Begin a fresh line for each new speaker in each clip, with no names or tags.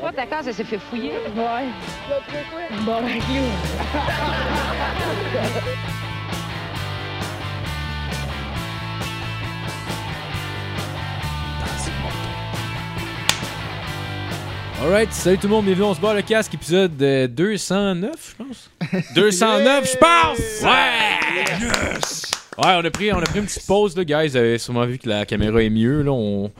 Toi, ta case, elle s'est fait fouiller.
Ouais. Bon, ben, you.
Alright, salut tout le monde, bienvenue, on se bat le casque, épisode euh, 209, je pense. 209, je pense! Ouais! Ouais, on a, pris, on a pris une petite pause, là, guys. Vous avez sûrement vu que la caméra est mieux, là. On...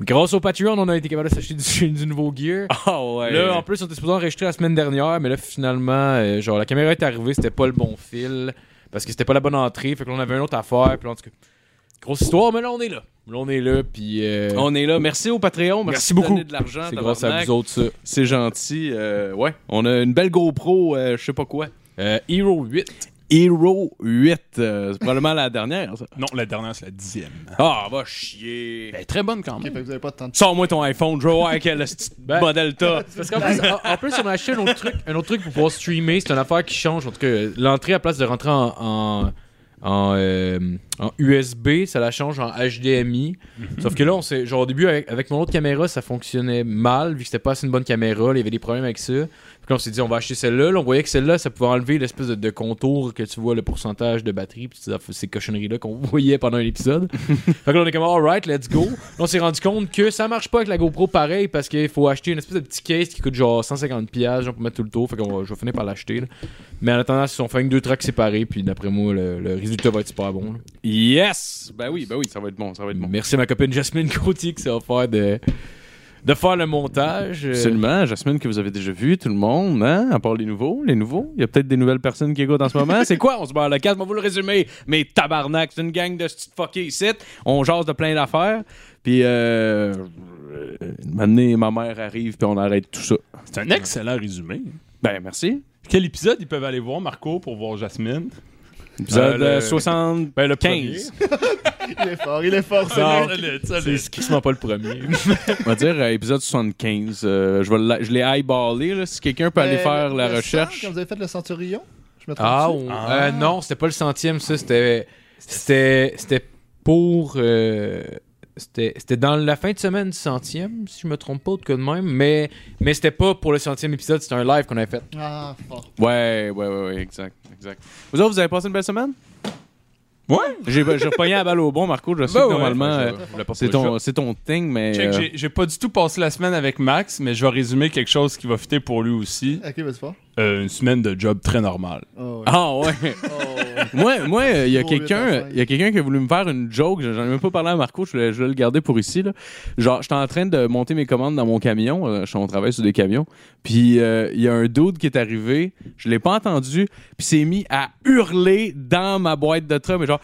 Grâce au Patreon, on a été capable de s'acheter du, du nouveau gear.
Oh ouais.
Là, en plus, on était supposé enregistrer la semaine dernière, mais là, finalement, euh, genre, la caméra est arrivée, c'était pas le bon fil, parce que c'était pas la bonne entrée, fait que là, on avait une autre affaire, puis en tout cas, grosse histoire, mais là, on est là. Là, on est là, puis euh,
on est là. Merci au Patreon.
Merci
Merci, de donner
beaucoup.
de l'argent.
c'est grâce à
tabarnak.
vous autres, ça.
C'est gentil. euh, ouais. On a une belle GoPro, euh, je sais pas quoi.
Euh, Hero 8.
Hero 8. euh, c'est probablement la dernière, ça.
Non, la dernière, c'est la dixième.
Ah, va chier.
Ben,
Elle est très bonne quand
Ok, fait
même.
que vous avez pas de temps de
Sors-moi ton iPhone, je vais voir quel esti de
Ben-
modèle t'as.
Parce qu'en plus, en, en plus, on a acheté un autre truc, un autre truc pour pouvoir streamer. C'est une affaire qui change. En tout cas, euh, l'entrée, à place de rentrer en, en, en, euh, en USB, ça la change en HDMI. Sauf que là, on s'est- genre, au début, avec, avec mon autre caméra, ça fonctionnait mal, vu que c'était pas assez une bonne caméra. là, Il y avait des problèmes avec ça. Puis là, on s'est dit, on va acheter celle-là. Là, on voyait que celle-là, ça pouvait enlever l'espèce de, de contour que tu vois, le pourcentage de batterie, puis ces- ces cochonneries-là qu'on voyait pendant l'épisode. fait que là, on est comme, alright, let's go. Là, on s'est rendu compte que ça marche pas avec la GoPro pareil parce qu'il faut acheter une espèce de petit case qui coûte genre 150$, piastres, genre pour mettre tout le tour. Fait qu'on va, je vais finir par l'acheter. là. Mais en attendant, si on fait une deux tracks séparés, puis d'après moi, le, le résultat va être super bon. là.
Yes! Ben oui, ben oui, ça va être bon, ça va être bon.
Merci à ma copine Jasmine Gauthier qui s'est offert de, de faire le montage. Euh,
Absolument, Jasmine, que vous avez déjà vu, tout le monde, hein? à part les nouveaux, les nouveaux. Il y a peut-être des nouvelles personnes qui écoutent en ce moment. C'est quoi, on se barre le casque? Je vais vous le résumer. Mais tabarnak, c'est une gang de petites fuckés ici. On jase de plein d'affaires. Puis, euh, euh, une année, ma mère arrive, puis on arrête tout ça.
C'est un excellent résumé.
Ben, merci.
Quel épisode ils peuvent aller voir, Marco, pour voir Jasmine?
Épisode
Euh, le-
75.
Ben, le
15.
Il est fort, il est fort, c'est
Non,
lui.
le- ça, le-
C'est c'est quasiment pas le premier.
on va dire euh, épisode 75. Euh, je, vais l'a- je l'ai eyeballé. là. Si quelqu'un peut aller
Euh,
faire
le-
la
le
recherche.
cent, Quand vous avez fait le centurion, je me trompe.
Ah, on- euh, non, c'était pas le centième, ça. C'était, c'était, c'était pour. euh, c'était, c'était dans la fin de semaine du centième, si je me trompe pas, ou de quoi de même. Mais, mais c'était pas pour le centième épisode, c'était un live qu'on avait fait.
Ah, fort.
Ouais, ouais, ouais, ouais, exact, exact. Vous autres, vous avez passé une belle semaine?
Ouais.
J'ai j'ai repogné la balle au bon, Marco. Je sais
Ben
que
ouais,
normalement,
ouais,
euh, c'est ton, c'est ton thing, mais...
Check,
euh,
j'ai- j'ai pas du tout passé la semaine avec Max, mais je vais résumer quelque chose qui va fitter pour lui aussi.
Ok, vas-y fort.
Euh, une semaine de job très normale.
Oh, ouais.
Ah ouais.
Oh,
moi, moi, euh, il y a
Gros huit à
quelqu'un,
cinq.
il y a quelqu'un qui a voulu me faire une joke. J'en ai même pas parlé à Marco. Je voulais, je voulais le garder pour ici. Là. Genre, j'étais en train de monter mes commandes dans mon camion. euh, je- on travaille sur des camions. Puis euh, il y a un dude qui est arrivé. Je l'ai pas entendu. Puis s'est mis à hurler dans ma boîte de truck. Mais genre.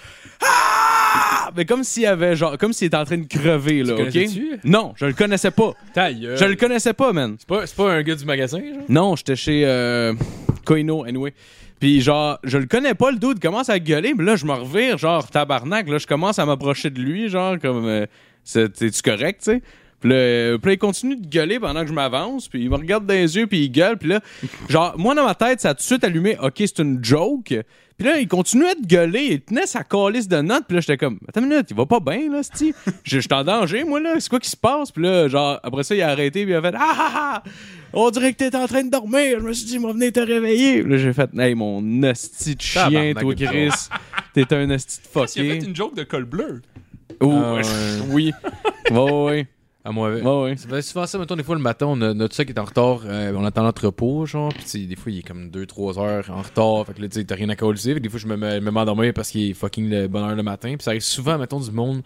Ah! Mais comme s'il avait genre comme s'il était en train de crever là, ok
connaissais-tu? Euh,
Non, je le connaissais pas.
Ta gueule.
Je le connaissais pas, man.
C'est pas, c'est pas un gars du magasin, genre.
Non, j'étais chez euh, Koino, anyway. Puis genre, je le connais pas, le dude commence à gueuler, mais là, je me revire, genre, tabarnak, là, je commence à m'approcher de lui, genre, comme, euh, c'est- t'es-tu correct, tu sais? Puis là, euh, puis là, il continue de gueuler pendant que je m'avance, puis il me regarde dans les yeux, puis il gueule, puis là, genre, moi, dans ma tête, ça a tout de suite allumé, OK, c'est une joke. Puis là, il continuait de gueuler, il tenait sa calice de notes, puis là, j'étais comme, attends une minute, il va pas bien, là, c'ti. Je suis en danger, moi, là, c'est quoi qui se passe? Puis là, genre, après ça, il a arrêté, puis il a fait, ah, ah, ah, on dirait que t'es en train de dormir, je me suis dit, il m'a venu te réveiller. Puis là, j'ai fait, hey, mon hostie de chien,
Tabarnak
toi,
de
Chris, t'es un hostie de
Il a fait
fucké.
une joke de col bleu.
Ouh,
Ah, ouais.
oui, ouais,
À moi,
ouais, ouais, ouais.
Ça fait souvent ça, mettons, des fois le matin, on a notre sac qui est en retard, euh, on attend l'entrepôt, genre, pis tu sais, des fois il est comme 2-3 heures en retard, fait que là, tu sais, t'as rien à causer, fait que des fois je me mets je me mets à dormir parce qu'il est fucking le bonheur le matin, pis ça arrive souvent, mettons, du monde.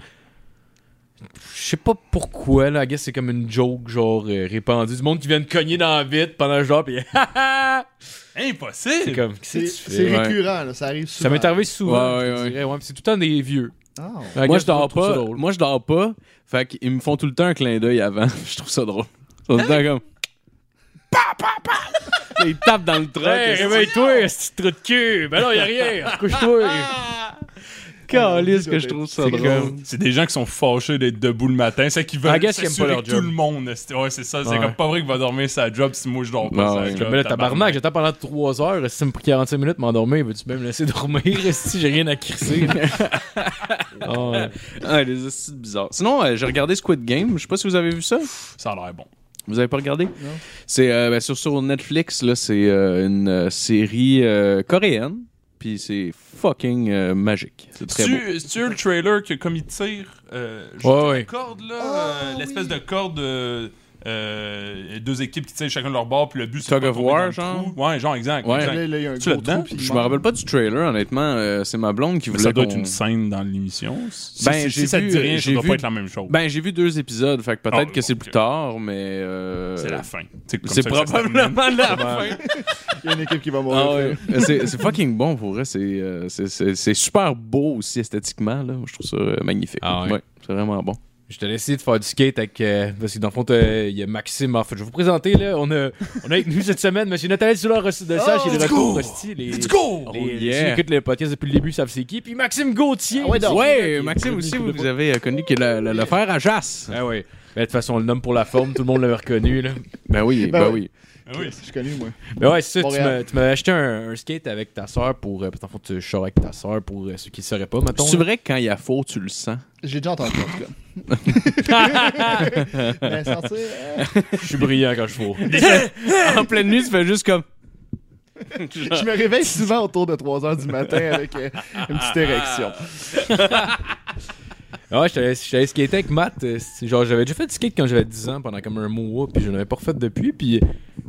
Je sais pas pourquoi, là, I guess c'est comme une joke, genre, euh, répandue, du monde qui vient de cogner dans la vitre pendant le genre, pis c'est
Impossible!
comme, qu'est-ce que
C'est
tu
c'est
fais?
ouais.
récurrent, là, ça arrive souvent.
Ça m'est arrivé souvent,
Ouais,
ouais,
ouais, ouais.
ouais. pis c'est tout le temps des vieux.
Ah, ouais.
I
Moi,
guess
je dors
je trouve
pas.
ça drôle.
Moi, je dors pas. Fait qu'ils me font tout le temps un clin d'œil avant. je trouve ça drôle. Ils sont tout le temps comme. Pa, pa, pa! Là, Ils tapent dans le truck.
Hey,
est-ce que-
réveille-toi, ce petit trou de cul! Ben non, y'a rien! Couche-toi!
Ah, Calisse que je trouve ça
C'est
drôle.
C'est des gens qui sont fâchés d'être debout le matin, c'est qu'ils
I
veulent
guess qu'ils aiment pas
s'assurer
leur
que
job.
tout le monde. c'est- Ouais, c'est ça. C'est
Ouais.
comme pas vrai qu'il va dormir sa job si moi je dors
Ben
pas. sa
ouais.
job,
Mais là, tabarnak, j'attends pendant 3 heures. Si ça me pris 45 minutes m'endormir, veux-tu bien me laisser dormir? si j'ai rien à crisser. Ah ouais.
Ah, les astuces bizarres. Sinon, euh, j'ai regardé Squid Game. Je sais pas si vous avez vu ça.
Ça a l'air bon.
Vous avez pas regardé? C'est euh, ben, sur, sur Netflix, là, c'est euh, une euh, série euh, coréenne. Puis c'est fucking euh, magique. C'est très beau.
Tu, tu le trailer que comme il tire euh, juste
Ouais,
la
ouais.
corde là,
Ah,
euh, l'espèce de corde euh, euh, deux équipes qui tirent chacun de leur bord puis le but c'est
Tug
de pas
of
tomber dans
war,
le
genre?
trou. Ouais, genre exact.
Ouais.
exact.
Là, là, il y a un
Tu
gros
l'as-dedans?
trou, puis il
Je me
manque-
rappelle pas du trailer, honnêtement. euh, c'est ma blonde qui
Mais
voulait.
ça doit
qu'on-
être une scène dans l'émission. Si-
Ben,
si,
j'ai
si ça te
vu-
dit rien, ça
j'ai
doit
vu-
pas être la même chose.
Ben, j'ai vu deux épisodes, fait que peut-être
Ah,
que c'est
ok.
plus tard, mais. euh,
c'est la fin. comme
C'est
ça que ça se termine.
probablement la fin.
Il y a une équipe qui va mourir.
Ah ouais. c'est c'est fucking bon pour vrai. C'est euh, c'est- c'est- c'est super beau aussi esthétiquement. Là. Je trouve ça euh, magnifique.
Ah ouais.
c'est vraiment bon.
Je te laisse essayer de faire du skate avec. euh, parce que dans le fond, t'as- il y a Maxime. En fait, je vais vous présenter. Là, on, a, on a avec nous cette semaine Monsieur Nathalie Soulard de Sage. Il est de retour. hostie, Les,
Let's go!
les-
Oh,
ceux
yeah.
qui écoutent le podcast depuis le début savent c'est qui. Puis Maxime Gauthier.
Ah ouais, donc.
Ouais, Maxime aussi, vous, vous avez euh, connu que le, le- le fer à Jasse.
Ah ouais. Ben, de toute façon, on le nomme pour la forme. Tout le monde l'avait reconnu. Là.
Ben oui, ben,
Ben
oui.
Ah oui.
Je suis connu, moi.
Mais ouais, c'est ça. Tu
Montréal.
m'as- tu m'avais acheté un, un skate avec ta soeur pour. euh, parce qu'en fond, tu sors avec ta soeur pour euh, ceux qui ne sauraient pas, mettons.
C'est
là.
vrai que quand il y a faux, tu le sens.
J'ai déjà entendu, en tout cas. Mais sentir. euh,
Je suis brillant quand je fous.
en pleine nuit, tu fais juste comme.
je me réveille souvent autour de 3 h du matin avec euh, une petite érection.
Ah ouais, j'étais j'étais skater avec Matt. euh, c'est- Genre, j'avais déjà fait du skate quand j'avais 10 ans, pendant comme un mois, puis je n'avais pas refait depuis. Puis,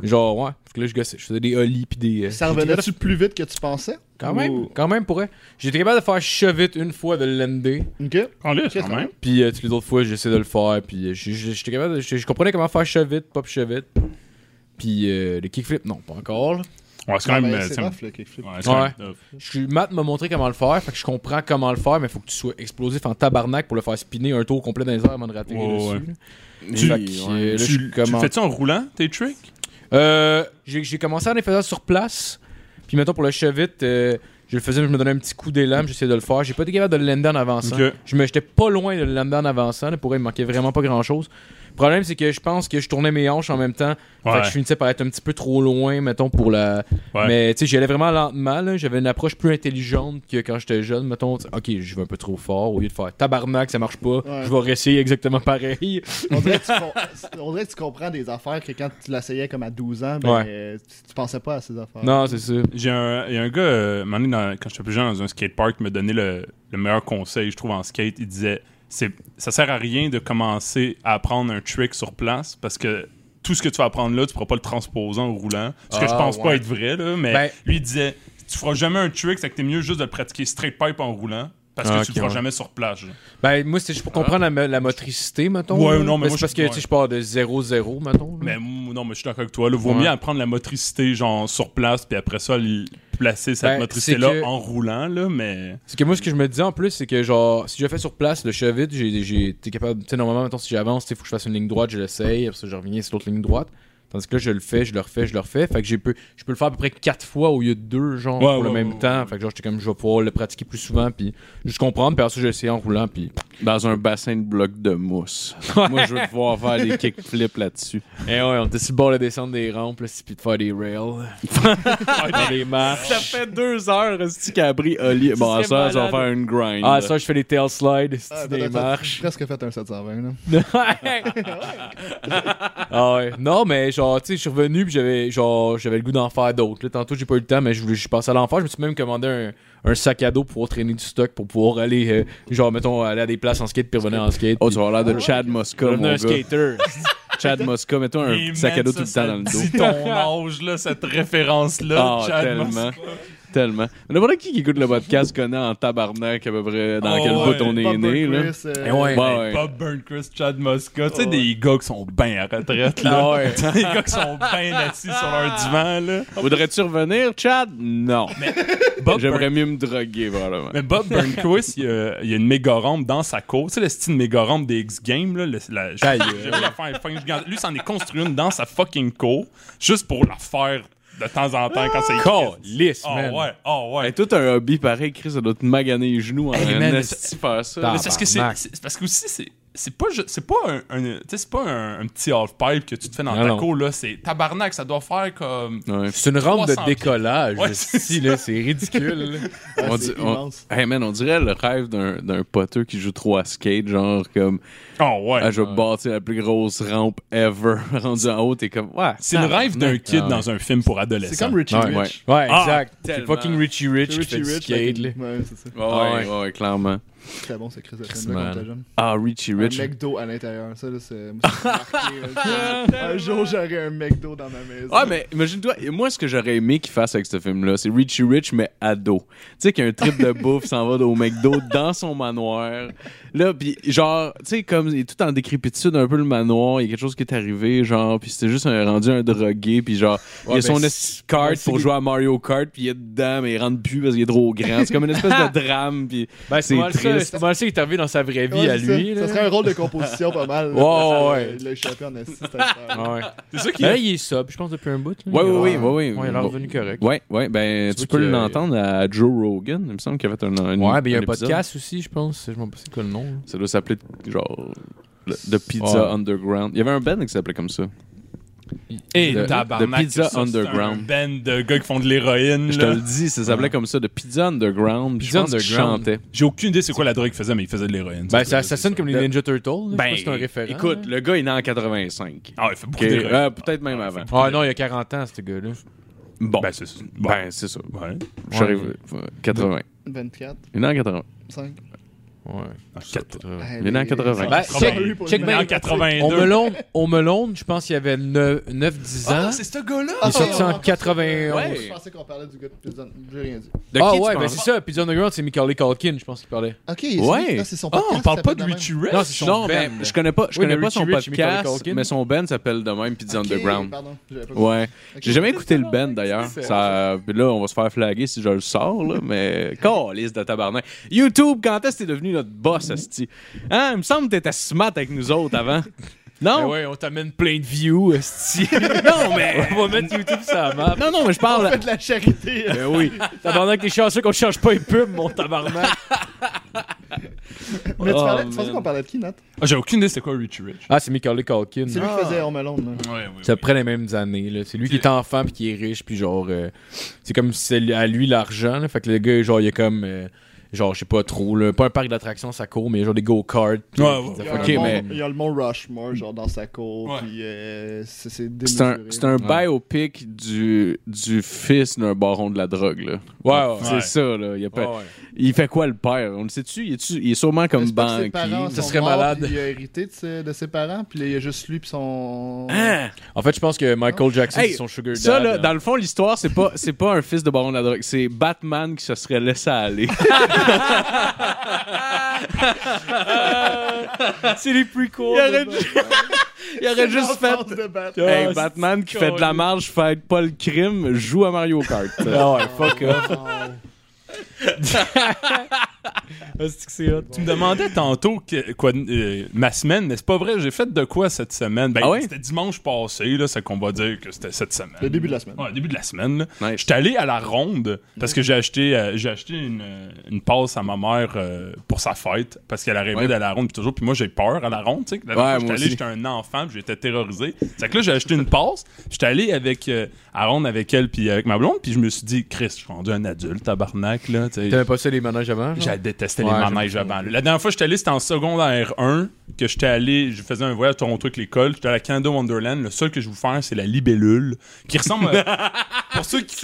genre, ouais, parce que là, je gossais. Je faisais des ollies, puis des. euh,
Ça revenait-tu plus vite que tu pensais
Quand même,
Ou-
quand même, pour vrai. J'ai été capable de faire chevite une fois de l'ender,
Ok.
En liste,
Qu'est-ce
quand
qu'on
même.
puis euh, toutes les autres fois, j'essaie de le faire, puis euh, j'ai- j'ai- j'étais capable de- Je je comprenais comment faire chevite, pop chevite. Puis euh, le kickflip, non, pas encore. là.
Ouais, c'est
Ah,
quand même.
ben,
euh,
C'est
ça me-
rough, le kickflip.
Ouais, c'est quand même tough.
Je suis- Matt m'a montré comment le faire, fait que je comprends comment le faire, mais faut que tu sois explosif en tabarnak pour le faire spinner un tour complet dans les airs avant de rater
Ouais,
dessus.
ouais.
là.
Tu-
Fait que, euh, là, je
Tu, tu le
commence-
fais-tu en roulant tes tricks?
Euh, j'ai j'ai commencé en les faisant sur place. Puis mettons pour le chevite, euh, je le faisais, je me donnais un petit coup d'élan, puis j'essayais de le faire. J'ai pas été capable de le lander en avançant.
Ok.
Je me j'étais pas loin de le lander en avançant. là. pour elle, il me manquait vraiment pas grand chose. Le problème, c'est que je pense que je tournais mes hanches en même temps. Fait
Ouais.
que je finissais par être un petit peu trop loin, mettons, pour la.
Ouais.
Mais tu sais, j'y allais vraiment lentement. là. J'avais une approche plus intelligente que quand j'étais jeune. Mettons, tu sais, ok, je vais un peu trop fort. Au lieu de faire tabarnak, ça marche pas.
Ouais.
Je vais réessayer exactement pareil.
On dirait, que tu com- on dirait que tu comprends des affaires que quand tu l'essayais comme à 12 ans, ben,
Ouais.
euh, tu, tu pensais pas à ces affaires.
Non, c'est ça.
J'ai un, il y a un gars, euh, un moment donné, dans- quand j'étais plus jeune, dans un skatepark, qui me donnait le, le meilleur conseil, je trouve, en skate. Il disait c'est, Ça sert à rien de commencer à apprendre un trick sur place parce que tout ce que tu vas apprendre là, tu pourras pas le transposer en roulant. Ce que
Ah,
je pense
ouais.
pas être vrai, là, mais
Ben-
lui, il disait Tu feras jamais un trick, c'est que t'es mieux juste de le pratiquer straight pipe en roulant parce que
Ah,
tu
ok,
le feras
ouais.
jamais sur plage.
Ben, moi, c'est juste pour comprendre la, mo- la motricité, mettons.
Ouais,
là.
non, mais
Ben,
moi,
c'est parce
je-
que, tu sais,
ouais.
je pars de 0-0, mettons. là.
Mais mou- non, mais je suis d'accord avec toi. Là, vaut
Ouais.
mieux apprendre la motricité genre sur place, puis après ça, l- placer cette
Ben,
motricité-là
c'est que-
en roulant, là, mais.
C'est que moi, ce que je me disais en plus, c'est que, genre, si je fais sur place le chevite, j'ai, j'ai été capable. Tu sais, normalement, mettons, si j'avance, il faut que je fasse une ligne droite, je l'essaye, après ça, je reviens sur l'autre ligne droite. Tandis que là, je le fais, je le refais, je le refais. Fait que j'ai peu, je peux le faire à peu près 4 fois au lieu de 2, genre,
Ouais,
pour le
ouais,
même
ouais,
temps.
ouais.
Fait que, genre, j'étais comme, je vais pouvoir le pratiquer plus souvent, puis juste comprendre, puis après ça, je vais essayer en roulant, puis.
Dans un bassin de blocs de mousse. Moi, je veux pouvoir faire des kickflips là-dessus.
Eh ouais, on était sur le bord de descendre des rampes, là, puis de faire des rails. faire des marches.
Ça fait deux heures, Rusty Cabri, Oli. Bon,
serait
ça, ça va
malade.
faire une grind.
Ah, ça, je fais des tail slides, c'est
Ah,
des
t'as- t'as-
marches.
t'as presque fait un 720. Là.
ah ouais. Non, mais genre, tu sais, je suis revenu puis j'avais genre j'avais le goût d'en faire d'autres. là. Tantôt, j'ai pas eu le temps, mais je voulais, je pensais à l'en faire. Je me suis même commandé un, un sac à dos pour pouvoir traîner du stock pour pouvoir aller, euh, genre, mettons, aller à des places en skate puis revenir en skate.
Oh,
puis-
tu vas avoir l'air de Chad Mosca, mon
Devenir
gars.
un skater.
Chad Mosca, mets-toi
Et
un sac à
man,
dos
ça,
tout le
ça
temps dans le dos.
dit ton âge, là, cette référence-là.
Ah,
Chad
tellement.
Mosca.
Tellement. Mais N'importe qui qui écoute le podcast connaît en tabarnak à peu près dans
Oh,
quel
ouais.
bout on est
Bob
né. Là.
Burnquist, euh,
Eh ouais.
Ouais, ouais.
Bob Burnquist, Chad Mosca. Tu sais, des gars qui sont bien à retraite, là.
Ah Ouais.
Ah,
des gars qui sont bien assis sur leur divan, là.
Voudrais-tu revenir, Chad? Non.
Bob
J'aimerais mieux me droguer, probablement.
Mais Bob Burnquist, il y a, il y a une méga rampe dans sa cour. Tu sais, le style méga rampe des X-Games, là. le- la,
Ta gueule.
j'ai vu la faire- faire une gigante- Lui, s'en est construit une dans sa fucking cour, juste pour la faire de temps en temps quand c'est
Calice,
Oh
man.
ouais, oh ouais.
Hey, tout un hobby pareil, Chris, ça doit te maganer les genoux en
Hey, man,
esti faire ça.
Ah,
Mais c'est parce que c'est-
barnac.
c'est c'est parce que aussi c'est c'est pas ju- c'est pas un, un- tu sais, c'est pas un, un petit half pipe que tu te fais dans
Non,
ta
non.
cour là c'est tabarnak ça doit faire comme
Ouais.
C'est une rampe de
300 pieds.
décollage.
Ouais, c'est
si, là, c'est ridicule. là.
Ah,
On,
c'est
di- on-
immense.
Hey, man, on dirait le rêve d'un d'un poteux qui joue trop à skate, genre comme
oh ouais
ah, je vais bâtir la plus grosse rampe ever rendu en haut, t'es comme ouais.
c'est le rêve d'un kid
Ah, ouais.
dans un film pour
C'est
adolescents
comme Richie
Ouais, ouais.
Rich.
Ouais,
Ah,
exact. C'est
tellement.
fucking Richie Rich
C'est
qui fait
Richie
du
Rich.
skate.
avec-
là.
Ouais, c'est ça.
Ouais, ouais, ouais, clairement.
Très bon, ce Chris de film
Christmas.
quand t'es jeune.
Ah, Richie Rich.
Un McDo à l'intérieur. Ça, là, c'est. moi, ça m'a marqué, là. un jour, j'aurai un McDo dans ma maison.
Ah, mais imagine-toi, moi, ce que j'aurais aimé qu'il fasse avec ce film-là, c'est Richie Rich, mais ado. Tu sais, qu'il y a un trip de bouffe, s'en va au McDo dans son manoir. Là, puis genre, tu sais, comme il est tout en décrépitude, un peu le manoir, il y a quelque chose qui est arrivé, genre, puis c'était juste un, rendu un drogué, puis genre, il
Ouais,
a son
ben,
esti de carte
c'est-
pour jouer à Mario Kart, puis il est dedans, mais il rentre plus parce qu'il est trop grand. C'est comme une espèce de drame, puis
Ben, c'est
c'est
mal ça.
triste.
C'est mal ça qu'il est arrivé dans sa vraie vie
Ouais,
à
c'est ça.
lui.
Ça,
là.
serait un rôle de composition pas
Ouais,
mal. là, parce que,
ouais,
euh,
ouais.
Il l'a échappé en assist. cette affaire.
Ouais.
c'est ça qui
Ben, là, il est sub, je pense, depuis un bout. là. Ah.
Ouais, ouais, ouais, ouais, ouais.
Ouais, il est revenu correct.
Ouais, ouais, ben,
Tu
tu,
vois
peux
que-
l'entendre à Joe Rogan, il me semble qu'il a fait un. un-
Ouais, ben il y a un
épisode.
podcast aussi, je pense. Je m'en pas c'est quoi le nom. là.
Ça doit s'appeler genre le- The Pizza
Ouais.
Underground. Il y avait un band qui s'appelait comme ça.
et
de-
tabarnak
de Pizza
ça, c'est
Underground.
un band de gars qui font de l'héroïne
Je te
là.
le dis, ça s'appelait comme ça, The Pizza Underground.
Pizza
Ah. Pizza je pense qu'il
Underground.
chantait.
j'ai aucune idée c'est quoi la drogue qu'il faisait mais il faisait de l'héroïne
Ben, ça, ça sonne comme les
De-
Ninja Turtles. là. Je
Ben,
pense que c'est un référent.
Écoute,
là.
le gars, il est né en 85.
ah il fait beaucoup
Ok,
d'héroïne
euh, Peut-être même avant.
Ah non, il y a 40 ans, ce gars-là.
Bon,
ben
ben,
c'est bon.
c'est ça.
ouais
J'arrive. 80.
24,
euh, Il est né en 80.
5.
Ouais.
Ah, quatre.
Il est né en 80.
Ah,
Ben, check- check
Mais
Ben,
en 82
Au Melon, au Melon, je pense qu'il y avait 9-10 ans.
Ah, ce gars-là
hein? il est sorti en 91.
Ouais.
Je pensais qu'on parlait du gars de prison. J'ai rien dit.
De
Ah
qui tu
ouais, ben
penses?
c'est ça. Pizza Underground, c'est Michael Culkin, je pense qu'il parlait.
Ok,
Ouais.
c'est- ah, c'est son
Ah,
podcast.
on parle
ça
pas
s'appelle
de
même.
Richie Rich
Non, c'est son
Non,
band.
ben, je connais pas, je
Oui,
connais
mais
pas
Richie
son
Rich, Michael
podcast,
Culkin.
mais son band s'appelle de même Pizza
Ok,
Underground.
pardon, j'avais pas-
Ouais.
Ok.
J'ai jamais écouté le band d'ailleurs. Ça, euh, puis là, on va se faire flaguer si je le sors, là, mais. Calice de tabarnak. YouTube, quand est-ce que t'es devenu notre boss, Asti? Hein? Il me semble que t'étais smart avec nous autres avant.
Ben
Non?
ouais, on t'amène plein de views, esti. non, mais. On va mettre YouTube sur la map.
Non, non, mais je parle.
Fais de la charité. euh,
Ben oui. Tabarnak, t'es chanceux qu'on te change pas les pubs, mon tabarnak.
Mais tu, parlais,
Oh,
tu pensais
man.
qu'on parlait de qui, Nat
Ah, j'ai aucune idée c'était quoi Richie Rich
Ah, c'est Michael Culkin.
C'est lui
Ah.
qui faisait On Melon. là.
ouais,
C'est après les mêmes années. là. C'est lui qui est enfant puis qui est riche. Puis genre, euh, c'est comme si c'est à lui l'argent. là. Fait que le gars, genre, il est comme. euh, genre, je sais pas trop. là, Pas un parc d'attractions, ça court, mais genre des go-karts. puis-
Ouais,
puis
ouais.
des
Il y a
affaires
Ok,
le
comme
mont-
ça.
mais-
Il y a le mont Rushmore, genre dans sa cour,
Ouais.
puis euh, c'est c'est
C'est un,
démesuré.
c'est un biopic du, du fils d'un baron de la drogue, là.
Ouais, ouais.
C'est
Ouais.
ça, là. Il, y a pas-
Ouais, ouais.
il fait quoi, le père? On le sait-tu? Il, est-tu- il est sûrement comme
C'est pas que
banquier.
ses parents
Ça
sont
serait
morts,
malade.
puis Il a hérité de ses, de ses parents, puis là, il y a juste lui puis son.
Hein?
En fait, je pense que Michael Jackson,
Hey,
c'est son sugar
Ça,
dad,
là,
hein.
dans le fond, l'histoire, c'est pas, c'est pas un fils de baron de la drogue. C'est Batman qui se serait laissé aller.
C'est les plus courts.
Il aurait, il aurait juste fait.
L'enfance de Batman.
oh,
Hey, Batman qui fait de la marge, fait pas le crime, joue à Mario Kart.
Ah ouais, fuck off.
Tu me demandais tantôt que- quoi, euh, ma semaine, mais c'est pas vrai, j'ai fait de quoi cette semaine? Ben,
Ah ouais?
c'était dimanche passé, là, c'est qu'on va dire que c'était cette semaine.
Le début de la semaine.
Ouais, début de la semaine. là.
Nice.
J'étais allé à la ronde parce que j'ai acheté, euh, j'ai acheté une, euh, une passe à ma mère euh, pour sa fête parce qu'elle arrivait
Ouais.
d'aller à la ronde puis toujours. Puis moi, j'ai peur à la ronde. tu sais. La
Ouais,
dernière fois que
moi
j'étais allé,
aussi.
j'étais un enfant puis j'étais terrorisé. C'est que là, j'ai acheté une passe. J'étais allé avec, euh, à la ronde avec elle puis avec ma blonde. Puis je me suis dit, Chris, je suis rendu un adulte, tabarnak. Là, tu sais.
T'avais pas ça les manèges avant? genre?
J'ai détesté
Ouais,
les
j'aime
manèges avant. là. La dernière fois que j'étais allé, c'était en secondaire 1 que j'étais allé, je faisais un voyage à Toronto avec l'école. J'étais à la Canada Wonderland. Le seul que je vais vous faire, c'est la libellule, qui ressemble. à- pour ceux qui,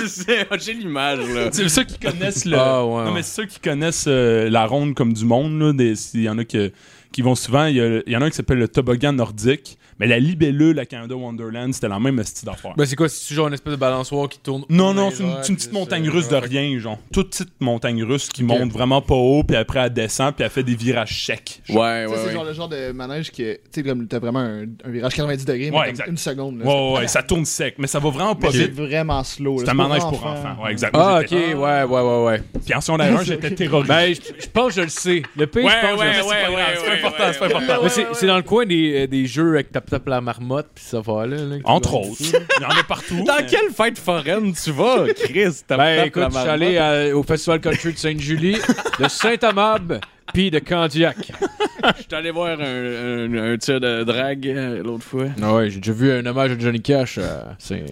J'ai l'image, là.
c'est ceux qui connaissent le.
Ah, ouais,
non,
ouais.
mais ceux qui connaissent euh, la ronde comme du monde, là, des- s'il y en a que- qui vont souvent, il y, a- il y en a un qui s'appelle le toboggan nordique. Mais la libellule à Canada Wonderland, c'était la même style d'affaire.
Ben, c'est quoi? C'est genre une espèce de balançoire qui tourne.
Non,
autour
non,
des
c'est une,
roches,
c'est une petite
puis
montagne
ça,
russe de
ouais.
rien, genre. Toute petite montagne russe qui monte vraiment pas haut, puis après elle descend, puis elle fait des virages secs.
Ouais, ouais,
Tu sais, c'est
ouais.
genre le genre de manège que, tu sais, comme t'as vraiment un, un virage 90 degrés, mais
Ouais,
comme
exact.
une seconde. là.
Ouais, ouais, ouais, ça tourne sec, mais ça va vraiment pas
Mais C'est
vite.
vraiment slow. là.
C'est un
pas
manège pour
enfant.
enfants. Ouais, exact.
Ah,
Moi,
ok,
j'étais-
ouais, ouais, ouais, ouais.
Puis en secondaire 1, j'étais terrorisé.
Ben, je je pense que je le sais. Le pire, je pense que je le sais.
c'est pas important, c'est pas
Mais
important.
c'est c'est dans le coin des, euh, des jeux avec tape tape la marmotte puis ça va là. là, que tu
Entre
vas-
autres, il y en a partout.
Dans
mais-
quelle fête foraine tu vas, Chris? T'as
Ben
tapé
écoute,
la
je suis
marmotte.
allé à- au Festival Country de Sainte-Julie, de Saint-Amable Puis de Candiac.
Je suis allé voir un, un- un tir de drague euh, l'autre fois.
Ah ouais, j'ai déjà vu un hommage à Johnny Cash. euh, c'est.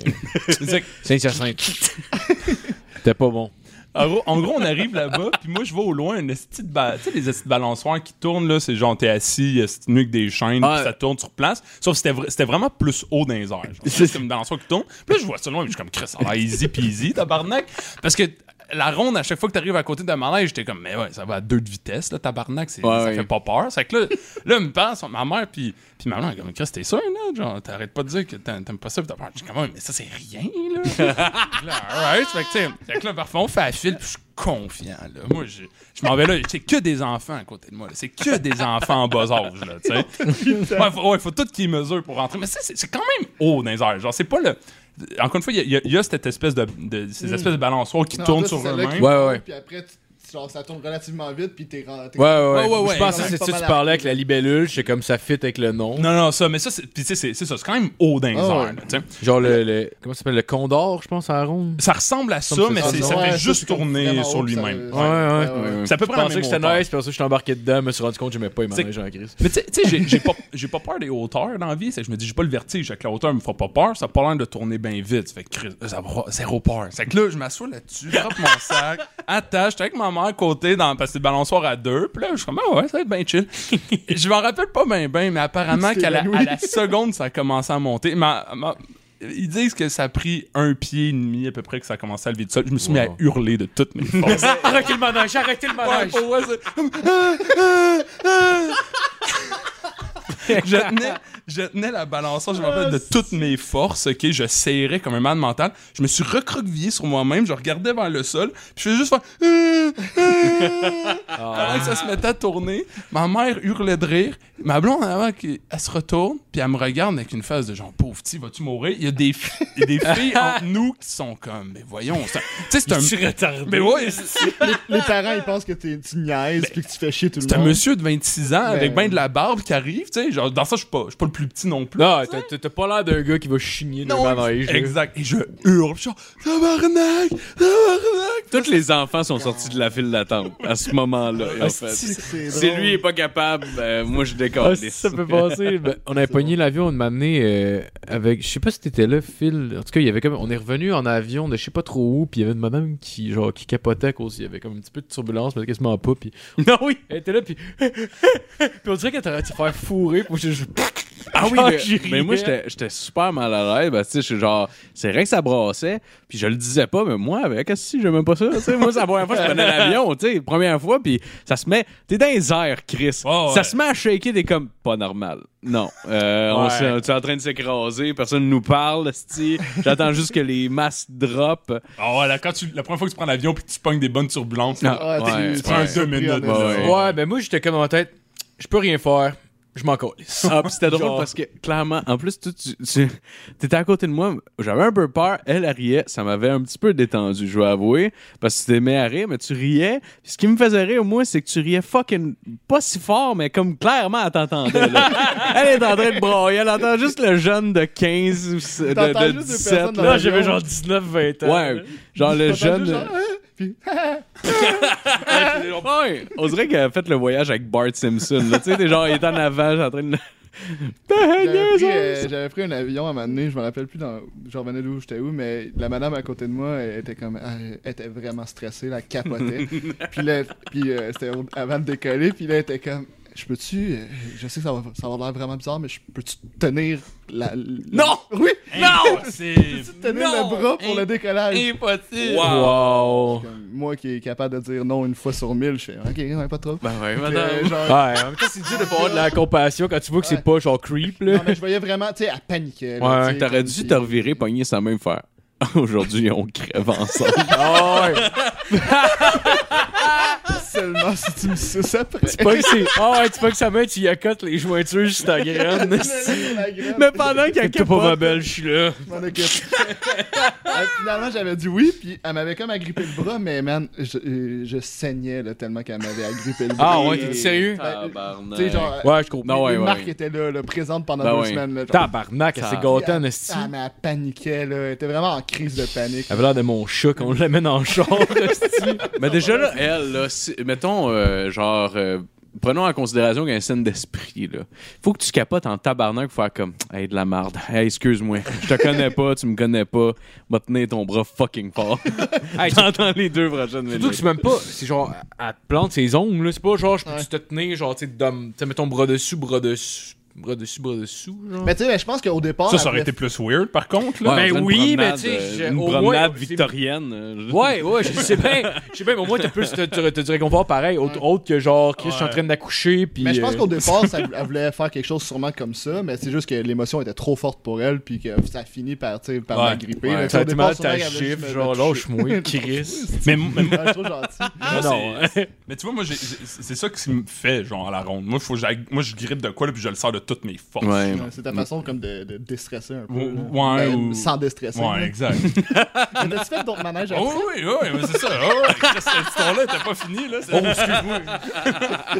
Saint-Hyacinthe. C'était pas bon.
En Ah, gros, en gros, on arrive là-bas, puis moi, je vois au loin un esti de ba- Tu sais, les esti de balançoires qui tournent, là. C'est genre, t'es assis, esti nu avec des chaînes,
Ah.
puis ça tourne sur place. Sauf que c'était vra- c'était vraiment plus haut dans les airs. genre. C'est comme une balançoire qui tourne. Puis là, je vois ça loin, puis je suis comme, Chris, ça va easy peasy, tabarnak. Parce que la ronde, à chaque fois que t'arrives à côté d'un manège, j'étais comme, mais ouais, ça va à deux de vitesse, là, tabarnak. c'est-
Ouais,
ça
ouais.
fait pas peur. C'est que là, là, elle me passe, ma mère, puis, puis ma mère, elle est comme, Chris, t'es sûr, là? Genre, t'arrêtes pas de dire que t'a- t'aimes pas ça, puis t'as peur. Je suis comme, Ouais, mais ça, c'est rien, là. Là, alright. Fait que, tu sais, fait que là, parfois, on fait la file, puis je suis confiant, là. Moi, je, je m'en vais là, c'est que des enfants à côté de moi, là. C'est que des enfants en bas âge, là, tu sais. Ouais, faut, ouais, faut tout qu'ils mesurent pour rentrer. Mais ça, c'est c'est quand même haut dans les airs. Genre, c'est pas le. Encore une fois, il y a- il y, a- il y a cette espèce de, de- ces espèces de balançoires qui
Hmm. Non, en
tournent
plus,
sur
c'est celle-là
eux-mêmes.
qui
Ouais, ouais,
tourne,
ouais.
Puis après, tu- genre, ça tourne relativement vite, puis t'es. ren- t'es-
Ouais, ouais, ouais.
Ouais, ouais, ouais.
Je pensais que c'est
Ouais,
ça, tu
pas mal
parlais avec
actif.
la libellule, c'est comme ça fit avec le nom.
Non, non, ça, mais ça, c'est puis tu sais, c'est- c'est ça, c'est quand même haut dans les
Ah,
airs,
ouais.
là, tu sais.
Genre le, le- Comment ça s'appelle Le condor, je pense, à la ronde.
Ça ressemble à ça,
Comme
mais
ça,
c'est-
Ah,
ça
ouais,
fait juste
c'est comme
tourner
vraiment
sur
haut, puis ça-
lui-même.
Ouais, ouais,
Ça peut
Je
prendre
pensais que c'était nice, puis après ça, je suis embarqué dedans, je me suis rendu compte que j'aimais pas les
C'est-
manèges en crise.
Mais tu sais- tu sais, j'ai- j'ai pas, j'ai pas peur des hauteurs dans la vie. C'est que je me dis, j'ai pas le vertige. Fait que la hauteur me fera pas peur. Ça a pas l'air de tourner bien vite. Fait que Chris, ça va zéro peur. Fait que là, je m'assois là-dessus, je frappe mon sac, attache. J'étais avec ma mère à côté dans, parce que c'est le balançoire à deux. Puis là, je suis comme, ah ouais, ça va être bien chill. je m'en rappelle pas bien, bien, mais apparemment
Tu t'es
qu'à la,
évanoui.
à la seconde, ça a commencé à monter. Ma- ma- ils disent que ça a pris un pied et demi à peu près que ça a commencé à lever tout seul. Je me suis mis à
Wow.
hurler de toutes mes forces.
Arrêtez le manège, arrêtez le
Ouais,
manège!
pour vrai, c'est- je, tenais, je tenais la balançoire, je me rappelle, de toutes mes forces, ok? Je serrais comme un man mental. Je me suis recroquevillé sur moi-même, je regardais vers le sol, puis je faisais juste faire... Euh, euh. Pendant que ça se mettait à tourner, ma mère hurlait de rire. Ma blonde, avant qu'elle elle se retourne, puis elle me regarde avec une face de genre, pauvre petit, vas-tu mourir? Il y a des, fi- il y a des filles entre nous qui sont comme, mais voyons, ça- tu sais, c'est un...
retardé.
Mais ouais, c'est-
Les parents, ils pensent que t'es- tu niaises, puis que tu fais chier tout le monde.
C'est un monsieur de 26 ans avec
Ben-
ben de la barbe qui arrive, tu sais. Genre, dans ça, je suis pas, je suis pas le plus petit non plus.
Non, t'as- t'as t'as pas l'air d'un gars qui va chigner d'un manège. là.
exact. Et je hurle, je suis genre, tabarnak, tabarnak.
Tous les enfants sont sortis de la file d'attente à ce moment-là. en fait.
Asti,
C'est
Si
drôle.
lui est pas capable, euh, moi je décolle.
Ah, si ça peut passer. Ben, on avait pogné l'avion, on m'a amené euh, avec. Je sais pas si t'étais là, Phil. En tout cas, il y avait comme. On est revenu en avion de je sais pas trop où, puis il y avait une madame qui, genre, qui capotait à cause. Il y avait comme un petit peu de turbulence, mais quasiment pas. Puis
Non, oui.
elle était là, puis. puis on dirait qu'elle t'aurait dû faire fourrer. Puis je. je-
Ah oui,
Genre,
mais,
j'y
mais moi,
riais.
j'étais j'étais super mal à l'aise. Ben, tu sais, je suis genre, c'est vrai que ça brassait. Puis je le disais pas, mais moi, avec, qu'est-ce que j'aimais pas ça? Tu sais, moi, c'est la première fois que je prenais l'avion, tu sais, première fois, puis ça se met. T'es dans les airs, Chris.
Ouais, ouais.
Ça se met à shaker des comme, pas normal. Non. Euh, on
Ouais.
s'est- tu es en train de s'écraser, personne nous parle, esti. J'attends juste que les masses drop.
Ah ouais, là, quand tu, la première fois que tu prends l'avion puis que tu pognes des bonnes turbulences, là,
Ah,
Ouais,
tu-
tu prends
Ah ouais.
deux minutes.
Ouais,
là.
Ouais, ben moi, j'étais comme en tête. Je peux rien faire. Je m'en calisse.
Ah, puis c'était drôle
Genre.
parce que, clairement, en plus, tu, tu, tu- t'étais à côté de moi, j'avais un peu peur, elle, elle riait, ça m'avait un petit peu détendu, je dois avouer, parce que tu t'aimais à rire, mais tu riais, Puis ce qui me faisait rire, moi, c'est que tu riais fucking pas si fort, mais comme clairement, elle t'entendait, là. elle est en train de brailler, elle entend juste le jeune de 15 ou se- de,
T'entends
de
juste deux
17,
personnes dans
là.
Là, j'avais genre 19, 20 ans.
Ouais,
Ah,
genre le jeune...
euh,
hein?
Ouais, on dirait qu'elle a fait le voyage avec Bart Simpson, là. tu sais, t'es genre, il est en avant, en train de...
J'avais pris, euh, j'avais pris un avion à un moment donné, je me rappelle plus, dans, je revenais d'où j'étais où, mais la madame à côté de moi, elle était comme, ah, elle était vraiment stressée, elle capotait. puis là, puis euh, c'était au- avant de décoller, puis là, elle était comme, je peux-tu, euh, je sais que ça va, ça va avoir l'air vraiment bizarre, mais je peux-tu tenir la, la-
Non!
Oui!
Eh
ah, Impossible!
Tenir le bras pour le décollage!
Impossible!
euh, Wow.
Comme moi qui est capable de dire non une fois sur mille, je fais, ok, ouais, pas trop.
Ben ouais,
Puis,
madame.
euh, genre,
Ouais, en même temps, c'est dur de pas avoir de la compassion quand tu vois que c'est pas genre creep, là.
non, mais je voyais vraiment, tu sais, elle paniquait. là,
Ouais,
tu sais,
T'aurais
comme-
dû te revirer, pogner sa même faire. Aujourd'hui, on crève ensemble.
Ah ouais.
Seulement si tu me suces après.
Tu pas que c'est. Ah ouais, tu pas que ça met, tu y accotes les jointures juste à graine.
La graine.
Mais pendant qu'il y a
T'es pas ma belle, je suis là.
Je m'en occupe. Euh, finalement, j'avais dit oui, puis elle m'avait comme agrippé le bras, mais man, je, euh, je saignais là, tellement qu'elle m'avait agrippé le bras. Euh,
Ah ouais, t'es sérieux?
Tu sais, genre, euh,
Ouais, je comprends.
Non, ouais,
les
ouais,
marques
ouais.
étaient là, là, présentes pendant
Ben
deux
ouais.
semaines. Là, genre.
Tabarnak, elle s'est gâtée en
Elle-
esti. Ah.
Ah, mais elle paniquait, là. Elle était vraiment en crise de panique.
Elle avait l'air de mon chat qu'on l'amène en char. esti.
Mais déjà, là, elle, là, si- mettons, euh, genre, euh, prenons en considération qu'il y a une scène d'esprit, là. Faut que tu capotes en tabarnak pour faire comme, hey, de la marde. Hey, excuse-moi. Je te connais pas, tu me connais pas. Va tenir ton bras fucking fort.
Hey,
T'entends les deux prochaines
Surtout que
minutes.
c'est même pas. C'est genre, elle te plante ses ongles, là. C'est pas genre, je peux
Ouais.
te tenir, genre, tu sais, d'homme- tu sais, mettons bras dessus, bras dessus, bras dessus, bras dessous, genre.
Mais tu sais, mais je pense qu'au départ.
Ça, ça aurait
après-
été plus weird, par contre.
Ouais,
Là.
on
Ben
faisait une
oui, mais
promenade,
tu sais,
euh,
je-
Une
au moins,
promenade
c'est-
victorienne. euh,
Ouais, ouais, je sais bien, je sais bien, mais au moins t'as plus t'as- t'as- t'as du réconfort pareil, autre, autre que genre, Chris, je suis en
Ouais.
train d'accoucher, puis.
Mais je pense
euh,
qu'au départ, ça, elle voulait faire quelque chose sûrement comme ça, mais c'est juste que l'émotion était trop forte pour elle, puis que ça finit par, tu sais, par
Ouais.
m'agripper. là.
Ouais,
Tu sais, au
t'as du mal
départ,
à
sûrement
ta
qu'elle voulait juste
chiffre,
me-
genre,
me toucher.
lâche-moi, Chris.
Mais, mais,
Ouais, trop gentil.
moi,
Ah Non, euh,
c'est- mais tu vois, moi, j'ai- j'ai- c'est ça qui me fait, genre, à la ronde. Moi, faut, que j'aille- moi je grippe de quoi, là, puis je le sors de toutes mes forces.
Ouais.
Ouais, C'est ta façon comme de, de déstresser un peu.
Ou-
là.
ouais,
Ben,
ou-
Sans déstresser.
Ouais,
là.
exact.
Mais T'as-tu fait d'autres manèges après?
Oh, oui, oui, oui, mais c'est ça. Oh, ouais, Chris, cette histoire-là était pas finie, là. C'est-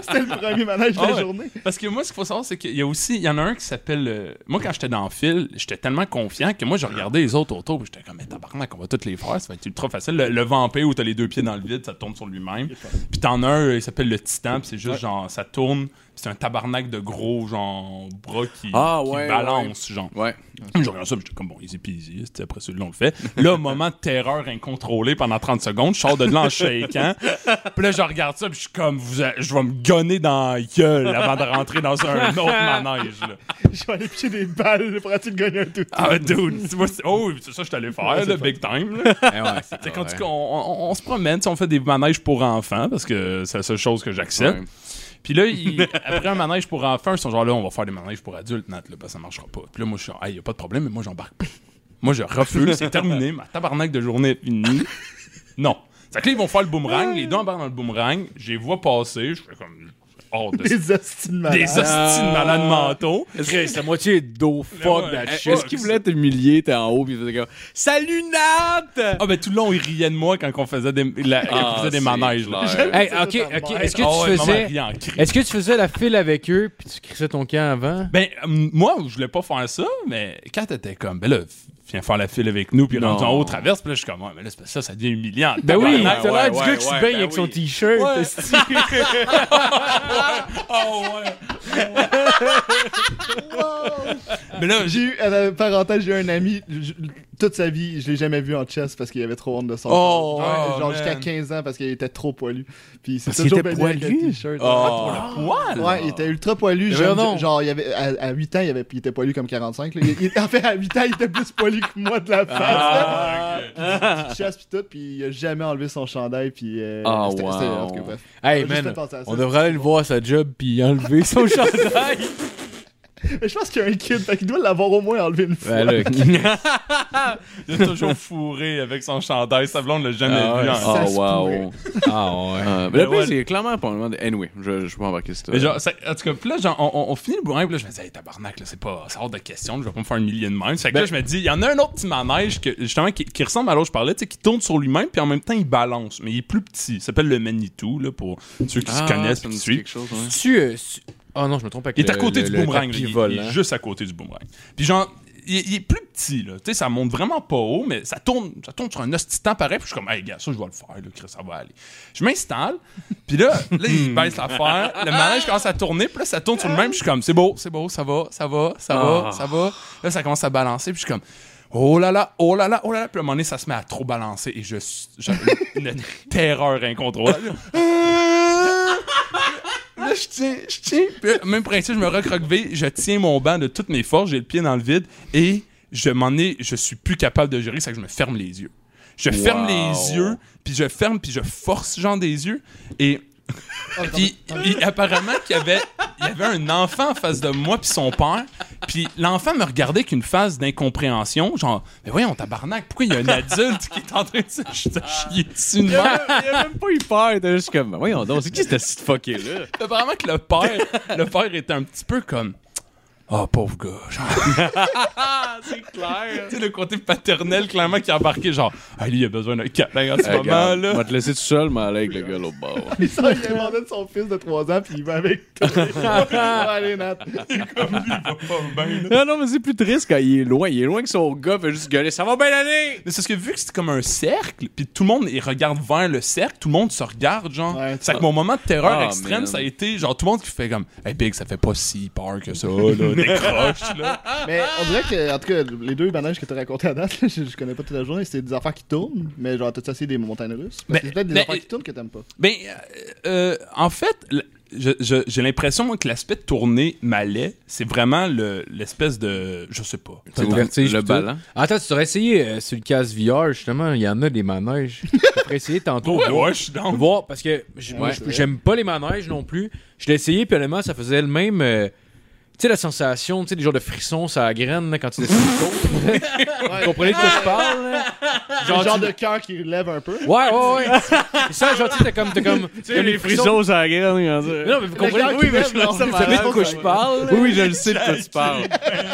C'était le premier manège de
Ah
la
ouais.
journée.
Parce que moi, ce qu'il faut savoir, c'est qu'il y a aussi, il y en a un qui s'appelle. euh, moi, quand j'étais dans le fil, j'étais tellement confiant que moi, je regardais les autres autour, puis j'étais comme, mais tabarnak, on va toutes les faire, ça va être ultra facile. Le, le vampire où t'as les deux pieds dans le vide, ça tourne sur lui-même. Puis t'en as un, euh, il s'appelle le titan, puis c'est juste genre, ça tourne, puis c'est un tabarnak de gros, genre, bras qui,
Ah,
qui
ouais,
balance, genre.
Ouais.
Je regarde ça, puis j'étais comme, bon, easy peasy, c'était après celui-là, on le fait. Là, moment de terreur incontrôlée pendant 30 secondes, je sors de là en shaking. Puis là, je regarde ça, puis je suis comme, vous a- je vais me gonner dans la gueule avant de rentrer dans un autre manège, là.
Je vais aller picher des balles pour essayer de gagner un tout.
Ah, dude, tu vois, c'est- oh, c'est ça que je t'allais faire, là, big time, là.
Eh ouais,
C'est quand
ouais.
tu- on, on- on se promène, tu sais, on fait des manèges pour enfants, parce que c'est la seule chose que j'accepte.
Ouais.
Puis là, il- après un manège pour enfants, ils sont genre là, on va faire des manèges pour adultes, Nat, là, parce que ça marchera pas. Puis là, moi, je suis genre, hey, y a pas de problème, mais moi, j'embarque pas. Moi, je refuse, c'est terminé, ma tabarnak de journée est finie. Non. C'est que là, ils vont faire le boomerang, les deux embarquent dans le boomerang, je les vois passer, je fais comme. hors de
Des hosties de malades.
Des Ah. hosties de malades mentaux.
Chris, la moitié est d'eau, fuck that shit.
Est-ce qu'il voulait t'humilier, t'es en haut, puis il faisait comme Salut Nat!
Ah, ben tout le long, ils riaient de moi quand on faisait des, la- quand on
Ah,
faisait des
c'est
manèges, là.
clair.
Hey,
C'est
ok,
ça, ta
ok,
mère.
est-ce que
Ah ouais,
tu
maman, elle
faisais.
riait en cri.
Est-ce que tu faisais la file avec eux, puis tu crissais ton camp avant?
Ben, euh, moi, je voulais pas faire ça, mais quand t'étais comme, ben là, viens faire la file avec nous, puis
Non.
rendu en haut, traverse, puis là, je suis comme, ouais, mais là, c'est parce que ça, ça devient humiliant.
Ben oui,
Tabarnak.
t'as l'air du
ouais,
gars qui se
ouais,
baigne
ben
avec son
oui.
t-shirt.
Ouais.
esti.
Oh, ouais. Ah Mais là,
J'ai
j'ai.
eu, à la parenthèse, j'ai eu un ami, je- toute sa vie, je l'ai jamais vu en chess parce qu'il avait trop honte de son
Oh,
corps. Ouais,
oh,
genre
man.
jusqu'à 15 ans parce qu'il était trop poilu. Puis il s'est
Parce qu'il
toujours
était
baigné avec un
poilu?
t-shirt. Ah,
Oh, le poil!
Ouais, il était ultra poilu.
Mais
Genre,
voyons donc.
genre, il avait, à, à 8 ans, il, avait, il était poilu comme 45. là. Il- il- en fait, à 8 ans, il était plus poilu que moi de la face.
Ah,
Petite chasse pis tout, puis il a jamais enlevé son chandail. Puis, euh,
Ah,
c'était-
wow.
c'était- en tout cas, bref.
Hey,
Juste fait
man,
penser à ça.
on devrait aller le voir à sa job, puis enlever son chandail.
Mais je pense qu'il y a un kid, fait qu'il doit l'avoir au moins enlevé une fois.
Ben là,
Il est toujours fourré avec son chandail. Ça, blonde, l'a jamais
Ah,
vu.
ouais.
en-
Oh,
Ça se
wow.
pourrait.
Ah ouais.
Euh, mais le
Mais
pire,
ouais.
c'est clairement pas un moment de. Anyway, je, je peux embarquer cette
Mais
histoire.
genre, ça- en tout cas, puis là, genre, on, on- on finit le bourrin, puis là, je me dis, hey, tabarnak, là, c'est pas, c'est hors de question, je vais pas me faire un million de même. Fait que
Ben-
là, je me dis, il y en a un autre petit manège, que, justement, qui, qui ressemble à l'autre, que je parlais, tu sais, qui tourne sur lui-même, puis en même temps, il balance, mais il est plus petit. Il s'appelle le Manitou, là, pour ceux qui
Ah,
se connaissent,
ça
puis
me dit
qui suivent.
quelque chose, ouais.
Tu. euh, tu- Ah non, je me trompe avec
Il est à
le-
côté
le-
du
le
boomerang, là,
tapis hein.
il, il
volant.
est juste à côté du boomerang. Puis genre, il, il est plus petit, là, tu sais, ça monte vraiment pas haut, mais ça tourne, ça tourne sur un hostie temps pareil, puis je suis comme, hey, gars, ça, je vais le faire, là, Chris, ça va aller. Je m'installe, puis là, là, il baisse l'affaire, le manège commence à tourner, puis là, ça tourne sur le même, puis je suis comme, c'est beau, c'est beau, ça va, ça va, ça
Ah.
va, ça va. Là, ça commence à balancer, puis je suis comme, Oh là là, oh là là, oh là là. Puis à un moment donné, ça se met à trop balancer et je. J'ai une terreur incontrôlable. Là, je tiens, je tiens. Puis, euh, même principe, je me recroqueville, je tiens mon banc de toutes mes forces, j'ai le pied dans le vide et je m'en ai, je suis plus capable de gérer, c'est que je me ferme les yeux. Je ferme les yeux, puis je ferme, puis je force genre des yeux et puis il- apparemment qu'il y avait il y avait un enfant en face de moi puis son père, puis l'enfant me regardait avec une phase d'incompréhension, genre mais voyons tabarnak, pourquoi il y a un adulte qui est en train de se de chier dessus de même?
Ben, Il a même pas eu peur, il était juste comme. ben, Voyons donc, c'est qui cette petite fuckée là?
Apparemment que le père, le père était un petit peu comme Ah, pauvre gars. genre.
C'est clair.
tu sais, le côté paternel, clairement, qui a embarqué, genre, ah, lui, il a besoin d'un câlin en ce moment,
Ah, Regarde,
là.
on va te laisser tout seul, mais aller avec le gars l'autre bord.
Il sort, il abandonne son fils de 3 ans, puis il va avec toi. Allez, Nat.
Non, non, mais c'est plus triste quand il est loin. Il est loin que son gars fait juste gueuler. Ça va bien aller!
Mais c'est parce que vu que c'est comme un cercle, puis tout le monde il regarde vers le cercle, tout le monde se regarde, genre.
Ouais,
c'est que mon moment de terreur
Ah,
extrême,
man.
ça a été genre tout le monde qui fait comme Hey Big, ça fait pas si peur que ça, là, décroche, là.
Mais on dirait que, en tout cas, les deux manèges que t'as raconté à date, là, je, je connais pas toute la journée, c'est des affaires qui tournent, mais genre, t'as-tu essayé des montagnes russes? Parce
Mais-
que c'est peut-être des
mais-
affaires qui tournent que t'aimes pas.
Ben, euh, euh, en fait, l- je- je- j'ai l'impression moi, que l'aspect de tourner m'allait. C'est vraiment le- l'espèce de. Je sais pas.
C'est le vertige,
Le
puis tout.
ballon.
Attends, tu aurais essayé euh, sur le casse VR, justement, il y en a des manèges. Tu aurais essayé tantôt.
Oh,
voir-
wesh, donc.
Voir, parce que j- moi,
Ouais.
j- j'aime pas les manèges non plus. Je l'ai essayé, puis honnêtement, ça faisait le même. euh, tu sais, la sensation, tu sais, des genres de frissons, ça graine là, quand tu descends le côte. Vous comprenez de quoi je parle? là?
Le genre
tu-
de cœur qui lève un peu.
Ouais, ouais, ouais. ça, genre, tu sais, t'as comme. t'as comme tu
ça graine,
Non, mais vous
Le
comprenez
cœur
oui,
qui
mais
lève,
je-
là,
vous
ça
savez de
marche.
quoi je parle? là?
Oui, oui, je le sais de quoi tu parles.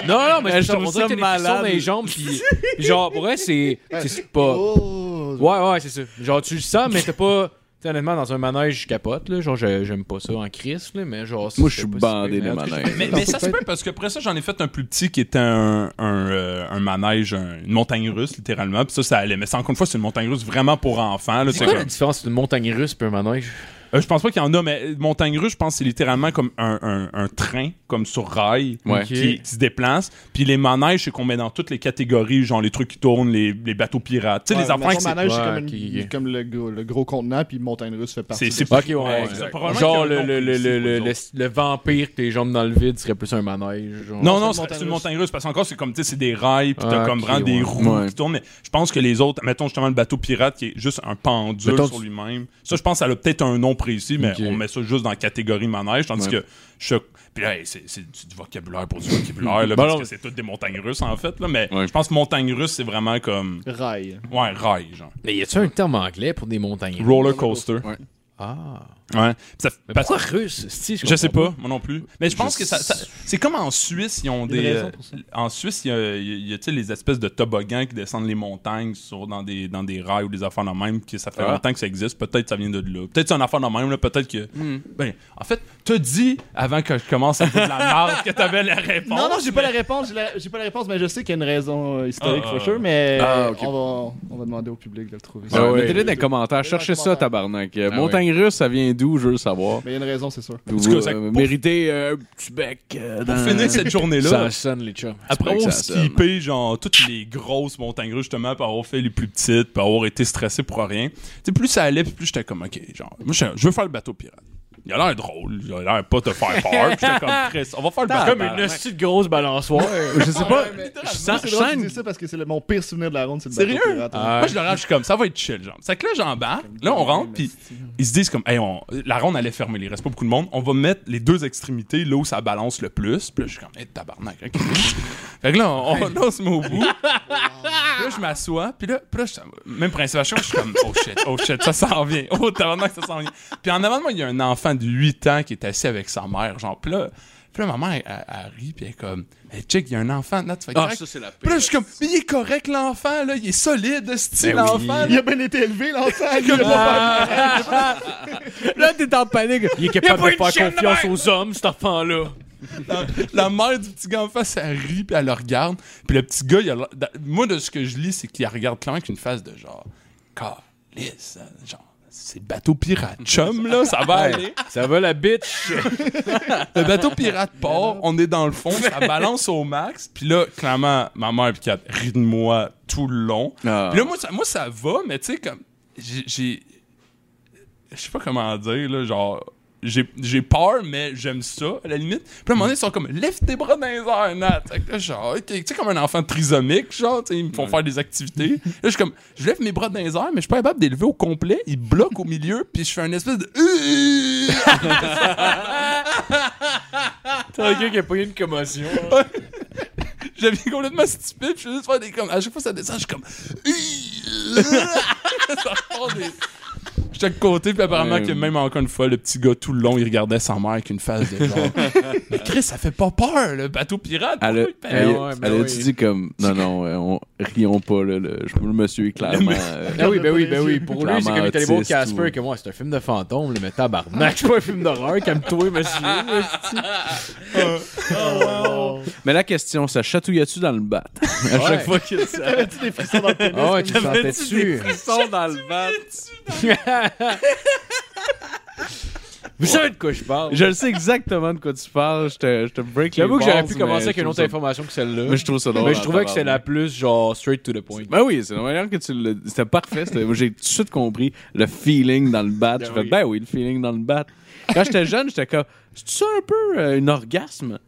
Non, non, mais
Ouais,
je trouve ça malade. Dans les jambes, puis genre, pour vrai, c'est c'est- c'est pas.
Oh!
Ouais, ouais, c'est ça. Genre, tu le sens, mais t'es pas. t'sais, honnêtement, dans un manège, je capote, là. Genre, je- j'aime pas ça en crise, là, mais genre.
Moi, je suis
pas si
bandé
pire,
des
mais en tout cas,
manèges.
Mais, mais ça se peut parce que après ça, j'en ai fait un plus petit qui était un, un, euh, un manège, un- une montagne russe, littéralement. Puis ça, ça allait. Mais c'est encore une fois, c'est une montagne russe vraiment pour enfants. là,
C'est
c'est
quoi
comme-
la différence entre une montagne russe et un manège?
Euh, je pense pas qu'il y en a, mais euh, montagne russe, je pense que c'est littéralement comme un, un- un train, comme sur rail,
Ouais.
qui, qui se déplace. Puis les manèges, c'est qu'on met dans toutes les catégories, genre les trucs qui tournent, les, les bateaux pirates. Tu sais,
Ouais,
les enfants
mais
qui
son manège, c'est
Ouais,
comme, une-
ok, ok.
comme le, gros, le gros contenant, puis montagne russe fait partie.
C'est- c'est
de
pas-
Ok, ouais, ouais,
exact.
ouais.
Probablement
Genre,
qu'il y a
le,
un
le, le,
nom ici
le,
pour
le,
les
le- le vampire, que tes jambes dans le vide, serait plus un manège. Genre.
Non, non,
c'est une
c'est une
montagne
montagne russe, parce que encore, c'est comme, tu sais, c'est des rails, puis
Ah,
t'as comme
ok,
vraiment des
ouais.
roues
Ouais.
qui tournent, mais je pense que les autres, mettons justement le bateau pirate qui est juste un pendule
Mettons,
sur
tu-
lui-même. Ça, je pense, ça a peut-être un nom précis, mais
Ok.
on met ça juste dans la catégorie manège, tandis
Ouais.
que je. Puis là, hey, c'est c'est du du vocabulaire pour du vocabulaire, là,
Ben
parce
non.
que c'est toutes des montagnes russes, en fait, là, mais
Ouais.
je pense que montagne russe, c'est vraiment comme.
Rail.
Ouais, rail, genre.
Mais y a-tu un terme anglais pour des montagnes russes?
Roller coaster.
Ouais.
Ah.
Ouais. Puis ça-
Mais
parce-
pourquoi russe? Si,
Je sais pas, moi non plus. Mais je pense que ça, ça-
sais-
c'est comme en Suisse, ils ont
y a une
des.
raison
euh,
pour ça.
en Suisse, il y a, il y a, tu sais, les espèces de toboggans qui descendent les montagnes sur, dans, des, dans des rails ou des affaires de même, que ça fait
Ah.
longtemps que ça existe. Peut-être que ça vient de là. Peut-être que c'est une affaire de même, là, peut-être que.
Hmm.
Ben, en fait, t'as dit avant que je commence à dire de la merde que t'avais la réponse.
Non, non, j'ai pas la réponse, j'ai la- j'ai pas la réponse, mais je sais qu'il y a une raison euh, historique,
Ah,
for
ah,
sure, mais
Ah, ok.
on, va, on va demander au public de le trouver.
Ah ouais,
Mais
Mettez-le dans les commentaires. Cherchez ça,
Ah
tabarnak. Euh, Montagne russe, ça vient d'où? Je veux le savoir.
il y a une raison, c'est sûr.
Vous
tout cas, ça-
euh,
pour-
méritez euh, un petit bec. euh,
Pour
dans-
finir cette journée-là,
Ça sonne, les chums.
Après
J'espère que
avoir
ça sonne.
skippé genre toutes les grosses montagnes russes justement par avoir fait les plus petites, par avoir été stressé pour rien. Tu sais plus ça allait, puis plus j'étais comme ok, genre moi je je veux faire le bateau pirate. Il a l'air drôle, il a l'air pas te faire peur, puis j'étais comme Chris, on va faire le bateau
Comme
pirate.
une petite grosse balançoire.
Je sais pas.
Je
sens-
c'est drôle
je
que tu
sens-
dis ça parce que c'est le- mon pire souvenir de la ronde, c'est le
Sérieux? Ah.
bateau pirate, hein.
Moi, je le range, je suis comme, ça va être chill, genre. C'est que là, j'embarque, là, on rentre, puis ils se disent comme, hey, on- la ronde allait fermer, il reste pas beaucoup de monde, on va mettre les deux extrémités là où ça balance le plus, puis là, je suis comme, hey, tabarnak, ok. fait que là, on, on- là, on se met au bout, là, je m'assois, puis là, puis là, je- même principe, à chaque fois, je suis comme, oh shit, oh shit, ça s'en vient, oh tabarnak, ça s'en vient. Puis en avant de moi, il y a un enfant de 8 ans qui est assis avec sa mère, genre, puis là, puis là, ma mère, elle, elle rit, puis elle est comme, hey, check, il y a un enfant, là, tu fais correct?
Ah, c'est la
Puis là, je suis comme, mais il est correct, l'enfant, là. Il est solide, style,
Ben oui.
l'enfant.
Il a bien été élevé, l'enfant. lui, il a pas
Là, t'es en panique.
Il est capable de faire confiance aux hommes, cet enfant-là.
La, la mère du petit gars en face, elle rit, puis elle le regarde. Puis le petit gars, il a l'air- da- moi, de ce que je lis, c'est qu'il la regarde clairement avec une face de genre, calisse, genre. C'est le bateau pirate. Chum, là, ça va aller.
Ça va, la bitch.
Le bateau pirate part, on est dans le fond, ça balance au max. Puis là, clairement, ma mère et Kat rit de moi tout le long.
Ah.
Puis là, moi ça, moi, ça va, mais tu sais, comme. j'ai- J'ai. Je sais pas comment dire, là, genre. J'ai j'ai peur, mais j'aime ça, à la limite. Puis là, à un moment donné, ils sont comme, lève tes bras dans les airs, Nat. Fait que là, genre, ok, tu sais, comme un enfant trisomique, genre, tu sais, ils me font faire des activités. Là, je suis comme, je lève mes bras dans les airs, mais je suis pas capable d'élever au complet. Ils bloquent au milieu, puis je fais un espèce de.
T'as un gars qui a pas eu une commotion.
J'avais complètement stupide, puis je faisais juste faire des comme. À chaque fois que ça descend, je suis comme. ça repart des. J'étais chaque côté, puis apparemment
Ouais.
que même encore une fois, le petit gars tout le long, il regardait sa mère avec une face de genre. Mais Chris, ça fait pas peur, le bateau pirate.
Elle a,
pourquoi il fait-
elle,
ouais, ben
elle a
oui.
dit comme non non euh, on, rions pas là, le, je- le monsieur est clairement euh,
Ah oui, ben oui, ben oui. Pour lui,
Clairement
c'est comme il est allé voir
autiste
Casper
ou-
et que moi, c'est un film de fantôme, là, mais tabarnak, c'est pas un film d'horreur, calme-toi, monsieur.
Oh,
mais la question ça chatouillait-tu dans le bat
À chaque fois
T'avais-tu des frissons dans le pénis?
Ah ouais, tu
comme ça?
sentais dessus.
sont dans le bat
Vous savez de quoi je parle?
je le sais exactement de quoi tu parles je te, je te break
J'avoue
les
que j'aurais
balls,
pu
mais
commencer avec
je
une
trouve
autre
ça-
information que celle-là.
mais je trouve ça drôle
Mais je trouvais que
tabarnak.
c'était la plus, genre, straight to the point.
Ben oui, c'est la manière que tu le. C'était parfait. c'était- J'ai tout de suite compris le feeling dans le bat. Je fais,
oui.
ben oui, le feeling dans le bat. Quand j'étais jeune, j'étais comme, c'est ça un peu euh, un orgasme?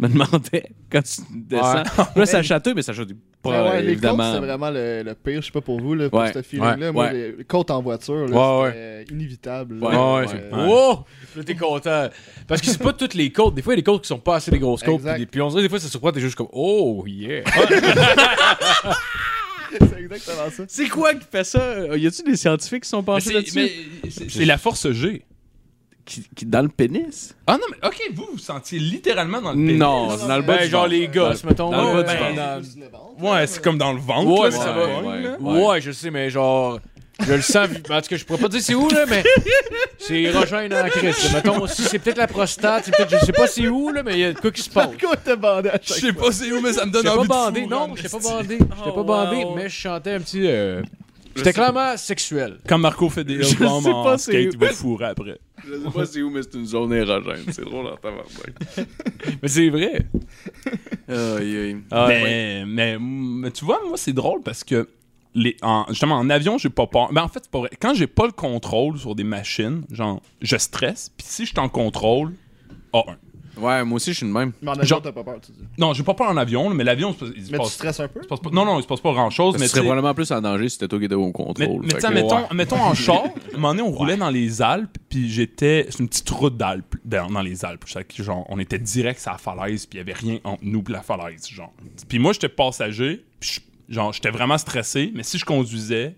Je me demandais quand tu descends. Là, ça chatouille, mais ça chatouille
Ouais,
pas,
ouais, les côtes,
évidemment.
c'est vraiment le, le pire, je sais pas pour vous, là, pour
Ouais,
ce feeling-là.
ouais,
Moi,
ouais.
les côtes en voiture, là,
Ouais,
c'était inévitable.
Ouais,
là.
ouais,
Euh,
ouais.
Wow! Oh! Là, t'es content. Parce que c'est pas toutes les côtes. Des fois, il y a des côtes qui sont pas assez des grosses côtes.
Exact.
Puis, des- puis on dirait des fois, ça surprend, t'es juste comme, oh yeah.
C'est exactement ça.
C'est quoi qui fait ça? Y a-tu des scientifiques qui sont
Mais
penchés
c'est- mais
là-dessus?
c'est- c'est la force G.
Qui, qui- dans le pénis?
Ah non, mais ok, vous, vous sentiez littéralement dans le pénis.
Non, c'est dans le bas
Ben,
du
genre
ventre.
les gosses, mettons.
dans le
ouais,
bas du
ben,
ventre.
dans-
Ouais, c'est comme dans le ventre.
Ouais,
là,
mais
mais
ça
ça
va.
pogne, là.
Ouais. je sais, mais genre. Je le sens. vi- En tout cas, je pourrais pas dire c'est où, là, mais. C'est érogène en crise. Mettons, si c'est peut-être la prostate, c'est peut-être. Je sais pas c'est où, là, mais il y a de quoi qui se passe.
Pourquoi t'es bandé à
Je
chaque
sais pas c'est où, mais ça me
J'étais
donne
pas bandé,
envie de
non, j'étais pas bandé. J'étais pas bandé, mais je chantais un petit. euh, J'étais clairement sexuel.
Quand Marco fait des
sais
bombes en
pas c'est
skate,
où.
il va fourrer après.
Je sais pas c'est où, mais c'est une zone érogène. C'est drôle en tabarnak.
Mais c'est vrai.
Aïe, aïe.
Ah
mais, mais, mais tu vois, moi, c'est drôle parce que les, en- justement, en avion, j'ai pas peur. Ben, en fait, c'est pas vrai. Quand j'ai pas le contrôle sur des machines, genre, je stresse. Puis si je t'en contrôle, A1.
Ouais, moi aussi, je suis le même.
Mais en avion,
Genre-
t'as pas peur, tu dis.
Non, j'ai pas peur en avion, là, mais l'avion, il se passe- il se
Mais tu
passe-
stresses un peu?
il se passe pas- Non, non, il se passe pas grand chose.
Tu
Mais
serais
tu sais-
probablement plus en danger si c'était toi qui étais au
Mais,
contrôle.
mais
fait
t'sais,
que-
mettons, mettons en char, à un moment donné, on roulait dans les Alpes, puis j'étais. C'est une petite route d'Alpes, dans, dans les Alpes. Fait que, genre, on était direct sur la falaise, puis il n'y avait rien entre nous et la falaise. Genre. Puis moi, j'étais passager, puis je- genre, j'étais vraiment stressé, mais si je conduisais,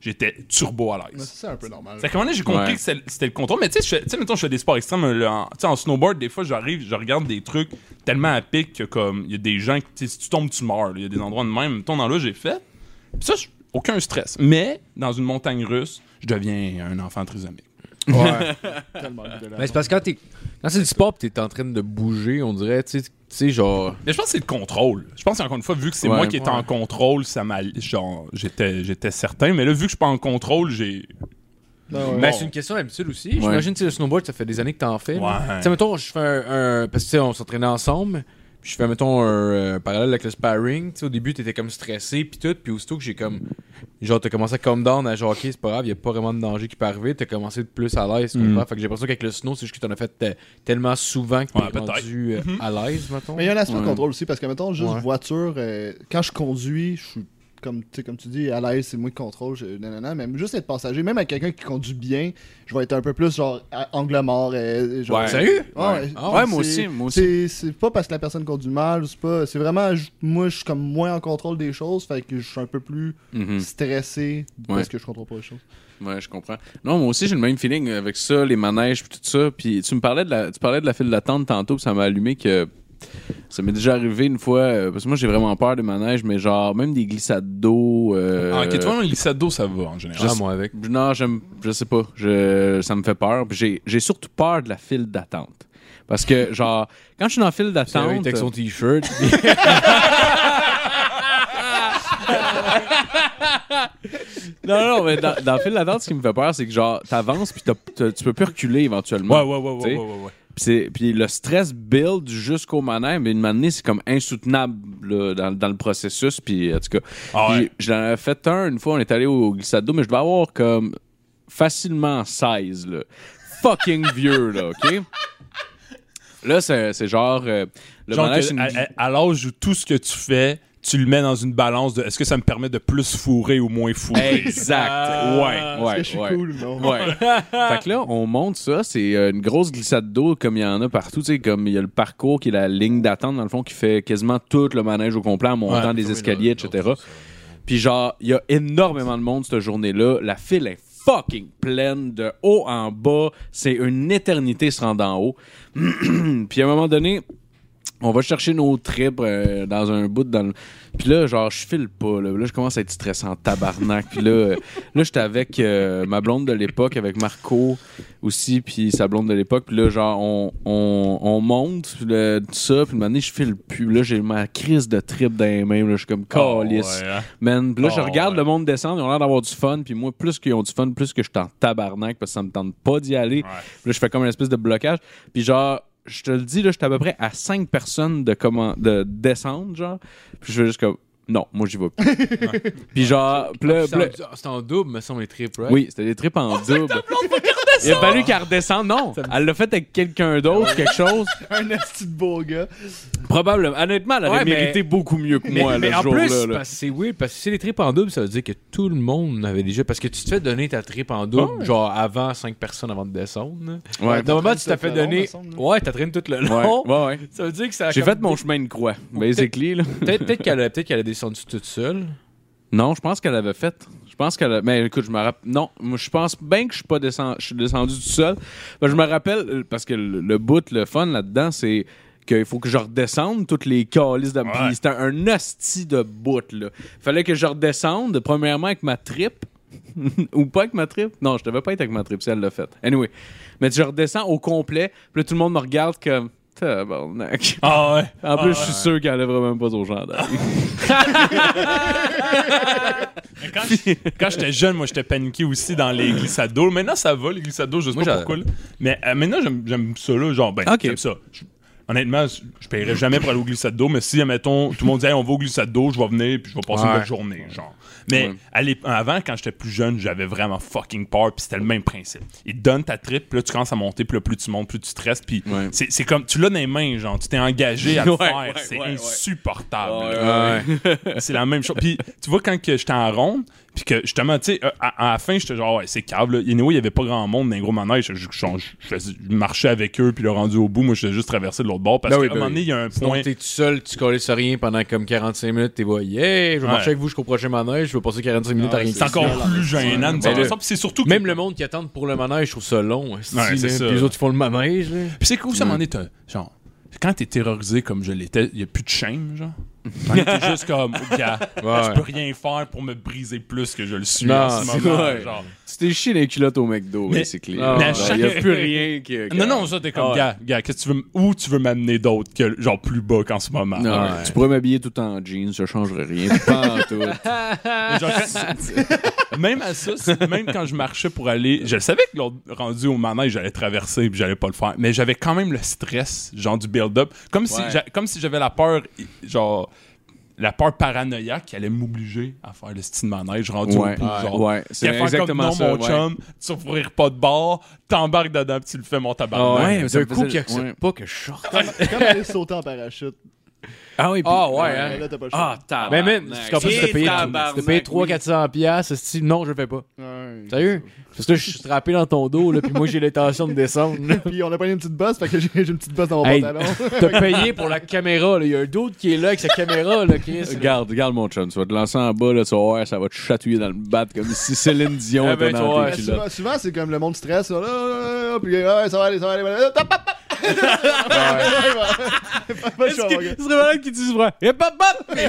j'étais turbo à
Mais
l'aise.
c'est un peu normal.
C'est qu'à un moment donné, j'ai compris
Ouais.
que c'est- c'était le contrôle. Mais tu sais, mettons, je fais des sports extrêmes. euh, là, en, tu sais, en snowboard, des fois, j'arrive, je regarde des trucs tellement à pic que, comme, il y a des gens qui, tu sais, si tu tombes, tu meurs. là. Il y a des endroits de même. Mettons, dans là, j'ai fait. Puis ça, j- aucun stress. Mais, dans une montagne russe, je deviens un enfant trisomique.
Ouais. Tellement dégueulasse.
Mais Ben, c'est parce que quand, t'es- quand c'est du sport, pis t'es en train de bouger, on dirait, tu sais- tu sais, genre.
Mais je pense que c'est le contrôle. Je pense qu'encore une fois, vu que c'est
Ouais,
moi qui étais
ouais.
en contrôle, ça m'a. Genre, j'étais, j'étais certain. Mais là, vu que je suis pas en contrôle, j'ai.
Non, ouais.
Ben, c'est une question d'habitude aussi. J'imagine, tu sais, le snowboard, ça fait des années que t'en fais. là.
Ouais.
Tu sais, mettons, je fais un. un- parce que, tu sais, on s'entraînait ensemble. Puis je fais, mettons, un euh, parallèle avec le sparring. Tu sais, au début, t'étais comme stressé, puis tout. Puis aussitôt que j'ai comme. Genre, t'as commencé à calm down, à genre, ok, c'est pas grave, y a pas vraiment de danger qui peut arriver. T'as commencé de plus à l'aise, tu comprends? Fait que j'ai l'impression qu'avec le snow, c'est juste que t'en as fait euh, tellement souvent que t'es
Ouais, peut-être.
rendu euh, à l'aise, mettons.
Mais il y a un aspect de
Ouais.
contrôle aussi, parce que, mettons, juste
Ouais.
voiture, euh, quand je conduis, je suis, comme, tu sais, comme tu dis, à l'aise, c'est moi qui contrôle, je, nanana, mais juste être passager, même avec quelqu'un qui conduit bien, je vais être un peu plus, genre, à- angle mort. euh, genre,
Ouais.
Sérieux?
Ouais, ouais.
Ah ouais, moi
C'est-
aussi, moi aussi.
C'est c'est pas parce que la personne conduit mal, c'est pas... C'est vraiment, je- moi, je suis comme moins en contrôle des choses, fait que je suis un peu plus
Mhm.
stressé
Ouais.
parce que je contrôle pas les choses.
Ouais, je comprends. Non, moi aussi, j'ai le même feeling avec ça, les manèges, puis tout ça. Puis tu me parlais de la, tu parlais de la file d'attente tantôt, puis ça m'a allumé que ça m'est déjà arrivé une fois, euh, parce que moi, j'ai vraiment peur des manèges, mais genre, même des glissades d'eau. euh,
Ah, ok, toi, un glissade d'eau, ça va en général.
Ah, moi avec.
Non, j'aime, je sais pas. Je, ça me fait peur. Puis J'ai, j'ai surtout peur de la file d'attente. Parce que, genre, quand je suis dans la file
T'as
d'attente.
avec son t-shirt.
Non, non, mais dans, dans la file d'attente, ce qui me fait peur, c'est que, genre, t'avances, puis t'as- t'as- tu peux plus reculer éventuellement.
Ouais, ouais, ouais, ouais,
Tu sais?
ouais, ouais, ouais.
Puis c'est- Puis le stress build jusqu'au manège, mais une manière c'est comme insoutenable là, dans, dans le processus. Puis en tout cas,
Ah ouais.
puis j'ai- j'en avais fait un une fois, on est allé au glissade d'eau, mais je devais avoir comme facilement 16, là. Fucking vieux, là, OK? Là, c'est c'est genre. euh, le
Genre
manège,
que
c'est une-
à, à- à l'âge où tout ce que tu fais, tu le mets dans une balance de est-ce que ça me permet de plus fourrer ou moins fourrer.
Exact.
ouais.
Parce que je suis
ouais.
cool, non?
Ouais. fait que là, on monte ça. C'est euh, une grosse glissade d'eau comme il y en a partout. Tu sais, comme il y a le parcours qui est la ligne d'attente, dans le fond, qui fait quasiment tout le manège au complet en montant
Ouais,
des escaliers, etc. Puis genre, il y a énormément de monde cette journée-là. La file est fucking pleine de haut en bas. C'est une éternité se rendre en haut. Puis à un moment donné, on va chercher nos tripes euh, dans un bout de- dans le... Puis là, genre, je file pas. Là, Là, je commence à être stressant, tabarnak. Puis là, euh, là j'étais avec euh, ma blonde de l'époque, avec Marco aussi, puis sa blonde de l'époque. Puis là, genre, on, on, on monte, puis là, tout ça. Puis une année, je file plus. Puis là, j'ai ma crise de tripes dans les mains. Là, je suis comme, calice.
Oh, ouais, hein.
Man, puis là, je
Oh,
regarde
ouais.
le monde descendre, ils ont l'air d'avoir du fun, puis moi, plus qu'ils ont du fun, plus que je suis en tabarnak, parce que ça me tente pas d'y aller.
Ouais.
Puis là, je fais comme une espèce de blocage. Puis genre, je te le dis, là, j'étais à peu près à 5 personnes de, comment, de descendre, genre. Puis je fais juste comme, non, moi, j'y vais plus. puis genre, puis là-
Euh, C'est
puis là-
en- c'est en double, me semble, les tripes, right?
oui, c'était des tripes en double. Il a fallu qu'elle redescende, non. Elle l'a fait avec quelqu'un d'autre, quelque chose.
Un esti de beau gars.
Probablement. Honnêtement, elle aurait
Ouais, mais-
mérité beaucoup mieux que
Mais,
moi,
mais
le
en
jour-là.
plus,
là.
parce que c'est weird, parce que si les tripes en double, ça veut dire que tout le monde avait déjà. Parce que tu te fais donner ta tripe en double, genre avant 5 personnes avant de descendre.
Ouais.
Normalement, tu
traînes
t'as
tout
fait
le long, me
donner.
semble, là.
Ouais, t'as traîné tout le
Ouais,
long.
ouais, ouais.
Ça veut dire que ça a
J'ai
comme-
fait mon chemin de croix, basically. Là.
Peut-être peut-être qu'elle a, peut qu'elle a descendu toute seule.
Non, je pense qu'elle avait fait. Je pense qu'elle a... Mais écoute, je me rappelle. Non, moi, je pense bien que je suis pas descendu. Je suis descendu tout seul. Ben, je me rappelle, euh, parce que le, le bout, le fun là-dedans, c'est qu'il faut que je redescende toutes les calices de. Puis c'était un hostie de bout, là. Fallait que je redescende, premièrement, avec ma tripe. Ou pas avec ma trip. Non, je devais pas être avec ma trip, si elle l'a fait. Anyway. Mais je redescends au complet. Puis là, tout le monde me regarde comme. Tabarnak.
Ah ouais.
En plus,
Ah,
je suis sûr qu'elle lèvera même pas aux gendarmes.
Mais quand j- quand j'étais jeune, moi, j'étais paniqué aussi dans les glissades d'eau. Maintenant, ça va, les glissades d'eau, je sais
Moi,
pas
j'adore.
pourquoi. là. Mais euh, maintenant, j'aime- j'aime ça, là. Genre, ben,
Ok.
j'aime ça. Je- Honnêtement, je je paierais jamais pour aller aux glissades d'eau, mais si, admettons, tout le monde dit, Hey, on va aux glissades d'eau, je vais venir, puis je vais passer
Ouais.
une bonne journée, genre. Mais
Ouais.
à l'ép- avant, quand j'étais plus jeune, j'avais vraiment fucking peur, puis c'était le même principe. Ils te donnent ta trip, puis là, tu commences à monter, puis là, plus tu montes, plus tu stresses, puis
Ouais.
c'est c'est comme, tu l'as dans les mains, genre, tu t'es engagé à le
Ouais,
faire,
ouais,
c'est
ouais, ouais.
insupportable. là.
Ouais.
C'est la même chose. Puis tu vois, quand que j'étais en ronde, puis que justement, tu sais, euh, à, à la fin, j'étais genre, ouais, c'est cave, là. Anyway, il y avait pas grand monde dans les gros manèges. Je, je- je- je- je marchais avec eux, puis le rendu au bout, moi, j'étais juste traversé de l'autre bord. Parce
Ben
qu'à
oui,
un
ben
moment
oui.
donné, il y a un
Sinon,
point.
t'es tout seul, tu colles sur rien pendant comme 45 minutes, t'es là, yeah, je vais
Ouais.
marcher avec vous jusqu'au prochain manège, je vais passer 45 minutes à rien.
C'est encore plus gênant de
Ben
dire
là.
ça. Puis c'est surtout que-
Même le monde qui attend pour le manège, je trouve ça long. esti,
Ouais, c'est
là.
ça.
Puis les autres, ils font le manège. là.
Puis c'est cool, ça, à un moment donné, t'as- genre, quand t'es terrorisé comme je l'étais, il y a plus de shame, genre. T'en étais juste comme, oh, gars, je peux rien faire pour me briser plus que je le suis
Non,
en ce
c'est
moment.
vrai.
genre.
Tu t'es chié les culottes au McDo,
Mais-
basically.
Ah,
mais à
Il n'y a
chaque-
plus rien qui.
Non, non, ça, t'es comme,
Ah ouais.
gars, gars, qu'est-ce que tu veux, m- où tu veux m'amener d'autre que, genre, plus bas qu'en ce moment?
Non,
Ouais.
Tu pourrais m'habiller tout en jeans, ça changerait rien. Pas en tout.
Genre, quand- même à ça, c'est- même quand je marchais pour aller, je le savais que l'autre rendu au manège, j'allais traverser puis j'allais pas le faire, mais j'avais quand même le stress, genre du build-up, comme si
Ouais.
j'a- comme si j'avais la peur, genre la peur paranoïaque qui allait m'obliger à faire le style manège rendu
Ouais.
au bout,
Ouais.
genre.
Ouais,
Il
c'est
allait faire
exactement
comme, non, mon
ça,
chum, tu ouvriras pas de bord, t'embarques dedans, puis tu le fais, mon tabarnak.
Ah ouais, mais ça
D'un
me
coup,
faisait-
qui accepte
ouais.
pas que je sorte.
Comme aller sauter en parachute.
Ah oui, puis-
Ah ouais,
Ouais,
hein.
Là, t'as pas le choix.
Ah, tabarnak.
Mais même, tu comprends, tu t'es payé,
Tabarnak,
tu t'es payé
oui.
300-400$, piastres, esti, non, je le fais pas.
Ouais.
Sérieux? Parce que là, je suis trappé dans ton dos, là, puis moi, j'ai l'intention de descendre. là.
Puis on a pas une petite bosse, fait que j'ai j'ai une petite bosse dans mon
Hey.
pantalon.
T'as payé pour la caméra, là. Il y a un d'autre qui est là avec sa caméra, là, Chris.
Regarde, regarde mon chum, tu vas te lancer en bas, là, tu vas voir, ça va te chatouiller dans le bat comme si Céline Dion
Ah
était
ben, tu
dans
vois,
tes
tu
culottes.
Souvent, souvent, c'est comme le monde stress. Là, là, là, là, puis ouais, ça va aller, ça va aller. ouais, hop, hop, hop, hop. Pas- pas le choix, mon gars.
serait malade qu'il dise vrai. Hip hop hop!
Mais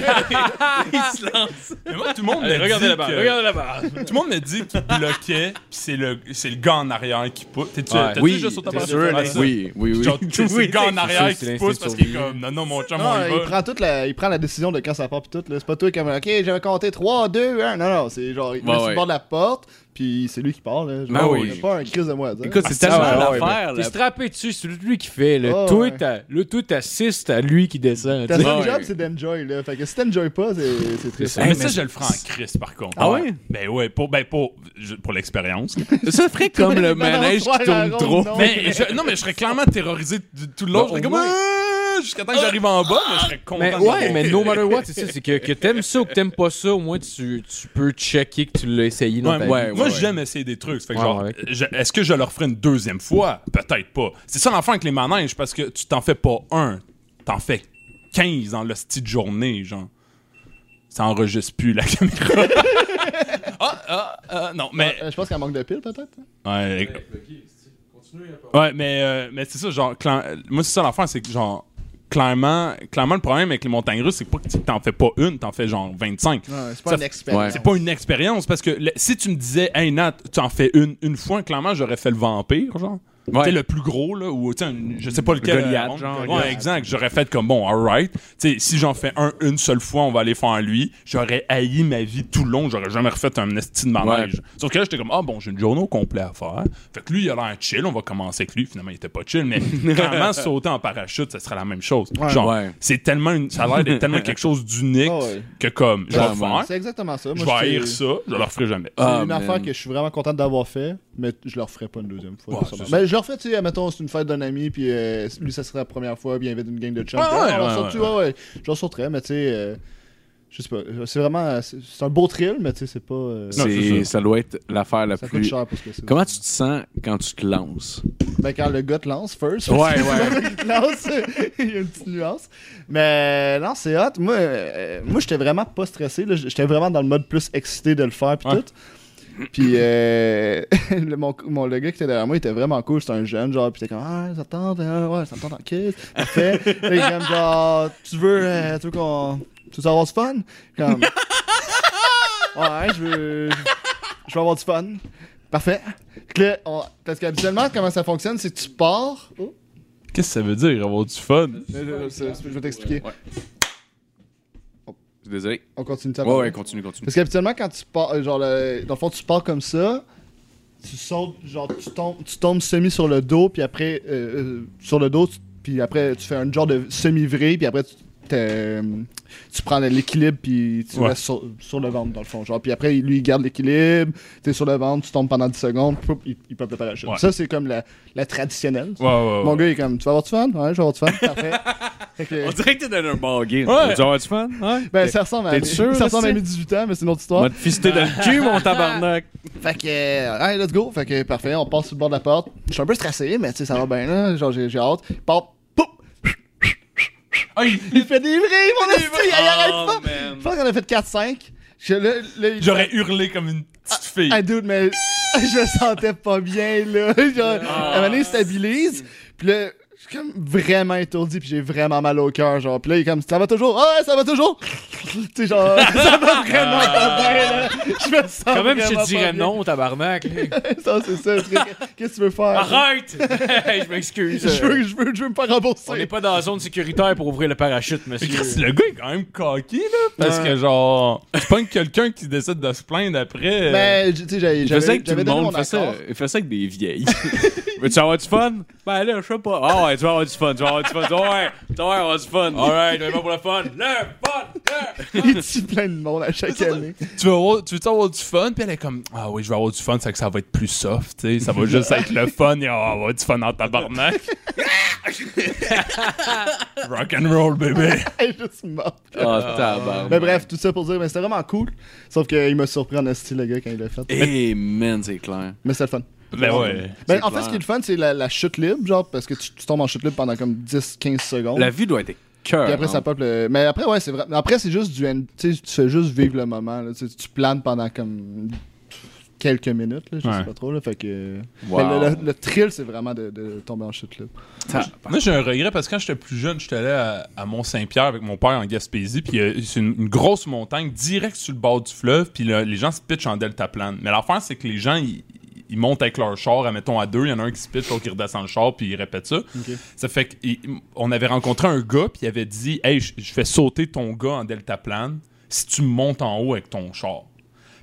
moi, tout le monde me dit que-
là-bas.
Tout le monde me dit qu'il bloquait, puis c'est le, c'est le gars en arrière qui pousse. T'es-tu
Ouais.
t'as-tu
Oui,
juste au
t'es
tapis
sûr,
Ah,
là.
ça.
Oui, oui, oui.
Genre, c'est le gars en arrière
sûr, c'est
qui pousse parce qu'il est
l'instinct
comme non, non, mon chum,
Non,
on y
il
va.
prend, toute la, il prend la décision de quand ça part pis tout. là. C'est pas toi comme OK, j'avais compté 3, 2, 1. Non, non, c'est genre il
Ouais,
met sur
ouais.
le bord de la porte, puis c'est lui qui part. Là. Genre,
Ben oui.
Il y a pas un crise de moi à dire.
Écoute, c'est
Ah,
tellement
ouais,
ouais, ben,
l'affaire,
T'es
là.
strappé dessus, c'est lui qui fait, là.
Ah,
toi,
ouais.
t'as- le toi, t'assistes à lui qui descend.
ta
tu sais.
seule
ben ouais.
job, c'est d'enjoy. Là. Fait que si t'enjoy pas, c'est c'est triste.
Ah, mais ça, je le ferai en Chris, par contre.
Ah ouais?
Ben ouais, pour, ben pour, je- pour l'expérience.
Ça ferait comme le
Ben, non,
manège
soir,
qui
la
tourne trop.
ronde, non.
mais je- non, mais je serais clairement terrorisé du- tout le long.
Ben,
je serais
au
comme
moins.
Ah! jusqu'à temps que j'arrive en bas, mais je serais content.
Mais
de
ouais,
voir.
mais no matter what, c'est ça, c'est que, que t'aimes ça ou que t'aimes pas ça, au moins tu, tu peux checker que tu l'as essayé dans
Ouais,
ta
ouais,
vie.
moi,
ouais.
j'aime essayer des trucs. Fait que
Ouais,
genre,
ouais.
je- est-ce que je le referai une deuxième fois? Peut-être pas. C'est ça l'enfant avec les manèges, parce que tu t'en fais pas un, t'en fais 15 dans le style de journée, genre. ça enregistre plus la caméra. ah, ah, ah, non, mais.
Euh, je pense qu'elle manque de piles, peut-être.
Ouais, Ouais, mais, euh, mais c'est ça, genre, cla- euh, moi, c'est ça l'affaire, c'est que, genre, clairement, clairement, le problème avec les montagnes russes, c'est pas que tu- t'en fais pas une, t'en fais genre 25.
Ouais, c'est pas
Ça
une
fait-
expérience.
ouais.
C'est pas une expérience, parce que le- si tu me disais, hey Nat, tu en fais une, une fois, clairement, j'aurais fait le vampire, genre. Tu sais, le plus gros, là, ou, tu sais, un- je sais pas lequel.
Goliath,
euh, on-
genre,
Ouais,
Goliath.
exact. J'aurais fait comme, bon, alright. Tu sais, si j'en fais un une seule fois, on va aller faire lui. J'aurais haï ma vie tout le long. J'aurais jamais refait un esti de manège. Sauf que là, j'étais comme, ah bon, j'ai une journée au complet à faire. Fait que lui, il a l'air chill. On va commencer avec lui. Finalement, il était pas chill. Mais clairement, sauter en parachute, ça serait la même chose. genre,
ouais.
c'est tellement, une- ça a l'air d'être tellement quelque chose d'unique
Ah ouais.
que comme, je vais le
Clairement.
faire.
C'est exactement ça.
Je
Moi,
vais
c'est-
haïr ça. Je le referai jamais.
C'est
Ah,
une
man.
affaire que je suis vraiment contente d'avoir fait, mais je le referai pas une deuxième fois.
Ouais,
sûrement.
c'est ça.
mais je le referai, tu sais, mettons, c'est une fête d'un ami, puis euh, lui, ça serait la première fois, puis il invite une gang de chums.
Ouais,
puis, ah,
ouais,
on
ouais,
sort-tu?
ouais.
ouais, ouais. J'en sortirais, mais tu sais, euh, je sais pas. C'est vraiment. C'est c'est un beau thrill, mais tu sais, c'est pas. euh,
Non, c'est
C'est- Ça doit être l'affaire la
ça coûte
plus.
cher pour ce que c'est.
Comment tu te sens quand tu te lances?
Ben, quand le gars te lance first.
Ouais, ouais.
il te lance, il y a une petite nuance. Mais non, c'est hot. Moi, euh, moi j'étais vraiment pas stressé. là. J'étais vraiment dans le mode plus excité de le faire puis
Ouais.
tout. Puis euh, le, mon, mon- le gars qui était derrière moi, il était vraiment cool. C'était un jeune, genre, puis il était comme, ah, ça te tente, hein, ouais, ça me tente en kiss. Parfait. Là, il est comme, genre, tu veux, euh, tu veux qu'on. Tu veux avoir du fun? Comme. Ouais, je veux. Je veux avoir du fun. Parfait. Fait que là, on- Parce qu'habituellement, comment ça fonctionne, c'est que tu pars. Oh,
Qu'est-ce que ça veut dire, avoir du fun?
là, là, c'est- je vais t'expliquer.
Désolé.
On continue ça.
Ouais, ouais, continue, continue.
Parce qu'habituellement, quand tu pars, euh, genre, le- dans le fond, tu pars comme ça, tu sautes, genre, tu tombes, tu tombes semi sur le dos, puis après, euh, euh, sur le dos, tu- puis après, tu fais un genre de semi-vré, puis après, tu, t'es- euh, tu prends l'équilibre, puis tu
Ouais.
restes sur, sur le ventre, dans le fond. Genre, puis après, lui, il garde l'équilibre, t'es sur le ventre, tu tombes pendant 10 secondes, poup, il, il peuple le parachute.
Ouais.
Ça, c'est comme la, la traditionnelle.
Ouais, ouais, ouais.
Mon gars, il est comme, tu vas avoir du fun? Ouais, je vais avoir du fun. Parfait. Fait que-
dirait que t'es dans un bargain.
Ouais.
Tu vas avoir du fun? Ouais.
ben, ça ressemble à,
T'es sûr,
ça ressemble à
là,
mes 18 ans, mais c'est une autre histoire.
Va te fister dans le cul, mon tabarnak.
Fait que, euh, hey, let's go. Fait que, parfait, on passe sur le bord de la porte. Je suis un peu stressé, mais tu sais, ça va bien, là. Genre, j'ai j'ai hâte. Il part, poup! il fait des Oh, vrais, mon esti! Il arrête pas! Je pense qu'on a fait 4-5. Je- là- là, il-
J'aurais hurlé comme une
Ah,
petite fille.
Hey, dude, mais je me sentais pas bien, là. Genre, à un moment donné, il stabilise. Puis là, je suis comme vraiment étourdi, puis j'ai vraiment mal au cœur, genre. Puis là, il est comme, ça va toujours? Ah ouais, ça va toujours? tu sais, genre, ça va vraiment pas bien, là. Je me sens
Quand même, je
vraiment
te
pas
dirais
bien.
non, tabarnak.
ça, c'est ça. le truc. Qu'est-ce que tu veux faire?
Arrête! Hey, je m'excuse.
Je veux, je veux, je veux me faire rembourser.
On n'est pas dans la zone sécuritaire pour ouvrir le parachute,
Mais
monsieur.
Chris, le gars est quand même coqué, là. Parce que, genre, c'est pas quelqu'un qui décide de se plaindre après. euh,
Mais, tu sais, j'avais,
Il fait ça
j'avais
avec tout
j'avais
le
donné
monde.
mon
il fait ça-
accord.
Il fait ça avec des vieilles. Veux-tu avoir du fun? Ben là, je sais pas. Ah ouais, tu vas avoir du fun, tu vas avoir du fun. Tu vas avoir- tu vas avoir du fun.
Alright, on est pas pour le fun. Le fun! Le fun!
Il tue plein de monde à chaque année.
Tu veux avoir, tu veux avoir du fun? Puis elle est comme, ah oui, je veux avoir du fun, c'est que ça va être plus soft, tu sais. Ça va juste être le fun et on va avoir du fun en tabarnak. Rock'n'roll, bébé.
Elle est juste morte.
Ah, tabarnak.
Mais bref, tout ça pour dire, mais c'était vraiment cool. Sauf qu'il m'a surpris en esti, le gars, quand il l'a fait.
Eh, man, c'est clair.
Mais c'était le fun.
Ben ouais.
Ben, en
clair.
fait, ce qui est le fun, c'est la, la chute libre, genre, parce que tu, tu tombes en chute libre pendant comme 10-15 secondes.
La vue doit être cœur.
Puis après, ça pop le. Mais après, ouais, c'est vrai. Après, c'est juste du. end- Tu sais, tu fais juste vivre le moment. Là. Tu, sais, tu planes pendant comme quelques minutes, là, je
Ouais.
sais pas trop. Là, fait que.
Wow.
Mais le, le- le thrill, c'est vraiment de, de tomber en chute libre.
Moi, j'ai un regret parce que quand j'étais plus jeune, j'étais allé à, à Mont-Saint-Pierre avec mon père en Gaspésie. Puis euh, c'est une, une grosse montagne direct sur le bord du fleuve. Puis là, les gens se pitchent en deltaplane. Mais l'affaire, c'est que les gens, ils, ils montent avec leur char, admettons à deux. Il y en a un qui se pitche, l'autre qui redescend le char, puis ils répètent ça. Ça fait qu'on avait rencontré un gars, puis il avait dit Hey, je- je fais sauter ton gars en deltaplane si tu montes en haut avec ton char.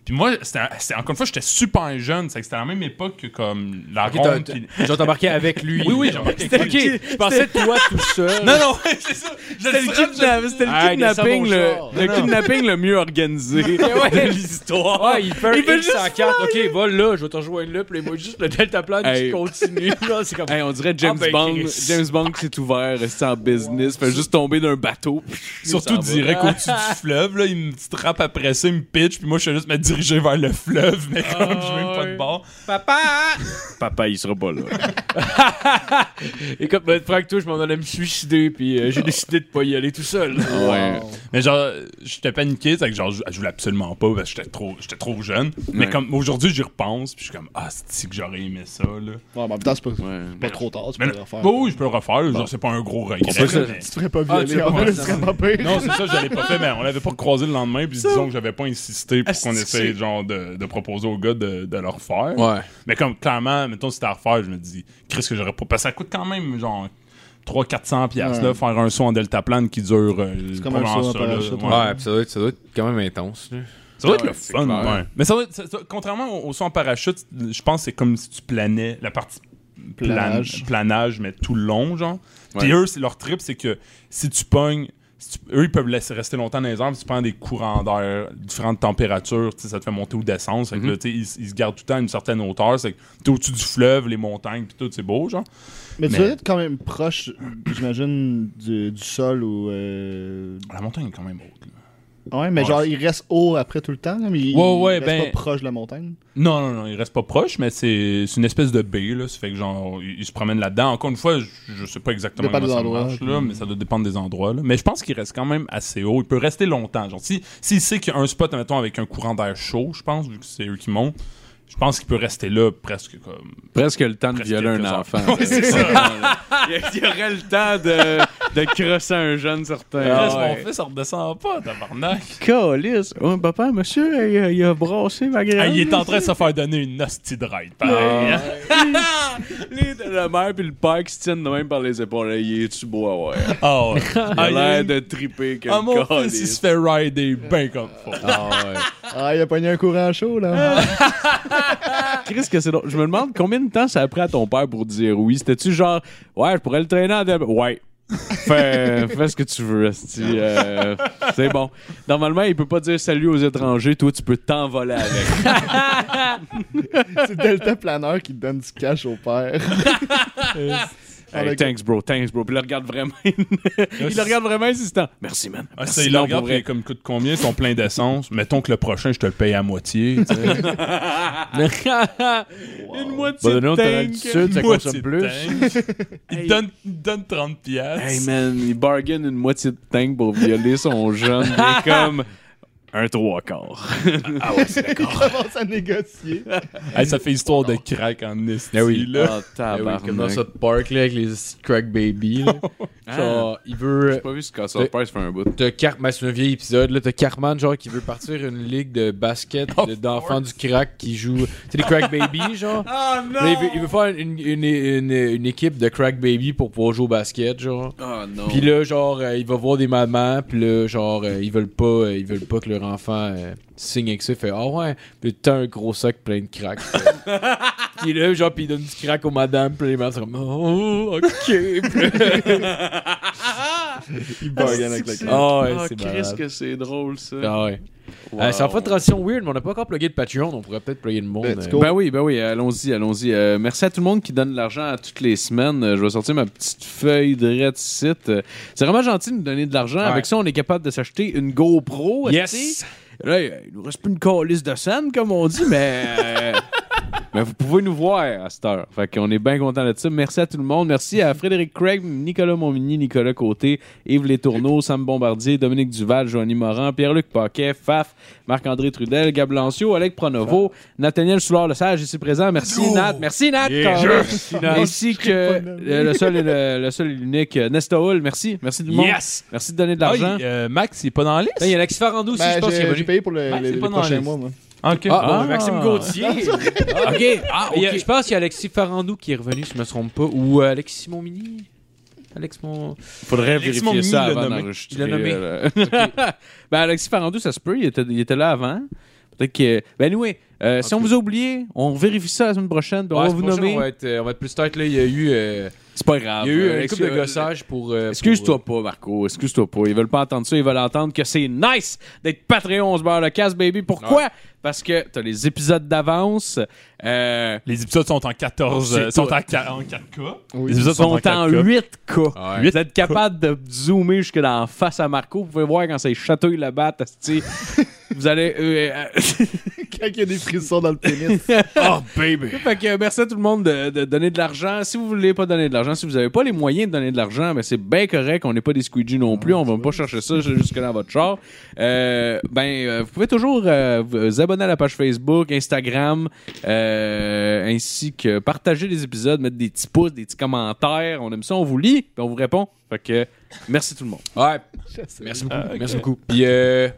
Puis moi, c'était c'était- encore une fois, j'étais super jeune. c'est que C'était à la même époque que comme la
Ok,
ronde.
t'as-
puis-
Genre, t'embarqué avec lui.
Oui, oui, j'ai embarqué
C'était
avec lui.
ok, Je pensais toi tout seul.
Non, non, ouais, c'est ça. Je
C'était
le
le,
serais-
kidna- c'était le
Ah,
kidnapping,
descends
le,
mon
le kidnapping le mieux organisé de l'histoire.
Ouais, il fait
Il fait
un X
juste
en carte. Ok, va là, je vais te rejoindre là. Puis il va juste le delta plane
Hey.
qui continue. Non, c'est comme.
Hey, on dirait James
Ah, ben,
Bond.
Chris.
James Bond qui s'est ouvert, resté en business, fait juste tomber d'un bateau.
Surtout
Ça va.
direct au-dessus du fleuve, là, il me frappe après ça, il me pitch, puis moi je fais juste me dire diriger vers le fleuve, mais comme je veux pas de
ouais.
bord.
Papa!
Papa, il sera pas là.
Et comme ben, Frank, toi, je m'en allais me suicider, puis euh, j'ai décidé de pas y aller tout seul.
ouais.
Mais genre, j'étais paniqué, c'est que genre, je je voulais absolument pas parce que j'étais trop, j'étais trop jeune. Mais
Ouais.
comme aujourd'hui, j'y repense, puis je suis comme, ah, c'est que j'aurais aimé ça, là.
Ouais, mais en même temps, c'est pas,
Ouais.
pas trop tard, tu
Mais
peux
là,
le refaire.
oui, oui, je peux le refaire, là, genre, c'est pas un gros regret.
peut se-
mais-
Tu te ferais pas
Ah, tu
violer,
sais
en
pas,
fait,
ça,
ce serait pas pire.
Non, c'est ça, je l'avais pas fait, mais on l'avait pas croisé le lendemain, puis disons que j'avais pas insisté pour qu'on
Asti,
essaye,
c'est-
genre, de, de proposer au gars de, de le refaire.
Ouais.
Mais comme, clairement, mettons, si c'était à refaire, je me dis, Chris, que j'aurais pas. Parce que ça coûte quand même, genre, 300-400$, piastres, là, faire un saut en deltaplane qui dure. euh,
comme un
probablement
saut en
ça, là,
parachute,
ouais.
ouais.
Ouais, pis ça doit être, ça doit être quand même intense. là.
Ça doit être
Ah Ouais,
le
c'est
fun,
clair.
ouais. Mais ça doit être- ça- ça- contrairement au, au saut en parachute, je pense que c'est comme si tu planais la partie plan-
Planage.
planage, mais tout le long, genre. Puis
Ouais.
eux, c'est leur trip, c'est que si tu pognes, si tu- eux, ils peuvent laisser rester longtemps dans les airs, puis tu prends des courants d'air, différentes températures, tu sais, ça te fait monter ou descendre. Fait que là, tu sais, ils, ils se gardent tout le temps à une certaine hauteur. C'est que t'es au-dessus du fleuve, les montagnes, puis tout, c'est beau, genre.
Mais tu
Mais-
dois être quand même proche, j'imagine, du, du sol ou. euh,
La montagne est quand même haute, là.
Ouais, mais
Ouais.
genre, il reste haut après tout le temps, là, mais il,
Ouais, ouais,
il reste
ben-
pas proche de la montagne.
Non, non, non, il reste pas proche, mais c'est c'est une espèce de baie, là. Ça fait que, genre, il, il se promène là-dedans. Encore une fois, je, je sais pas exactement
Dépend
comment
des
ça
endroits,
marche,
puis-
là, mais ça doit dépendre des endroits, là. Mais je pense qu'il reste quand même assez haut. Il peut rester longtemps. Genre, s'il si, s'il sait qu'il y a un spot, mettons, avec un courant d'air chaud, je pense, vu que c'est eux qui montent, je pense qu'il peut rester là presque comme.
Presque le temps de
Presque
violer un
quelques heures.
enfant.
Ouais, c'est
là.
ça.
il y aurait le temps de, de crosser un jeune certain.
Reste mon fils, ça redescend pas, tabarnak.
Calice. Oh, papa, monsieur, il, a- il a brassé ma
Ah,
grande.
il est en train de se faire donner une hostie de ride, pareil.
Ah.
hein.
Les- La mère puis le père qui se tiennent de même par les épaules. Il est-tu beau à voir?
Ah, ouais.
Il a
Ah, il-
l'air de triper comme
Ah, mon fils, il
calice.
se fait rider ben comme faut.
Ah ouais.
Ah, il a pogné un courant chaud, là. Ah,
Chris, que c'est drôle. Je me demande combien de temps ça a pris à ton père pour dire oui. C'était-tu genre, ouais, je pourrais le traîner en dé- Ouais. fais, fais ce que tu veux, esti. Euh, c'est bon. Normalement, il peut pas dire salut aux étrangers. Toi, tu peux t'envoler avec.
c'est Delta Planeur qui donne du cash au père. Ah,
Hey,
le-
thanks, bro. Thanks, bro. Puis il le regarde vraiment. il le regarde vraiment insistant. Merci, man.
Ah,
Merci,
ça, il
non,
le regarde,
pour
puis il est comme coûte combien, ils sont pleins d'essence. Mettons que le prochain, je te le paye à moitié. tu sais.
Une
Bah,
moitié de
du sud, ça
Moitié
consomme
de
plus.
tank. il, te donne, il te donne 30 piastres.
Hey, man, il bargain une moitié de tank pour violer son jeune. Il est comme un trois quarts.
il commence à négocier.
Hey, ça fait histoire de crack en esti,
Ah oui.
là.
Ah,
Ah oui, comme dans
tabarnak.
South Park, là, avec les crack baby, là. Genre, il veut... euh,
J'ai pas vu ce que ça passe fait un bout.
T'as Car... ben, c'est un vieil épisode, là. T'as Carman, genre, qui veut partir une ligue de basket de- d'enfants du crack qui jouent. Tu sais, les crack baby, genre. Là, il, veut, il veut faire une, une- une- une équipe de crack baby pour pouvoir jouer au basket, genre.
Ah non.
Puis là, genre, euh, il va voir des mamans, puis là, genre, euh, ils veulent pas, euh, ils veulent pas que leur enfant euh, signe avec ça. Il fait ah ouais, puis t'as un gros sac plein de crack. puis là, genre, puis il donne du crack aux madames, puis les madames sont comme oh ok.
Il bargaine avec le cash.
Ah ouais,
Ah,
c'est
Chris,
malade.
que c'est drôle ça.
Ah ouais.
Wow.
Euh, ça en fait une transition weird, mais on n'a pas encore plugué de Patreon, on pourrait peut-être pluguer le monde.
Let's
euh.
go.
Ben oui, ben oui, allons-y, allons-y. Euh, merci à tout le monde qui donne de l'argent à toutes les semaines. Euh, je vais sortir ma petite feuille de red site. Euh, c'est vraiment gentil de nous donner de l'argent. Avec ça, on est capable de s'acheter une GoPro. esti. Ben Là, il nous reste plus une calice de scène, comme on dit, mais... euh, Mais vous pouvez nous voir à cette heure. Fait qu'on est bien content de ça. Merci à tout le monde. Merci à Frédéric Craig, Nicolas Montmini, Nicolas Côté, Yves Les Tourneaux, Sam Bombardier, Dominique Duval, Joanny Morin, Pierre-Luc Paquet, Faf, Marc-André Trudel, Gab Lancio, Alec Pronovo, Nathaniel Soulard-Lesage ici présent. Merci Nat. Merci Nat. Carlos. Ainsi que euh, le seul et le, le seul et l'unique euh, Nesta Hull. Merci. Merci tout le monde.
Yes!
Merci de donner de l'argent. Ben,
Hey, euh, Max, il est pas dans la
Là, Il
liste?
y a Alexis Farando aussi, Ah, je
Ben,
pense qu'il est
j'ai j'ai
venu.
payé pour le,
Ah,
les,
c'est
les
pas dans la
prochains
liste.
mois, moi.
Ok.
Ah,
Ah,
bon, Maxime Gauthier. ok.
Ah,
Ah, Il y
euh,
a- je pense qu'il y a Alexis Farandou qui est revenu, si je me trompe pas. Ou euh, Alexis Simon Mini. Alex Mon.
Faudrait
Alex
vérifier ça
Momini l'a
avant
nommé.
d'enregistrer.
Il l'a nommé.
euh, là. ben, Alexis Farandou, ça se peut. Il était, il était là avant. Peut-être que. Ben, anyway, Euh, si on vous a oublié, on vérifie ça la semaine prochaine. puis on va vous nommer.
On va, être, euh, on va être plus tight, là. Il y a eu, euh,
C'est pas grave.
il y a eu
Euh,
un couple de
excuse-
gossage pour. euh, pour,
Excuse-toi pas, Marco. Excuse-toi pas. Ils veulent pas entendre ça. Ils veulent entendre que c'est nice d'être Patreon. On se barre le casse, baby. Pourquoi? Parce que t'as les épisodes d'avance. Euh,
Les épisodes sont en 14,
C'est
euh, sont
toi.
en, qua- en 4K.
Oui.
Les épisodes
sont en
4K.
8K.
Ouais.
Vous êtes capable de zoomer jusque dans la face à Marco. Vous pouvez voir quand c'est chatouille la batte. asti. Vous allez. euh, euh,
Quand il y a des frissons dans le pénis.
Oh, baby!
fait que euh, merci à tout le monde de, de donner de l'argent. Si vous voulez pas donner de l'argent, si vous avez pas les moyens de donner de l'argent, ben c'est bien correct. On n'est pas des squeegee non plus. On va pas chercher ça jusque dans votre char. Euh, ben, euh, vous pouvez toujours euh, vous abonner à la page Facebook, Instagram, euh, ainsi que partager les épisodes, mettre des petits pouces, des petits commentaires. On aime ça, on vous lit, puis on vous répond. Fait que merci tout le monde.
Ouais,
Merci beaucoup.
merci beaucoup. Puis, euh,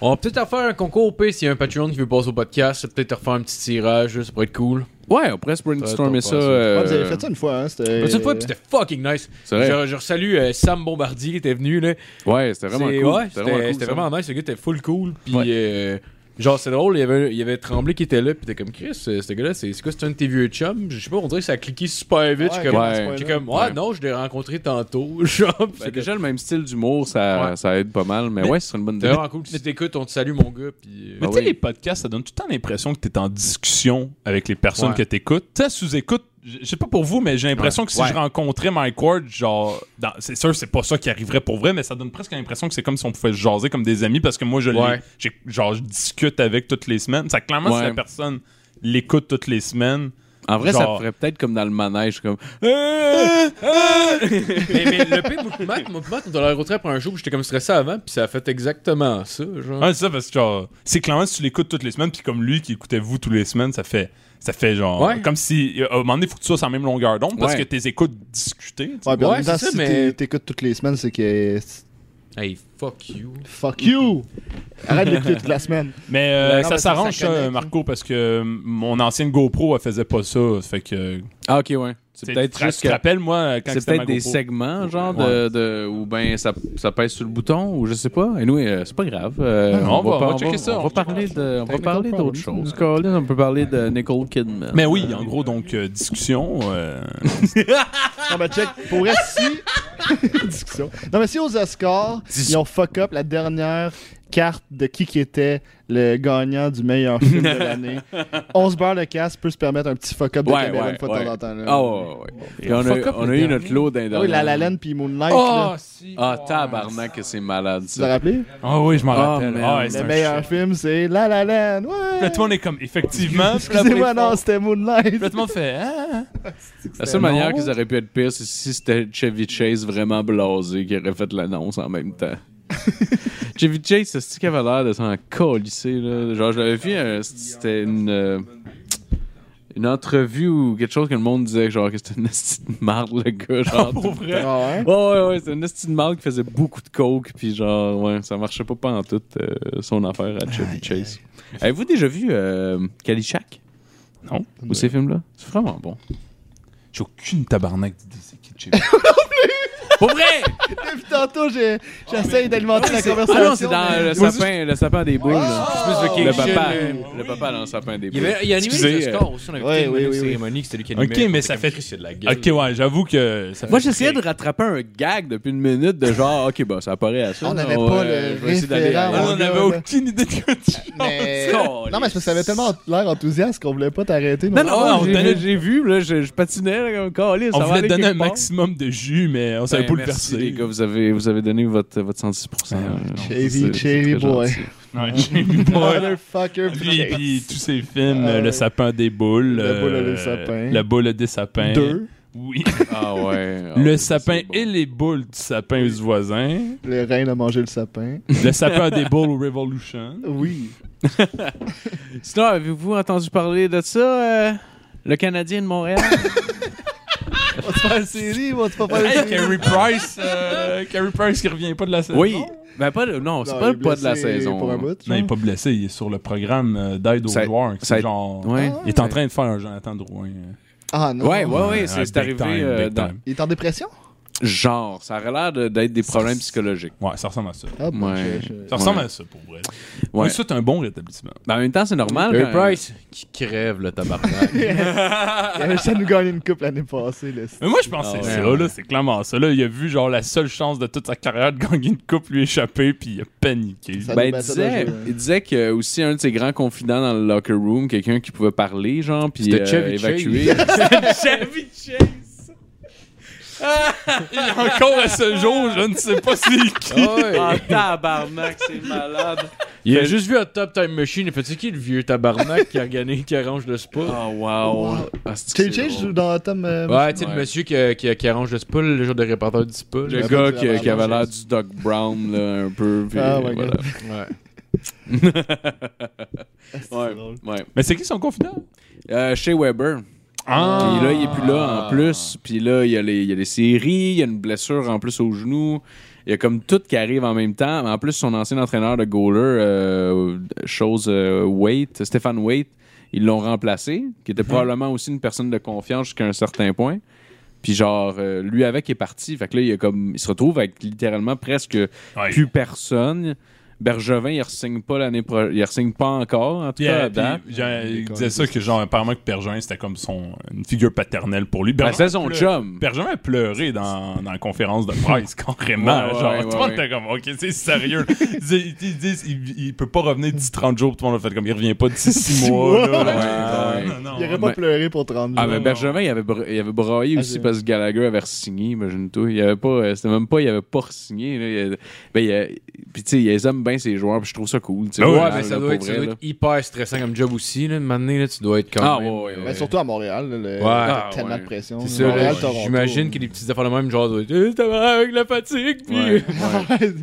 on va peut-être refaire un concours au P s'il y a un Patreon qui veut passer au podcast. c'est Peut-être refaire un petit tirage, juste pour être cool.
Ouais, on pourrait se brainstormer
Ça,
ça.
t'as pas
euh,
Ah, vous avez fait ça une fois, hein? C'était...
Mais cette Bah, fois, puis c'était fucking nice.
C'est vrai.
Je, je salue euh, Sam Bombardier qui était venu, là.
Ouais, c'était vraiment
C'est-
cool.
ouais,
C'était
C'était
vraiment cool,
c'était
ça.
vraiment, nice. Le gars était full cool. Puis,
Ouais.
euh, genre, c'est drôle. Il y, avait, il y avait Tremblay qui était là. Puis, t'es comme Chris, euh, ce gars-là, c'est c'est quoi, c'est un de tes vieux chums Je sais pas, on dirait que ça a cliqué super vite.
Ouais,
J'étais comme,
à ce
ouais.
point-là.
J'étais comme, ouais, non, je l'ai rencontré tantôt. Genre, puis
C'est
c'était
Ben, déjà le même style d'humour, ça,
Ouais.
ça aide pas mal. Mais, ouais, c'est une bonne
c'était
idée.
vraiment cool. Si t'écoutes, on te salue, mon gars. Puis, euh,
Ah
Mais tu sais,
oui.
les podcasts, ça donne tout le temps l'impression que t'es en discussion avec les personnes
Ouais.
que t'écoutes. Tu sais, sous-écoute, je je sais pas pour vous, mais j'ai l'impression que si
Ouais.
je rencontrais Mike Ward, genre, dans- c'est sûr, c'est pas ça qui arriverait pour vrai, mais ça donne presque l'impression que c'est comme si on pouvait se jaser comme des amis parce que moi, je l'ai-
Ouais.
j'ai- genre, je discute avec toutes les semaines. Ça, clairement, si
Ouais.
la personne l'écoute toutes les semaines,
En vrai, ça
Genre-
ferait peut-être comme dans le manège, comme euh,
Euh,
mais, mais le pire, moi, pis Matt, moi, pis Matt, on était allé au retraite pour un jour. puis J'étais comme stressé avant. Puis, ça a fait exactement ça. Genre,
Ouais, c'est ça, parce que genre, c'est clairement si tu l'écoutes toutes les semaines, puis comme lui qui écoutait vous toutes les semaines, ça fait, ça fait genre,
Ouais.
comme si, euh, à un moment donné, faut que tu sois sur la même longueur d'onde, parce
Ouais.
que tes écoutes discuter. tu sais.
Ouais, puis en
Ouais,
même temps,
c'est ça,
si
mais-
t'é- t'écoutes toutes les semaines, c'est que.
hey, fuck you.
Fuck you! Arrête de l'écouter toute la semaine.
Mais euh,
Non,
ça
mais ça,
s'arrange,
ça
ça,
connecte.
Marco, parce que euh, mon ancienne GoPro, elle faisait pas ça. ça Fait que.
Ah, ok, ouais. C'est peut-être
Tu
juste
te
que.
rappelles, moi, euh, quand
C'est
c'était ma
peut-être
GoPro.
des segments, genre, de, de- ou ben ça, ça pèse sur le bouton, ou je sais pas. Et nous, c'est pas grave. Euh,
Non, on va- on va
on
checker ça.
On va parler de, on va
Technical
parler d'autres
problems.
choses. Colin, on peut parler de Nicole Kidman.
Mais oui, en gros, donc, euh, discussion. euh,
Non, mais check, pour vrai, si. Discussion. Non, mais si aux Oscars, ils ont fuck up la dernière carte de qui qui était le gagnant du meilleur film de l'année. On se barre le casque peut se permettre un petit fuck up de
Ouais,
caméra
ouais,
une fois
ouais.
de temps en temps. là.
Ah, ouais, ouais, ouais. Puis on a, on a eu notre lot d'un
Ah oui, La La Land puis Moonlight. là.
si.
Ah, tabarnak, que c'est malade,
Tu te
ça.
rappelé?
Ah oui, je m'en
Ah,
rappelle.
man.
Ah, ouais, c'est
Le
un
meilleur
shit.
film, c'est La La Land.
Là,
Ouais!
tout le monde est comme, effectivement. puis là,
Excusez-moi,
après,
non, c'était Moonlight.
Puis là, tout le monde fait. Ah.
La seule manière qu'ils auraient pu être pire, c'est si c'était Chevy Chase vraiment blasé qui aurait fait l'annonce en même temps. Chevy Chase, c'est ce qu'il avait l'air de s'en colisser, là. Genre, je l'avais vu, euh, c'était une. euh, une entrevue ou quelque chose que le monde disait, genre, que c'était une esti de marde, le gars. Genre,
Pour vrai.
Ah ouais?
Ouais, ouais, ouais, c'était une esti de marde qui faisait beaucoup de coke, puis genre, ouais, ça marchait pas en tout son affaire à Chevy Chase. Avez-vous déjà vu euh, Kalichak
Non.
ou ces films-là? C'est vraiment bon.
J'ai aucune tabarnak d'idée. c'est qui, Jim.
Pour vrai!
Depuis tantôt, j'ai- j'essaye d'alimenter la conversation.
Ah non, c'est dans le
Moi,
sapin, le sapin des boules. là.
Ah!
plus de
Le
King
papa,
Shin,
le papa dans le sapin des
Il y
boules.
avait, il y a animé
Excusez,
les Oscars aussi, on avait
euh, ouais,
fait une
oui, oui, oui.
cérémonie que c'était lui qui animait.
Ok, mais ça fait.
Chris, il y a de la gueule.
Ok, ouais, j'avoue que. Ça fait
Moi, j'essayais de rattraper un gag depuis une minute de genre, ok, bah, ça apparaît à ça.
On
là,
n'avait
va,
pas
euh,
le
je vais essayer d'aller
référent,
à-
On en avait aucune idée de quoi tu
Mais...
Oh,
Non, mais c'est parce que ça avait tellement l'air enthousiaste qu'on voulait pas t'arrêter.
Non, non,
Ah,
non,
on
j'ai-
donnait-
j'ai vu, là, je, je patinais, là, comme calé, ça
On
va
voulait
aller
donner
quelque
un
part.
maximum de jus, mais on
Ben,
savait pas le
merci,
percer.
les gars, vous avez, vous avez donné votre, votre 106%.
Ah,
là.
Chevy,
C'est- c'est
Chevy
très
boy.
gentil.
Ouais, Jamie Boyle.
Motherfucker,
Lui, et
please.
puis tous ces films, euh,
Ah ouais.
Le sapin des boules.
La
euh,
boule des sapins.
La boule des sapins.
Deux.
Oui.
Ah ouais. ah
le
ouais,
sapin
c'est bon.
et les boules du sapin aux voisins.
Le rein a mangé le sapin.
le sapin des boules au Revolution.
Oui.
Sinon, avez-vous entendu parler de ça, euh, le Canadien de Montréal?
On va se faire une série, on va se faire une
Hey,
série.
Carrie Price. euh, Carrie Price qui revient pas de la saison.
oui. Ben, pas le- non, c'est
Non,
pas
il
le
est
pas de la
blessé
saison.
Pour un
hein.
bout,
Non, il est
genre.
pas blessé. Il est sur le programme euh, d'aide aux
Ça-
joueurs.
ça-
C'est genre.
Ouais.
Ah.
Il est en train de faire un Jonathan Drouin. euh,
Ah non.
Ouais, ouais, ouais,
un
c'est c'est
big
arrivé
time,
euh,
big
dans-
time.
Il est en dépression?
Genre, ça aurait l'air de- d'être des problèmes psychologiques.
Ouais, ça ressemble à ça.
Ah, bon,
Ouais.
je- je-
Ça ressemble
Ouais.
à ça, pour vrai.
Ouais.
Oui, c'est un bon rétablissement.
Mais en même temps, c'est normal.
Barry
quand-
Price qui crève le tabarnak.
Il avait ça nous gagner une coupe l'année passée. Là.
Mais moi, je pense que
Ah
c'est
ouais,
ça,
ouais.
là. C'est clairement ça, là. Il a vu, genre, la seule chance de toute sa carrière de gagner une coupe lui échapper, puis il a paniqué.
Ça-
Ben, il
Ben, ça doit
disait,
jouer, ouais.
il disait que aussi un de ses grands confidents dans le locker room, quelqu'un qui pouvait parler, genre, puis
C'était
euh,
Chevy
évacuer.
Encore à ce jour, je ne sais pas si qui.
Ah,
tabarnak, c'est malade.
Il a
Fait-
juste vu un Top Time Machine. Il fait, c'est qui le vieux tabarnak qui a gagné, qui arrange le spa?
Oh, wow.
Wow.
Ah, c'est-tu que
Chase
c'est
Chase
drôle.
joue dans Tom. euh,
Ah, Ouais, tu sais,
Ouais.
le monsieur qui, euh, qui, qui arrange le spa, le genre de réparateur du spa. là.
Le gars
Ouais, c'est
qui,
la
qui avait
barbe,
l'air
je
du Doc Brown, là, un peu. Puis,
Ah,
ah,
my
ouais,
God.
Ouais.
c'est
Ouais,
drôle.
ouais.
Mais c'est qui son confident?
Euh, chez Weber.
Ah!
Puis là, il est plus là en plus. Puis là, il y, a les, il y a les séries, il y a une blessure en plus au genou. Il y a comme tout qui arrive en même temps. Mais En plus, son ancien entraîneur de goaler, euh, chose euh, Waite, Stéphane Waite, ils l'ont remplacé, qui
Mhm.
était probablement aussi une personne de confiance jusqu'à un certain point. Puis genre, euh, lui avec est parti. Fait que là, il, y a comme, il se retrouve avec littéralement presque
Ouais.
plus personne. Bergevin, il ne pas l'année pro- il re-signe pas encore, en tout
Puis,
cas, à
euh,
date.
puis, j'ai- il disait ça que, genre, apparemment que Pergin, c'était comme son, une figure paternelle pour lui.
Ben,
Bergevin
c'est son
pleu-
chum.
Bergevin a pleuré dans, dans la conférence de presse, carrément.
Ouais, ouais,
genre,
ouais,
tout
ouais,
le monde
ouais.
était comme, OK, c'est sérieux. ils disent, ils disent, il, il peut pas revenir d'ici 30 jours. Tout le monde a fait comme, il revient pas d'ici 6 mois.
mois.
là.
Ouais,
Non,
ouais.
non,
Il aurait
non.
pas
Ben-
pleuré pour 30
Ah,
jours.
mais
non.
Bergevin, il avait, bra- il avait braillé
Ah,
aussi
c'est-
parce que Gallagher avait signé, imagine-toi. Il avait pas, euh, c'était même pas, il avait pas signé. Ben, il a- puis, tu sais, ils aiment bien ces joueurs, puis je trouve ça cool. tu sais.
Ben oui,
Ouais,
Ouais,
mais
là,
ça
là,
doit,
pour
être, ça
vrai,
doit
là.
être hyper stressant comme job aussi. Là. Maintenant, là, tu dois être quand
Ah,
même.
ouais, ouais,
euh,
ouais.
Mais Ben, surtout à Montréal, là, le-
Ah,
tellement
ouais.
de pression.
c'est ça, là,
Montréal,
j-
Toronto.
J'imagine que les petites affaires de même, genre, doit être, Eh, t'as marre avec la fatigue, puis.
Ouais.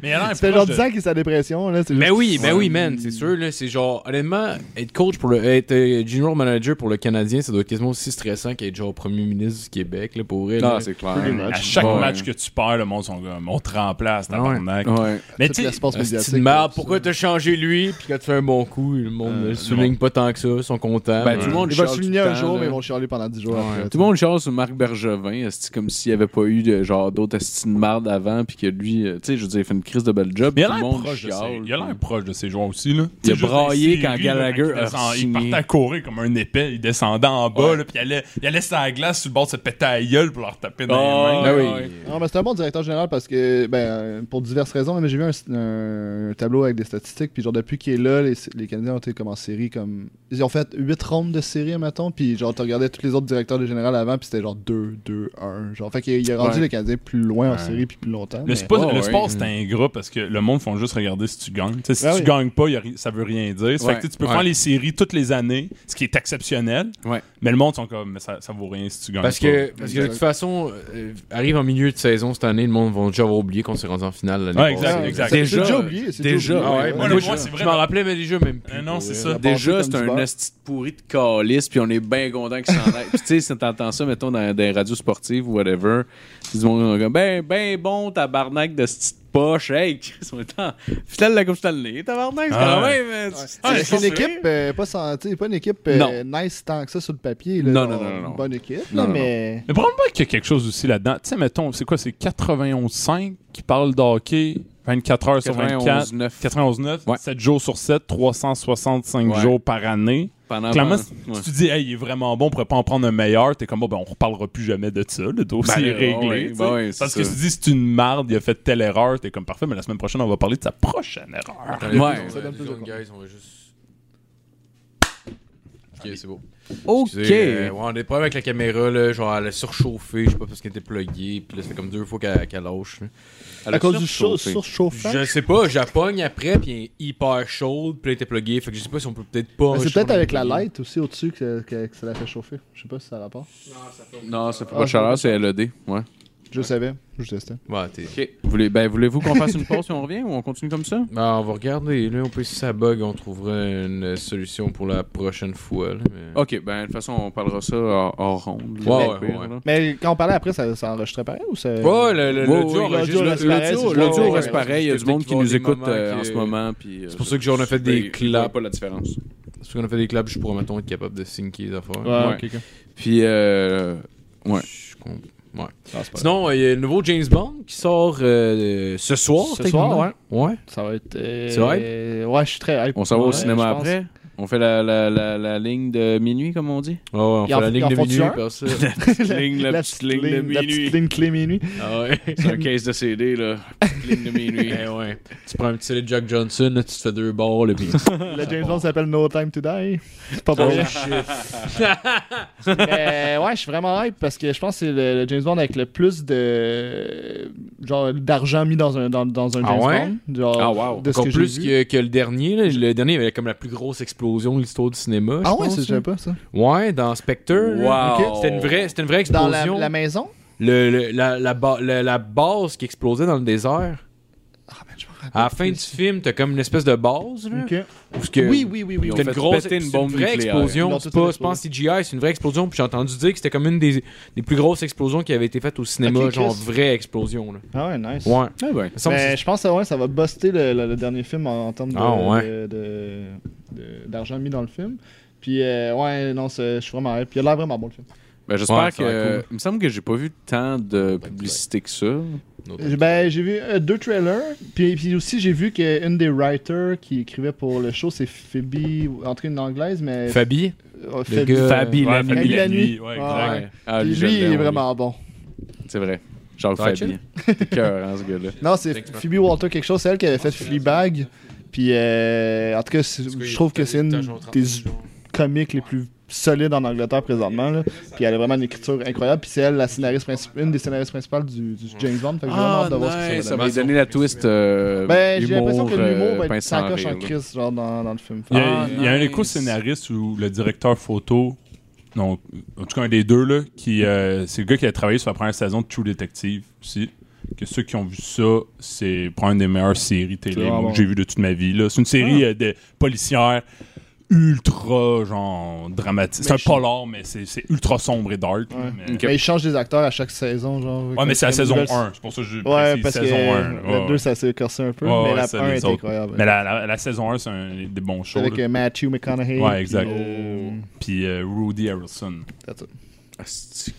Mais il a l'air
Ça fait
proche
genre
de-
10 ans qu'il est sa dépression. Là, c'est
Mais
juste-
Ben oui, mais oui, man, c'est sûr, là, c'est genre, honnêtement, être coach pour le, être euh, general manager pour le Canadien, ça doit être quasiment aussi stressant qu'être genre premier ministre du Québec, là, pour elle.
Ah, c'est clair.
À chaque
Ouais.
match que tu perds, le monde sont comme, on te remplace,
Ouais.
tabarnak.
Ouais.
Mais
Tout
tu sais,
l'espace médiatique.
Ah, merde,
là,
pourquoi
ça.
t'as changé lui, puis quand tu fais un bon coup, le monde
Euh,
ne souligne pas tant que ça, ils sont contents.
Ben, tout le monde
Ils vont le
chiale
souligner
tout
un
le temps,
jour,
là.
mais ils vont chialer pendant 10 jours. après,
Tout le monde chante sur Marc Bergevin, c'est comme s'il n'y avait pas eu de, genre d'autres esti de marde avant, puis que lui, euh, tu sais, je veux dire, il fait une crise de belle job.
Mais il a
tout le
l'air
monde
proche, de
chiale,
ses- il a l'air
puis-
proche de ses joueurs aussi. Là.
Il a
C'est juste
braillé
dans les
quand
séries, là,
Gallagher
il, descend-
a
il
signé.
partait à courir comme un épais, il descendait en bas, là, puis il allait, il allait sur la glace sur le bord de se péter à la gueule pour leur taper dans
Ah,
les mains.
oui.
ouais.
Non, mais c'est un bon directeur général parce que, ben, euh, pour diverses raisons, mais j'ai vu un, un tableau avec des statistiques, puis genre, depuis qu'il est là, les, les Canadiens ont été comme en série, comme. Ils ont fait 8 rondes de série, mettons, puis genre, tu regardais tous les autres directeurs de général avant, puis c'était genre 2, 2, 1. Genre, fait qu'il il a rendu
Ouais.
les Canadiens plus loin en
Ouais.
série, puis plus longtemps.
Le,
mais-
spa-
Oh,
le
ouais.
sport, c'est ingrat parce que le monde font juste regarder si tu gagnes. Tu sais, si
Ah
tu
oui.
gagnes pas, il y a ri- ça veut rien dire. Ça
Ben Ouais.
Fait que, tu sais, tu peux
Ouais.
faire les séries toutes les années, ce qui est exceptionnel,
Ouais.
mais le monde sont comme, mais ça, ça vaut rien si tu gagnes
Parce
pas.
que, parce que de
Exact.
toute façon, euh, arrive en milieu de saison cette année, le monde va déjà avoir oublié qu'on s'est rendu en finale l'année
Ouais, exact,
passée.
exact.
C'est
Déjà,
déjà oublié. c'est
déjà,
oublié,
Ah ouais,
ouais.
moi,
Ouais,
je-
moi, c'est vrai,
je m'en
là.
rappelais, mais déjà, même plus.
Euh, non,
pour
c'est
elle.
ça.
Déjà,
Passé
c'est
comme du
un
beurre.
esti de pourri de calice, puis on est bien content qu'il s'en aille. Puis tu sais, si t'entends ça, mettons, dans des radios sportives ou whatever, tu dis, mon gars, ben, ben bon, tabarnak de cette petite poche, hey, Chris, on est en finale de la Coupe Stanley, tabarnak, c'est
Ah
quand
ouais.
même... euh, tu-
Ah, ça,
C'est- c'est une
c'est-
équipe euh, pas sans- tu sais, pas une équipe euh, nice tant que ça sur le papier. là.
Non,
Genre,
non, non, non, non.
Une bonne équipe,
Non,
là,
non,
mais.
Mais probablement qu'il y a quelque chose aussi là-dedans. Tu sais, mettons, c'est quoi, c'est 91.5 qui parle d'hockey 24 heures sur 24.
91.9.
91.9,
Ouais.
7 jours sur 7, 365
Ouais.
jours par année.
Pendant-
Clairement, si
Ouais.
si tu dis, hey, il est vraiment bon, on pourrait pas en prendre un meilleur, t'es comme, bon, ben, on reparlera plus jamais de ça, le dossier
Ben,
est réglé.
ouais, ouais,
tu sais.
ben ouais, c'est
Parce que
ça.
si tu dis, c'est une marde, il a fait telle erreur, t'es comme, parfait, mais la semaine prochaine, on va parler de sa prochaine erreur.
Ouais,
Ouais,
ouais,
ça donne
les
plus de
autres guys, on va juste. Ok, c'est beau.
OK.
Excusez, euh, ouais, on a des problèmes avec la caméra, là, genre elle a surchauffé, je sais pas parce qu'elle était pluguée, puis là ça fait comme deux fois qu'elle qu'elle lâche. là.
Elle a
À cause du chaud-
surchauffé.
surchauffage.
Je sais pas, j'appogne après, puis elle est hyper chaude, puis elle était pluguée, fait que je sais pas si on peut peut-être pas.
Mais c'est
je sais
peut-être
pas,
avec la
pluguer.
light aussi au-dessus que, que- que ça l'a fait chauffer. Je sais pas si ça a rapport.
Non, ça fait
Ah,
pas de
je-
chaleur, c'est LED, ouais.
Je savais, je testais.
Ouais, t'es.
Voulez, ben, voulez-vous qu'on fasse une pause et on revient, ou on continue comme ça?
Ben, on va regarder, là, on peut si ça bug, on trouvera une solution pour la prochaine fois. Là, mais-
OK, ben, de toute façon, on parlera ça hors, hors ronde.
Ouais,
là, au
ouais,
pire,
ouais.
là.
Mais quand on parlait après, ça, ça enregistrait pareil ou ça.
Ouais, le, le,
Ouais,
l'audio
ouais,
enregistre-
l'audio
le-
reste
l'audio-
pareil, c'est
l'audio
juste-
L'audio
Ouais,
reste
ouais,
pareil, il y a du monde qui nous écoute euh, en ce moment. puis, euh,
C'est pour ça que j'en ai fait des
je- je-
claps.
je pas la différence.
Parce qu'on a fait des claps, je pourrais, mettons, être capable de syncer les affaires.
Ouais,
Ouais. Puis, euh, ouais.
Je comprends. Ouais.
Non, c'est pas
Sinon, euh, il y a le nouveau James Bond qui sort euh, ce soir.
Ce soir,
techniquement. Ouais.
Ça va être. euh,
C'est
Ouais, je suis très hype.
On s'en va au
Ouais, je
cinéma
pense.
après. On fait la, la, la, la ligne de minuit, comme on dit.
Ouais, ouais, on
Ils en-
fait la
ils
ligne
en
de
font-tu
minuit.
un?
par ça.
ligne, la petite ligne de
La
minuit.
petite ligne clé minuit.
Ah ouais.
C'est un case de CD, là. ligne de minuit.
Eh ouais. Tu prends un petit lait de Jack Johnson, là, tu te fais deux bords, là, puis...
Le James Bond s'appelle No Time to Die. C'est pas pour
Oh,
rien.
shit.
Mais ouais, je suis vraiment hype parce que je pense que c'est le, le James Bond avec le plus de. Genre, d'argent mis dans un, dans, dans un
Ah
James
ouais?
Bond. Genre,
Ah, wow.
De ce
Encore
que j'ai
plus
vu.
que, que le dernier. là. Le dernier avait comme la plus grosse explosion de l'histoire du cinéma.
Ah
je
ouais,
pense,
c'est- je
là.
savais pas ça.
Ouais, dans Spectre. là.
Wow.
C'était une vraie, c'était une vraie
Dans la,
explosion.
la maison
Le- le- la, la ba- la- la base qui explosait dans le désert.
Ah, ben, je me rappelle.
À la fin du film, t'as comme une espèce de base. Là,
Ok.
où ce que-
Oui, oui, oui, oui.
Ils ont
C'était
fait
une grosse
péter une
c'est
bombe
vraie
nucléaire.
Ils l'ont
explosion.
tout
C'est pas,
fait
c'est pas en CGI, c'est une vraie explosion. Puis j'ai entendu dire que c'était comme une des, des plus grosses explosions qu'il avait été faite au cinéma,
Ok, Chris.
genre vraie explosion. Là.
Ah ouais, nice.
Ouais.
Ah ben.
Il me semble que
Mais
c'est-
je pense que ouais, ça va buster le, le- le dernier film en, en termes de-
Ah ouais.
de- de- de- d'argent mis dans le film. Puis euh, ouais, non, c'est- je suis vraiment hype. Puis il a l'air vraiment bon le film.
Ben, j'espère
Ouais, ça
que.
va
euh, Il me semble que j'ai pas vu tant de publicité que ça.
J'ai- Ben, j'ai vu euh, deux trailers. Puis, puis aussi, j'ai vu qu'une des writers qui écrivait pour le show, c'est Phoebe, entrée une anglaise, mais.
Fabi,
euh,
le
Phoebe.
gars.
Fabi,
Ouais,
la
Fabi
nuit.
la
La nuit.
nuit. Ouais,
Ah,
exact.
ouais.
Ah,
Puis
je
lui, il
l'aime,
est
oui.
vraiment bon.
C'est vrai. Charles
Ça va,
Fabi. T'es cœur, hein, ce gars-là.
Non, c'est Phoebe Walter quelque chose, c'est elle qui avait fait Fleabag. Puis euh, en tout cas, c'est- je trouve que c'est une des comiques les plus solides en Angleterre présentement. là. Puis elle a vraiment une écriture incroyable. Puis c'est elle la scénariste princi- une des scénaristes principales du, du James Bond. Fait que j'ai
Ah,
Ah,
vraiment hâte de voir ce que
nice,
ça
ça
va
va
donner.
donner la twist. euh,
Ben, j'ai l'impression
humour,
que l'humour va
euh,
être
pince sans
s'accroche en
rire, là.
crise genre dans, dans le film.
Il y a,
Ah,
il y a un
nice.
éco-scénariste ou le directeur photo, non, en tout cas un des deux, là, qui, euh, c'est le gars qui a travaillé sur la première saison de True Detective aussi. Que ceux qui ont vu ça, c'est probablement une des meilleures séries télé
C'est
moi,
vraiment
que j'ai vues de toute ma vie. là. C'est une
Ah.
série euh, de policières ultra genre dramatique. C'est un
Mais je-
polar, mais c'est c'est ultra sombre et dark.
Ouais.
Mais...
Mais ils changent des acteurs à chaque saison. Genre,
Mm. Ouais, mais c'est la
comme
saison
nouvelle-
1. C'est pour ça que je
Ouais,
précise
parce que
saison 1.
la 2, ça s'est corsé un peu.
Ouais,
mais
ouais,
la
c'est
1
les
est
autres.
incroyable.
Mais la, la- la saison 1, c'est un des bons shows.
Avec
là.
euh, Matthew McConaughey.
Ouais, exact.
puis, euh,
Puis euh, Rudy Harrelson.
that's it.
Asti.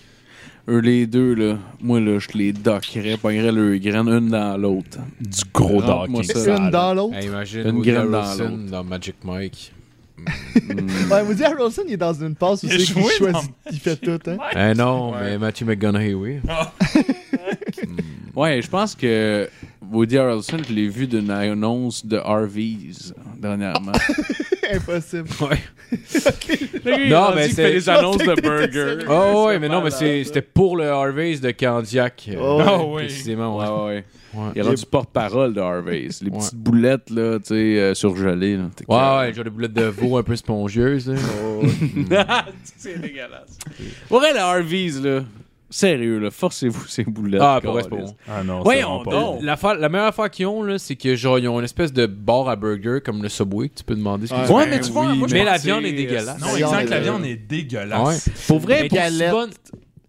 Eux, les deux, là, moi, là, je les dockerais, pognerais le graine une dans l'autre.
Du gros
Rentre-moi
docking.
ça.
sale.
Une dans l'autre.
Hey, imagine
Une
Woody
graine dans
Harrelson
l'autre.
dans Magic Mike.
Ouais, Woody Harrelson, il est dans une passe où
Il a
c'est qu'il
joué
choisit, il fait tout, hein.
Eh non, mais Matthew McGonaghy, oui.
Ouais, je pense que Woody Harrelson, je l'ai vu d'une annonce de Harvey's dernièrement.
Impossible.
non, mais c'est
les annonces de burger.
Oh ouais, mais non, mais c'est- c'était pour le Harvey's de Candiac. euh,
Oh, ouais.
Ah, oui.
Précisément, ouais.
Ouais, ouais.
Ouais,
Il est rendu porte-parole de Harvey's. Les
Ouais.
petites boulettes, là, tu sais, euh, surgelées. Là. T'es
ouais,
clair.
ouais, genre des boulettes de veau un peu spongieuses. là.
Oh,
Pour vrai, le Harvey's, là, sérieux, là, forcez-vous ces boulettes.
Ah, pour vrai, c'est pas
câlisse.
bon.
Ah non,
Voyons
c'est
donc.
vraiment
La, fa- la meilleure affaire qu'ils ont, là, c'est que genre, ils ont une espèce de bar à burger comme le Subway que tu peux demander ce que
Ouais.
tu veux.
Ouais, mais tu vois, moi, je
Ben mais la
pensais-
viande est dégueulasse.
Non,
La
exact,
viande euh,
la
est-
viande est dégueulasse.
Pour vrai,
Mais pour
galette.
si bonne-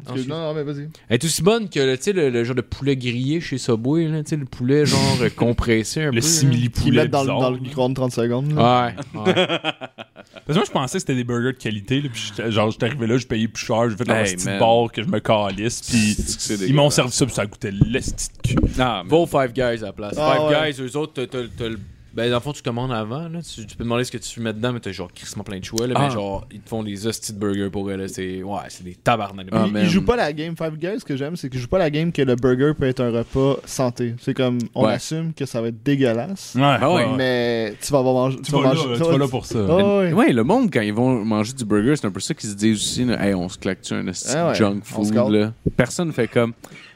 Excuse- Non, non, mais vas-y.
Elle est aussi bonne que le, tu sais, le, le genre de poulet grillé chez Subway, là, tu sais, le poulet genre euh, compressé un peu.
Le
là.
simili-poulet
hein, Qu'ils mettent dans, le-
bizarre.
dans le micro-ondes 30 secondes. là.
Ouais, ouais.
Parce que moi, je pensais que c'était des burgers de qualité. Là, puis j'étais- genre, j'étais arrivé là, j'ai payé plus cher, j'ai fait dans
Hey,
un petit
man.
bar que je me calisse.
C'est que c'est
Puis ils
dégueulasse.
m'ont servi ça, puis ça goûtait l'esti de cul.
Non, mais
Va au Five Guys à la place.
Ah,
Five
ouais.
Guys, eux autres, t'as- t'as t'as le. Ben, dans le fond, tu commandes avant, là. Tu, tu peux demander ce que tu mets dedans, mais t'as genre crissement plein de choix, là.
Ah.
Mais genre, ils te font des hosties de burgers pour eux, là. C'est. Ouais, c'est des tabarnak.
Ah,
Ils-
man.
ils jouent pas la game Five Guys. Ce que j'aime, c'est qu'ils jouent pas la game que le burger peut être un repas santé. C'est comme, on
Ouais.
assume que ça va être dégueulasse.
Ah ouais.
Mais tu vas avoir mangé.
Tu vas là, tu vas là pour ça.
Oh, ouais.
Ouais, le monde, quand ils vont manger du burger, c'est un peu ça qu'ils se disent aussi. là. Hey, on se claque-tu un esti de
Ah ouais,
junk
on se
food,
gâte.
là? Personne fait comme...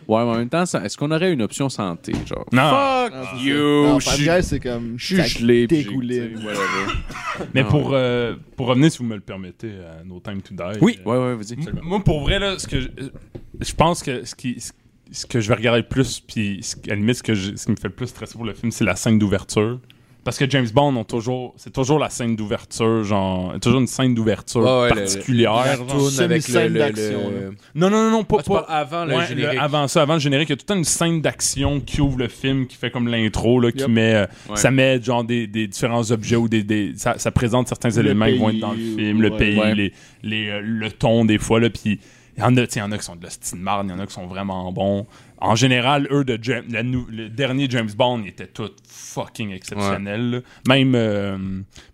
Ouais, mais en même temps, ça- est-ce qu'on aurait une option santé, genre?
Non,
Fuck you!
Non,
Oh, Je
Five
suis-
Guys, c'est comme.
je suis gelé, puis j'ai-
dégoulé.
tu sais, whatever.
mais
Non,
pour, euh, pour revenir, si vous me le permettez, à No Time to Die.
Oui,
euh,
ouais, ouais,
Mm.
vas-y.
M- Moi, pour vrai, là, ce que je, euh, je pense que ce qui. ce- Ce que je vais regarder le plus, puis ce- à la limite, ce, que je- ce qui me fait le plus stresser pour le film, c'est la scène d'ouverture. Parce que James Bond, ont toujours, c'est toujours la scène d'ouverture, genre, toujours une scène d'ouverture
Ah ouais, le-
particulière. genre.
Tourne avec le.
Semi-scène
le-
d'action,
le-
Non, non, non, non, pas,
Ah, tu
pas-
parles avant le
Ouais,
générique.
le- avant ça, avant le générique, il y a tout le temps une scène d'action qui ouvre le film, qui fait comme l'intro, là, qui
Yep.
met, euh,
Ouais.
ça met genre des, des différents objets ou des, des- ça, ça présente certains
Le
éléments qui vont
pays,
être dans le film, le
ouais.
pays,
Ouais.
les, les, euh, le ton des fois, là, puis Il y en a, tu sais, il y en a qui sont de la style marne, il y en a qui sont vraiment bons. En général, eux, de Jam- la nou- le dernier James Bond, ils étaient tous fucking exceptionnels. là. Même, euh,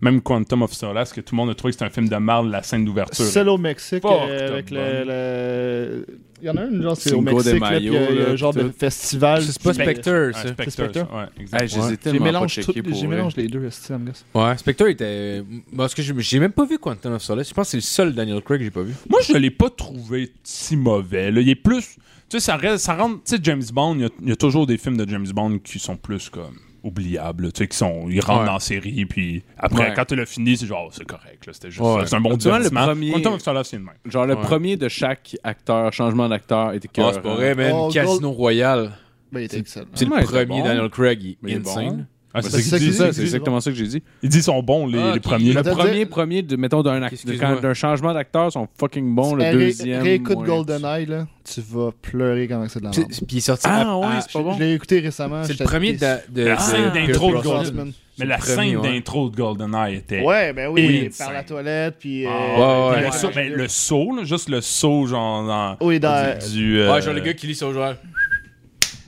même Quantum of Solace, que tout le monde a trouvé que c'était un film de marde, la scène d'ouverture.
Celle au Mexique,
Fuck,
euh, avec
t'as
le, le- Il y en a une, genre, c'est au
Cinco de
Mexique, là, puis il y a- il y a
Mayo, là,
un genre
puis
de
tout.
festival.
C'est pas
puis-
Spectre,
Ah,
ça.
Spectre,
Spectre?
ça, ouais, exact.
Hey, je les ai
J'ai
tellement pas
mélange,
checkés
tout-
pour
j'ai
vrai.
mélange les deux, esti, I'm guess.
Ouais, Spectre était. euh, Parce que j'ai j'ai même pas vu Quantum of Solace. Je pense que c'est le seul Daniel Craig que j'ai pas vu.
Moi, je l'ai pas trouvé si mauvais. là. Il est plus. Tu sais, ça, reste, ça rentre. Tu sais, James Bond, il y a- il y, a toujours des films de James Bond qui sont plus comme oubliables. là. Tu sais, qui sont. Ils rentrent
Ouais.
dans la série, puis après,
Ouais.
quand tu l'as fini, c'est genre, oh, c'est correct. là, C'était juste.
Ouais.
ça, C'est un bon
Tu vois, le
divertissement.
premier-
Quantum of Solace, c'est le même.
Genre, le
Ouais.
premier de chaque acteur, changement d'acteur, était
Ah,
hein. écœurant.
c'est pas vrai, man.
Oh,
Casino
Gold-
Royale.
Ben, il était excellent.
C'est
Ouais,
le
c'est
premier
bon.
Daniel Craig. Il
Mais
est
bon.
insane.
Ah,
Ben,
c'est
c'est
ça qu'ils
qu'ils
disent.
C'est exactement ça que j'ai dit.
Ils disent qu'ils sont bons, les,
Ah,
les
ok.
premiers.
Le
Attends,
premier,
dire-
premier, de, mettons, d'un act- de-
Excuse-moi.
quand- d'un changement d'acteur, sont fucking bons. Le
Eh, ré-
deuxième.
Réécoute
moins-
GoldenEye, là, tu vas pleurer comment c'est de la
Puis
merde.
puis il est sorti.
Ah
à-
ouais,
à-
c'est pas
Je
bon.
l'ai écouté récemment.
C'est
j'étais
le premier de.
déçu.
de- de-
La scène
Ah, de-
d'intro de
Pierce
Golden-
Brosnan.
Mais la
C'est le
scène
premier, ouais.
d'intro de GoldenEye était.
Ouais, ben oui, oui,
Insane.
par la toilette, puis... euh,
Ah, ouais,
Le
ouais.
saut- ben, le saut, là, juste le saut, genre. dans-
Oui, dans...
Du, euh,
Ouais, genre le gars qui lit son joueur.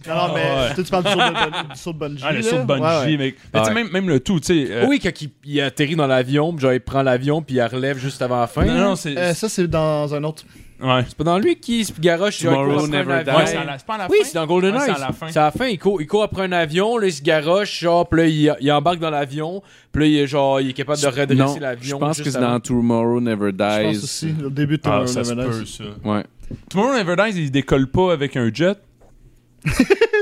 Non, non, mais
ouais.
toi, tu parles du saut de- du saut de Bungie,
Ah, le
là.
saut de Bungie,
Ouais, ouais.
mec. Mais tu sais,
Ouais.
même, même le tout, tu sais. euh,
Oui, quand il, il atterrit dans l'avion, puis genre il prend l'avion, puis il la relève juste avant la fin.
Non, non, c'est.
Euh, ça, c'est dans un autre.
Ouais.
C'est pas dans lui qui se garoche genre, il
Tomorrow
court après
Never
un
Dies.
avion.
Ouais, c'est à la- c'est pas à la
Oui,
fin?
c'est dans Golden
Ouais,
Eyes.
c'est à la fin.
C'est à la fin, il court, il court après un avion, là, il se garoche, genre, puis là, il, il embarque dans l'avion, puis là, il, est genre, il est capable de
Non,
redresser
je
l'avion.
pense que
juste
c'est
avant.
dans Tomorrow Never
Je pense
Dies.
aussi, le début de
Ah,
Tomorrow
ça se
Never Dies.
peut, ça.
Ouais.
Tomorrow Never Dies, il décolle pas avec un jet.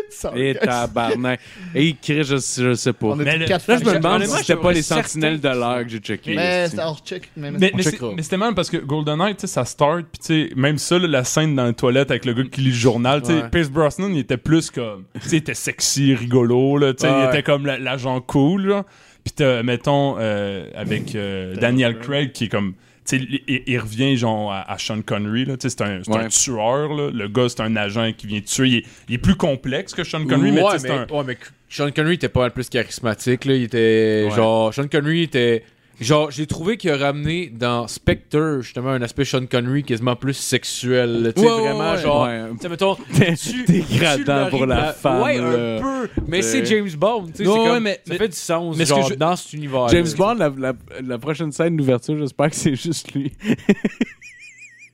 Ça,
Et
ok.
Eh, tabarnak. Et Chris, je, je sais pas.
On
Mais
est Ah,
le-
quatre
Là, je me
fois-
demande
Honnêtement,
si c'était pas
j'aurais
les
certain
sentinelles de l'air que j'ai checké.
Mais
esti.
c'est hors check. Mais
Mais, mais c'est-
checkera.
mais c'était mal parce que GoldenEye, tu sais, ça start, pis tu sais, même ça, là, la scène dans les toilettes avec le gars qui lit le journal, tu sais,
Ouais.
Pierce Brosnan, il était plus comme, tu sais, il était sexy, rigolo, là, tu sais,
Ouais.
il était comme la- l'agent cool, là. Pis t'as, mettons, euh, avec euh, Daniel Craig qui est comme, tu sais, il, il- il revient genre à, à Sean Connery, là, tu sais, c'est un, c'est un
Ouais.
tueur, là. Le gars, c'est un agent qui vient tuer. Il est, il est plus complexe que Sean Connery, mais
ouais,
tu sais, c'est un.
ouais, mais Sean Connery était pas mal plus charismatique. Là. Il était.
Ouais.
Genre, Sean Connery était. Genre, j'ai trouvé qu'il a ramené dans Spectre, justement, un aspect Sean Connery quasiment plus sexuel. là. Tu sais,
Ouais, ouais,
vraiment,
ouais.
genre.
Ouais.
Tu sais, mettons. tu-
dégradant
tu le
pour la
maries,
femme,
Ouais, un
là.
peu. Mais
Tu
c'est
sais.
James Bond. Tu sais,
Ouais,
c'est
ouais,
comme-
mais-
ça fait du sens.
mais ce que
genre,
je-
dans cet univers.
James Bond, la, la, la prochaine scène d'ouverture, j'espère que c'est juste lui.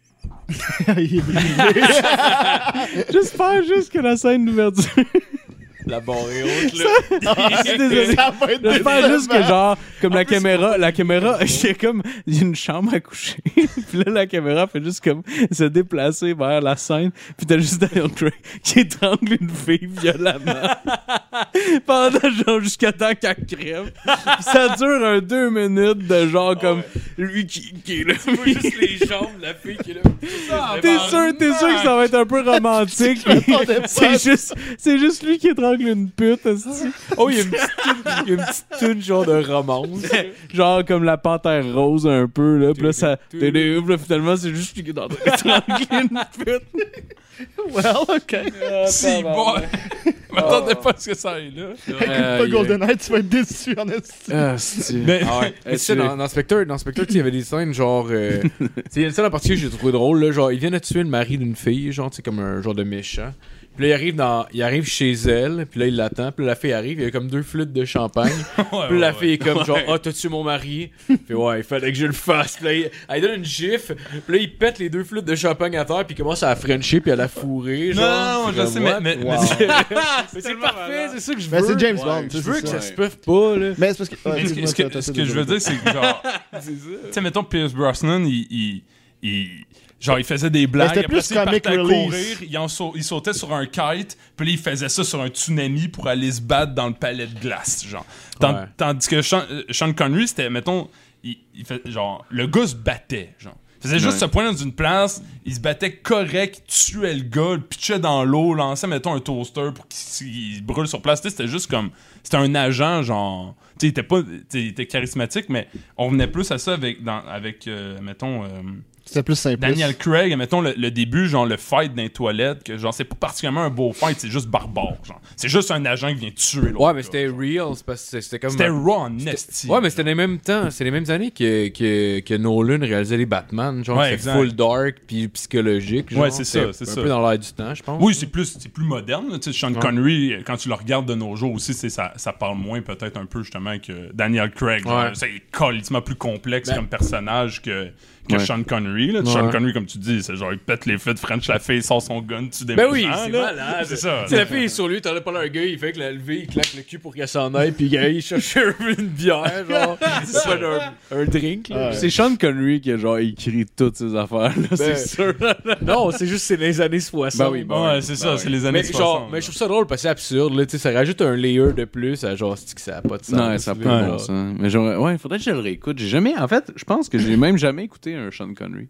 Il est brisé.
j'espère juste que la scène d'ouverture.
La barre est haute, là.
Je suis désolé.
Ça va être
J'espère juste que
décevant.
genre, comme la caméra, la caméra, il y a comme il y a une chambre à coucher. puis là, la caméra fait juste comme se déplacer vers la scène. Puis t'as juste Daniel Craig qui étrangle une fille violemment. Pendant genre jusqu'à temps qu'elle crève. Puis ça dure un deux minutes de genre
Ah
comme lui qui, qui est là.
les jambes, la fille qui est là.
Ah,
T'es
ben,
sûr, t'es sûr que ça va être un peu romantique.
m'attendais pas.
c'est juste, c'est juste lui qui étrangle une pute. esti.
Oh, il y a une petite toune- il y a une petite toune, genre de romance.
Genre comme la panthère rose un peu là, puis là ça Puis là, finalement c'est juste lui qui est dans étrangler une pute.
Well, ok.
Si, ben, bon. Je m'attendais pas à ce que ça aille là.
Pas GoldenEye, tu vas être déçu, en esti.
Ah, c'est-
Mais-
Ah ouais. Mais
Eh,
tu sais,
tu-
dans, dans Spectre, dans Spectre, tu sais, il y avait des scènes genre. Euh, tu sais, il y a une scène en particulier que j'ai trouvé drôle, là, genre, ils viennent de tuer le mari d'une fille, genre, tu sais, comme un genre de méchant. Puis là, il arrive, dans, il arrive chez elle, puis là, il l'attend, puis là, la fille arrive, il y a comme deux flûtes de champagne. Puis là, la fille est comme genre, ah, t'as tué mon mari. Puis ouais, il fallait que je le fasse. Puis là, il- elle lui donne une gifle. Puis là, il pète les deux flûtes de champagne à terre, puis il commence à la frencher, puis à la fourrer. Genre,
Non, non,
C'est
je
comme,
sais,
what?
mais- mais
Wow.
mais c'est-
Mais c'est parfait, c'est ça que je veux.
Mais Ben, c'est James Bond,
Je
tu sais,
veux
c'est
que
ça.
ça se puffe pas, là.
Mais c'est parce que...
Mais ce que, ce que- ce que je veux dire, c'est que genre. Tu sais, mettons, Pierce Brosnan, il. il- il- genre, il faisait des blagues.
c'était
après
plus
ça, il
comic
partait à
relief.
courir, il, en sau- il sautait sur un kite, puis là, il faisait ça sur un tsunami pour aller se battre dans le palais de glace, genre. Tant-
Ouais.
Tandis que Sean, euh, Sean Connery, c'était, mettons, il, il fait, genre, le gars se battait, genre. Il faisait juste se pointer dans une place, il se battait correct, il tuait le gars, le pitchait dans l'eau, lançait, mettons, un toaster pour qu'il s- il brûle sur place. Tu sais, C'était juste comme. C'était un agent, genre. Tu sais, il était pas. tu sais, il était charismatique, mais on venait plus à ça avec, dans, avec euh, mettons. euh,
C'était plus simple.
Daniel Craig, mettons le, le début, genre le fight dans les toilettes, que genre c'est pas particulièrement un beau fight, c'est juste barbare, genre. C'est juste un agent qui vient tuer l'autre.
Ouais, mais
gars,
c'était
genre.
real, c'est parce que c'était comme.
C'était raw en esti.
Ouais, mais c'était les mêmes temps, c'est les mêmes années que, que, que Nolan réalisait les Batman, genre
Ouais,
c'est
exact.
full dark puis psychologique. Genre,
Ouais, c'est ça, c'est
un
ça.
peu dans l'air du temps, je pense.
Oui, c'est plus, c'est plus moderne. là. Tu sais, Sean
Ouais.
Connery, euh, quand tu le regardes de nos jours aussi, c'est ça, ça parle moins peut-être un peu justement que Daniel Craig. genre,
Ouais. Ben-
C'est complètement plus complexe comme personnage que, que
Ouais.
Sean Connery. là. Sean
Ouais.
Connery, comme tu dis, c'est genre il pète les feux de French la fille, il sort son gun, tu des
Ben oui,
gens,
c'est
là.
malade.
C'est ça.
Tu sais, la fille est sur lui, t'en as parlé à un gars, il fait que la levée, il claque le cul pour qu'elle s'en aille, puis gars, il cherche une bière, genre, il se fait un, un drink. là.
Ouais.
C'est Sean Connery qui a genre écrit toutes ces affaires,
Ben,
là, c'est sûr.
Non, c'est juste c'est les années 60.
Ben oui, ben
Ouais, c'est ça, c'est les années
mais, genre,
60,
mais
là.
je trouve ça drôle parce que c'est absurde, là, tu sais, ça rajoute un layer de plus à genre, c'est que ça a pas de sens.
Non, ça
tu
peut
vois,
pas de
genre.
pas ça. Mais j'aurais- ouais, faudrait que je le réécoute. J'ai jamais, en fait, je pense que j'ai même jamais écouté un Sean Connery.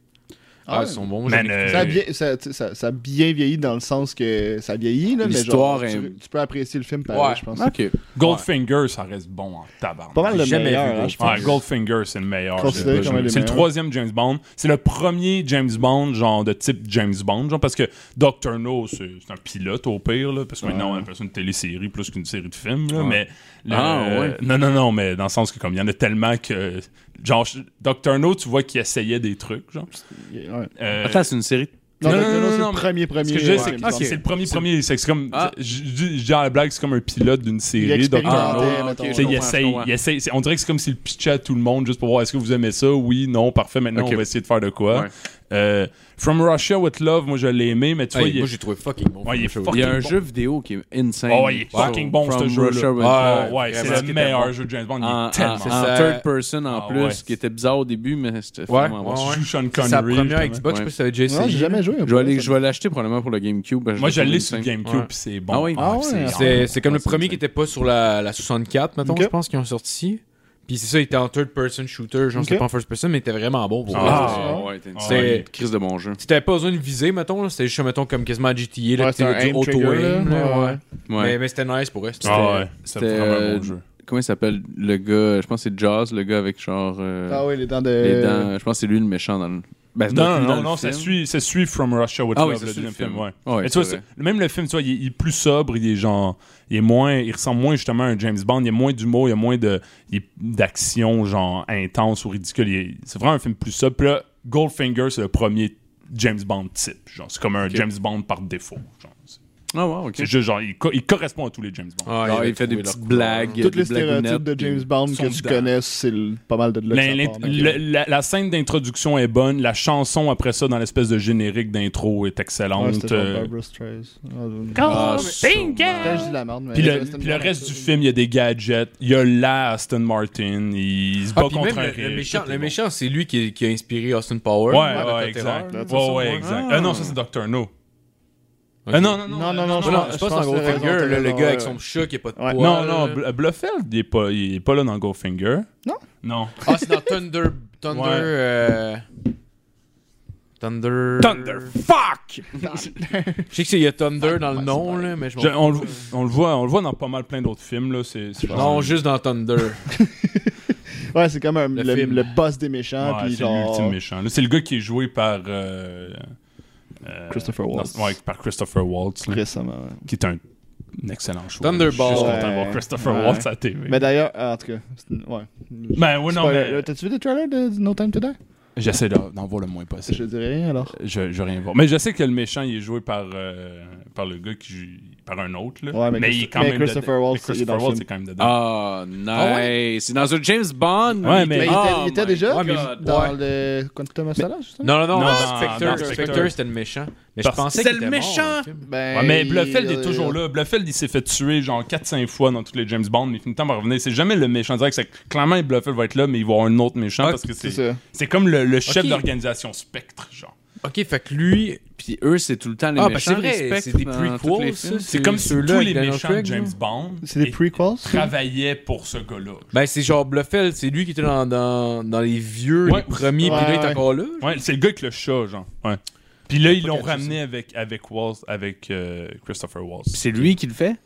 Ah, ils sont bons. moi,
Man,
j'en ai-
euh,
Ça a, bien, ça, tu sais, ça- ça a bien vieilli dans le sens que ça vieillit. là, mais
L'histoire
genre, tu-
est-
tu, peux apprécier le film pareil,
Ouais.
Ben je pense.
Euh,
Ok.
Goldfinger, ça reste bon en tabarnak.
Pas mal le
jamais
meilleur,
vu
hein, je pense.
Ouais, Goldfinger, c'est le meilleur.
Considéré
C'est-
comme un des
C'est le
meilleurs.
troisième James Bond. C'est le premier James Bond, genre de type James Bond, genre parce que Doctor No, c'est c'est un pilote au pire, là, parce que maintenant on appelle ça une télésérie plus qu'une série de films, là, mais. le-
Ah, ouais.
euh, Non, non, non, mais dans le sens que comme il y en a tellement que. Genre, je- Doctor No, tu vois qu'il essayait des trucs, genre.
Ouais. Non,
Euh,
Attends, c'est une série.
Non, non,
Doctor
non,
No, c'est
non,
le
mais-
premier, premier.
ce que je dis,
ouais,
c'est que
James Bond.
c'est le premier premier. C'est c'est comme.
Ah.
Je je- je dis à la blague, c'est comme un pilote d'une
Il
série, Doctor No.
expérimentait,
Ah,
mettons,
ok,
Tu sais,
je
il
comprends, je
essaye,
comprends.
il essaye. C'est- On dirait que c'est comme s'il pitchait à tout le monde juste pour voir est-ce que vous aimez ça, oui, non, parfait, maintenant
Ok.
on va essayer de faire de quoi.
Ouais.
Euh, From Russia with Love, moi je l'ai aimé, mais tu vois,
Hey,
il est-
moi, j'ai trouvé fucking bon.
Ouais, il est
Show.
fucking
Il y a un
bon.
jeu vidéo qui est insane.
Oh, il est
Sur-
fucking bon ce
From Russia with
jeu-là.
Love. Ah,
Oh, ouais,
Vraiment,
c'est le
c'était
meilleur
bon.
jeu de James Bond. Il
En,
est tellement.
en-
bon.
en
ça.
third person en
Ah,
plus,
ouais.
qui était bizarre au début, mais c'était
Ouais,
vraiment
ouais,
bon.
ouais.
Tu joues Sean
C'est sa
Connery,
première
justement.
Xbox, je sais pas si t'avais déjà
Non, j'ai
essayé.
jamais joué.
Je vais aller, je vais l'acheter probablement pour le GameCube. parce que
Moi
l'ai
je
trouvé
l'ai sur
insane.
GameCube,
Ouais.
puis c'est bon.
Ah oui?
Ah ouais,
c'est-
ah
C'est c'est comme
Ouais,
le
c'est
premier
insane.
qui était pas sur la, la 64, maintenant,
Ok.
je pense, qu'ils ont sorti. Puis c'est ça, il était en third person shooter, genre
Ok.
c'était pas en first person, mais il était vraiment bon. Pour vrai.
Ah,
Ah, ouais, t'es une
C'est-
ouais, crise de bon jeu.
Si t'avais pas besoin de viser, mettons, là, c'était juste, mettons, comme quasiment à GTA, là,
Ouais,
que t'avais
c'est
du
un aim
auto-aim.
trigger,
là,
là.
ouais.
Ouais.
Mais, mais c'était nice pour eux.
Ah ouais, c'est
c'était-
vraiment un bon jeu.
Comment il s'appelle le gars Je pense que c'est Jaws, le gars avec genre. euh,
Ah oui, les dents de.
les dents. Je pense que c'est lui le méchant dans le. Ben, c'est
Non,
dans
non,
le
non, ça
film.
suit, ça suit From Russia with
Ah oui,
Love,
ça
le
suit le
deuxième film,
film.
ouais.
Ouais,
Mais tu vois,
c'est vrai.
c'est- même le film, tu vois, il est, il est plus sobre, il est genre, il est moins, il ressemble moins justement à un James Bond, il y a moins d'humour, il y a moins de, il est- d'action genre intense ou ridicule. Il est- C'est vraiment un film plus sobre. Puis là, Goldfinger, c'est le premier James Bond type, genre, c'est comme un James Bond par défaut. genre. C'est-
Ah, ouais, ok.
C'est juste genre, il, co- il correspond à tous les James Bond.
Ah, il fait des petites blagues.
Tous
des
les
blagounettes,
stéréotypes de
puis-
James Bond
sont
que tu
dedans.
connais, c'est le- pas mal de
La,
là que ça
l'int-
part, hein.
le- la- la scène d'introduction est bonne, la chanson après ça dans l'espèce de générique d'intro est
Ah Ouais,
excellente.
c'était genre
euh,
Barbra Streisand. Ah, je-
Ah,
Putain,
sûrement.
je dis la merde, mais
Puis le,
c'était une
puis le
bonne
reste
chose.
du film, il y a des gadgets, il y a la Aston Martin, il se bat
Ah, puis
contre
même
un
le,
riche,
le méchant,
tout est
le
bon.
méchant c'est lui qui, qui a inspiré Austin Power.
Ouais,
avec
ouais,
la
exact.
terreur, là,
Ouais,
c'est
ouais,
ça,
exact.
Ah.
Ah non, ça c'est Dr. No.
Ok.
Ah, non, non, non.
Euh, Non, non,
Non,
non,
je pense- je pense dans
que c'est euh,
Goldfinger, là,
raison,
le
t'as
gars avec
raison,
son chat qui a pas de
Ouais.
poil.
Non, non,
là.
Bl- Blofeld, il est pas, il est pas là dans Goldfinger.
Non?
Non.
Ah, c'est dans Thunder. Thunder.
Ouais.
euh, Thunder.
Thunder, fuck!
Je sais qu'il y a Thunder dans le nom, là, mais je m'en
Je- on, le- on le voit, on le voit dans pas mal plein d'autres films, là. C'est, c'est genre-
Non, juste dans Thunder.
ouais. Ouais, c'est comme un-
Le
le,
film.
le boss des
Ouais,
méchants. puis
c'est
genre-
l'ultime méchant. Là, c'est le gars qui est joué par. euh, euh,
Christopher
non,
Waltz.
ouais, par Christopher Waltz, là,
Récemment. ouais.
qui est un, un excellent choix.
Thunderball.
Je suis juste content de voir
Ouais.
Christopher
Ouais.
Waltz à la TV.
Mais d'ailleurs, ah, en tout cas, c'est- ouais.
Ben oui,
C'est
non,
pas-
mais
euh, T'as-tu vu le trailer de du No Time to Die?
j'essaie d'en d'en voir le moins
Je
possible.
dirais rien alors.
Je, je veux rien voir. Mais je sais que le méchant, il est joué par, euh, par le gars qui joue- par un autre. Là.
Ouais, mais
il est
Christo-
quand
mais
même
Christopher
dedans.
Waltz,
Mais
il est dans
Christopher
le
Waltz
film.
est quand même dedans.
Ah, nice. C'est dans un James Bond.
Ouais, mais-
Mais Ah, il était,
Oh
il était
my
déjà
God.
dans le Quantum of Solace, justement?
Non, non, non, dans
Non, dans-
Spectre,
dans Spectre.
Spectre, c'était le méchant. Mais
Parce-
je pensais
c'est
qu'il
le
était mort
méchant!
dans le film.
Ah,
Ben, euh,
Ouais, mais Blofeld
il-
est toujours là. Blofeld, il s'est fait tuer genre 4-5 fois dans tous les James Bond, mais il finit temps par revenir. C'est jamais le méchant direct. c'est que Clairement, Blofeld va être là, mais il va avoir un autre méchant
Ah,
parce que
C'est
c'est
ça.
c'est comme le, le chef
Ok.
d'organisation Spectre, genre.
Ok, fait que lui.
Puis eux, c'est tout le temps les
Ah, ben,
méchants.
c'est vrai,
les spectres
c'est des
dans
prequels,
tous les films.
ça.
C'est comme si
ceux-là
tous
avec
les
Daniel
méchants de
Craig,
James
là.
Bond
C'est des
et-
prequels? ça?
travaillaient pour ce gars-là.
Ben, c'est genre Bluffel, c'est lui qui était dans, dans, dans les vieux,
Ouais.
les premiers, puis
Ouais,
là, il est
ouais.
encore là.
Ouais, c'est le gars avec le chat, genre. Ouais. Puis là, ils
Pas
l'ont
catché ça.
ramené avec, avec Waltz, avec euh, Christopher Waltz.
C'est lui qui le fait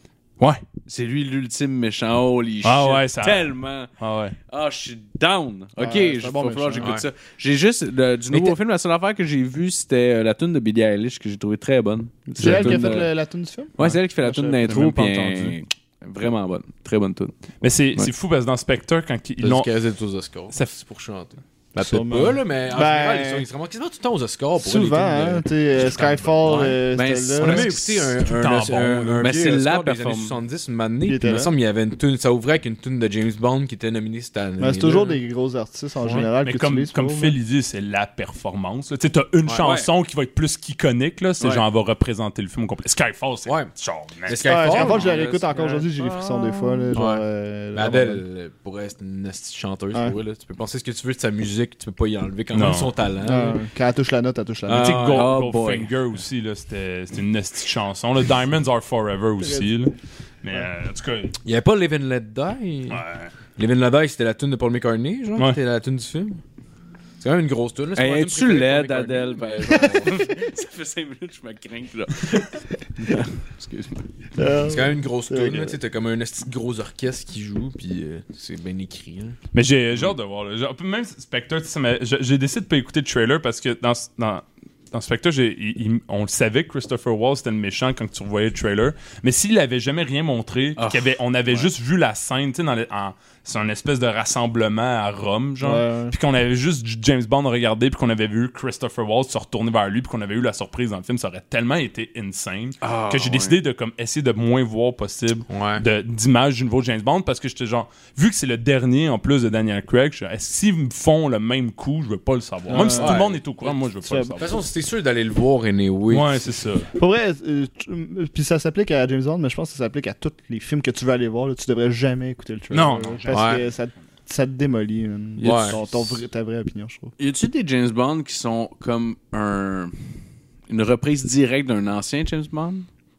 Ouais.
C'est lui l'ultime méchant. Holy
Ah
shit.
ouais, ça-
Tellement.
Ah ouais.
Ah, je suis down. Ok,
c'est
je
un bon
va falloir que
méchant.
j'écoute ça. J'ai juste, le- du
Mais
nouveau
t'es-
film, la seule affaire que j'ai vue, c'était euh, la tune de Billie Eilish que j'ai trouvé très bonne.
C'est elle qui a
toune,
fait
euh,
le- la tune du film?
Oh,
Ouais, c'est elle qui fait la
Ah,
tune
je-
d'intro.
même pas
puis elle-
entendu.
Vraiment bonne. Très bonne tune.
Mais c'est
Ouais.
c'est fou parce que dans Spectre, quand ils
Ils l'ont
l'ont.
casé aux Oscars.
Ça-
C'est pour chanter. Bah, peut-être
Sûrement.
pas, là, mais en
Ben-
général, ils sont extrêmement quasiment tout le temps aux Oscars. Pour
Souvent,
les films
hein,
de-
tu sais, euh,
je suis quand
Skyfall,
même-
euh,
Ben,
c'était
On a
là.
même
c'est-
écouté
c'est
un,
tout le
un,
temps
os-
bon,
un,
là.
un
Mais
vieil
c'est la
Oscar des années
performance.
70, une année,
Il
puis
était
il me
là.
semble il y avait une tune, ça ouvrait avec une tune de James Bond qui était nominée cette année.
Ben, c'est toujours des gros artistes en
Ouais.
général
Mais
que
comme,
tu lises
comme
pour,
Phil il dit, c'est la performance. là. Tu sais, t'as une chanson qui va être plus qu'iconique, là. C'est
Ouais.
genre, elle va représenter le film au complet. Skyfall, c'est.
Ouais.
genre, man.
Mais
Ouais,
Skyfall,
Skyfall, je la
euh,
réécoute encore aujourd'hui, j'ai des frissons des fois. Là, genre,
Ouais.
euh,
Mais Adele, euh, pour elle, c'est une asti chanteuse.
Ouais.
pour elle, là. Tu peux penser ce que tu veux de sa musique, tu peux pas y enlever quand
Non.
même son talent.
Ah, Quand elle touche la note, elle touche la
Mais
note.
tu sais,
Ah,
Gold-
oh boy.
Goldfinger aussi, là, c'était c'était une nasty chanson. là. Diamonds Are Forever aussi. là. Mais euh, en tout cas,
Il y avait pas Live and Let Die.
ouais.
Live and Let Die, c'était la tune de Paul McCartney, genre.
Ouais.
C'était la tune du film. C'est quand même une grosse tune. là. C'est pas la
Hey,
tune
tu
préférée de
laide,
Paul McCartney.
Adèle? Ben, genre, ça fait 5 minutes que je me crains, là. Excuse-moi.
Euh,
C'est quand même une grosse
vrai
tune.
que-
là. Tu sais, T'as comme un esti de gros orchestre qui joue, puis euh, c'est bien écrit. hein.
Mais j'ai j'ai hâte de voir. là. Genre, Même Spectre, tu sais, mais je- j'ai décidé de pas écouter le trailer parce que dans, dans, dans Spectre, j'ai- il- il- on le savait que Christopher Walls était le méchant quand tu revoyais le trailer. Mais s'il avait jamais rien montré,
Ah,
qu'on avait, on avait juste vu la scène, tu sais, dans les- en- c'est un espèce de rassemblement à Rome, genre.
Ouais.
Puis qu'on avait juste du James Bond à regarder, puis qu'on avait vu Christopher Walls se retourner vers lui, puis qu'on avait eu la surprise dans le film, ça aurait tellement été insane
Ah,
que j'ai
ouais.
décidé de comme essayer de moins voir possible
Ouais.
de- d'images du nouveau James Bond parce que j'étais genre, vu que c'est le dernier en plus de Daniel Craig, je- est-ce qu'ils me font le même coup, je veux pas le savoir. Même si tout
ouais.
le monde est au courant, moi je veux
Tu
pas le
fais-
De
savoir.
toute façon, c'était sûr d'aller le voir, anyway.
ouais, c'est ça.
Pour vrai, euh, tu- euh, puis ça s'applique à James Bond, mais je pense que ça s'applique à tous les films que tu veux aller voir. là. Tu devrais jamais écouter le trailer.
Non,
là,
non,
Parce
jamais.
que ça, ça te démolit man.
Y a-
ton, ton vrai- ta vraie opinion, je trouve.
Y a-tu des James Bond qui sont comme un... une reprise directe d'un ancien James Bond?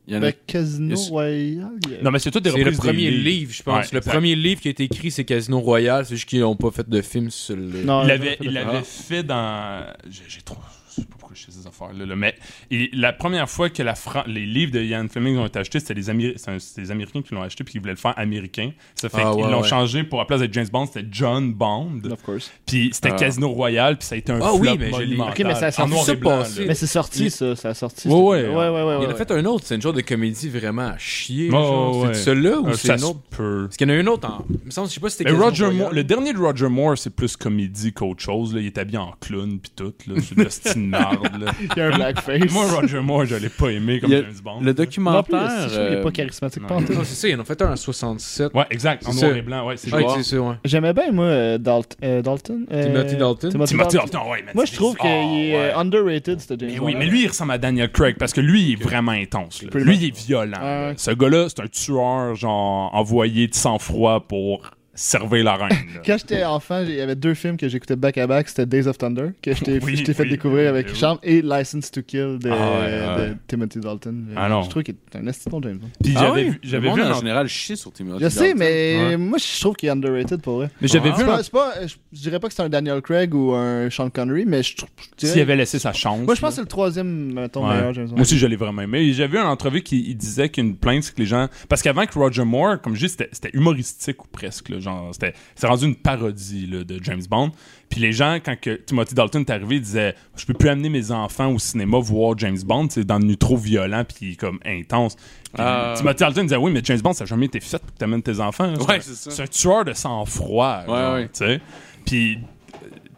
Il y en a
Avec Ben, Casino
Yes.
Royale.
Non, mais c'est tout des
C'est le
reprises des
premier
livres.
livre, je pense.
Ouais,
le
exact.
premier livre qui a été écrit, c'est Casino Royale. C'est juste qu'ils n'ont pas fait de film sur le.
Non,
Il
j'ai
l'avait
jamais fait
il
de-
Ah.
l'avait fait dans. J'ai j'ai trop. Je sais pas pourquoi je sais ces affaires-là, là, mais il- la première fois que la Fran- les livres de Ian Fleming ont été achetés, c'était les, Améri- c'est un- c'est les Américains qui l'ont acheté puis ils voulaient le faire américain. Ça fait
Ah,
qu'ils
ouais,
l'ont
ouais.
changé pour, à place de James Bond, c'était John Bond.
Of course.
Puis c'était
Ah.
Casino Royal, puis ça a été un
Ah
flop
oui, mais je l'ai-
monumental.
Ok, mais ça- ça
en
fait
noir
ça
et blanc,
passer.
là.
Mais c'est sorti,
Il-
ça. Ça a sorti.
Ouais,
ce
ouais.
film-là. ouais, ouais, ouais.
Il en a fait un autre, c'est une genre de comédie vraiment à chier.
Oh,
genre.
ouais.
C'est celui-là ou
Euh,
c'est
ça
une
se
autre
peut.
Parce qu'il y en a un autre en. il me semble, Je sais pas si c'était
Mais
Casino
Roger
Royale.
Moore, le dernier de Roger Moore, c'est plus comédie qu'autre chose. Là. Il est habillé en clown puis tout. Là. C'est de la style de marde. là.
Il y a un blackface.
Moi, Roger Moore, je l'ai pas aimé comme
Il y a-
James
le
Bond.
Non plus,
documentaire. euh,
si je trouve, il est pas charismatique
euh, non.
pas en tout.
Non, Ah, c'est ça, ils en ont fait un en 67.
Ouais, exact. En
C'est
noir
ça.
et blanc, ouais. C'est
Ouais,
genre-
c'est ça, ouais.
J'aimais bien, moi, euh, Dalt- euh, Dalton. euh,
Timothy Dalton.
Timothy Dalton, ouais. mais
Moi,
c'est
je trouve
des-
qu'il
Ah,
est euh,
ouais.
underrated, ce James
Mais
Bond.
oui, mais lui, il ressemble à Daniel Craig parce que lui, il est vraiment intense. là. Lui, il est violent. là.
Ouais.
Ce gars-là, c'est un tueur, genre, envoyé de sang-froid pour servir la reine. là.
Quand j'étais enfant, il y avait deux films que j'écoutais back-à-back. C'était Days of Thunder, que je t'ai
Oui,
je t'ai fait
oui.
découvrir avec
Oui.
Richard, et License to Kill de,
Ah ouais, ouais.
de Timothy Dalton.
Ah non.
Je trouve qu'il est un esti bon James Bond.
Puis
Ah
j'avais
ouais?
vu, j'avais
Le
vu
monde,
un
en général chie sur Timothy
Je sais,
Dalton.
mais
Ouais.
moi, je trouve qu'il est underrated pour vrai.
Mais
Ah.
j'avais
C'est
vu
pas,
un-
c'est pas- euh, je, je dirais pas que c'est un Daniel Craig ou un Sean Connery, mais je trouve. je dirais-
s'il avait laissé sa chance.
Moi, je pense que
là.
c'est le troisième, mettons,
Ouais.
meilleur James Bond.
Moi aussi, je l'ai vraiment aimé. Et J'avais vu une entrevue qui il disait qu'une plainte, c'est que les gens. Parce qu'avant que Roger Moore, comme je dis, c'était c'était humoristique ou presque. là. genre, c'était c'est rendu une parodie là, de James Bond. Puis les gens, quand que Timothy Dalton est arrivé, ils disaient Je peux plus amener mes enfants au cinéma voir James Bond. C'est dans le trop violent puis comme intense. Puis
Ah.
Timothy Dalton disait Oui, mais James Bond, ça n'a jamais été fait pour que tu amènes tes enfants. là.
Ouais,
un-
c'est ça.
C'est un tueur de sang-froid.
Ouais,
genre,
ouais.
tu sais. Puis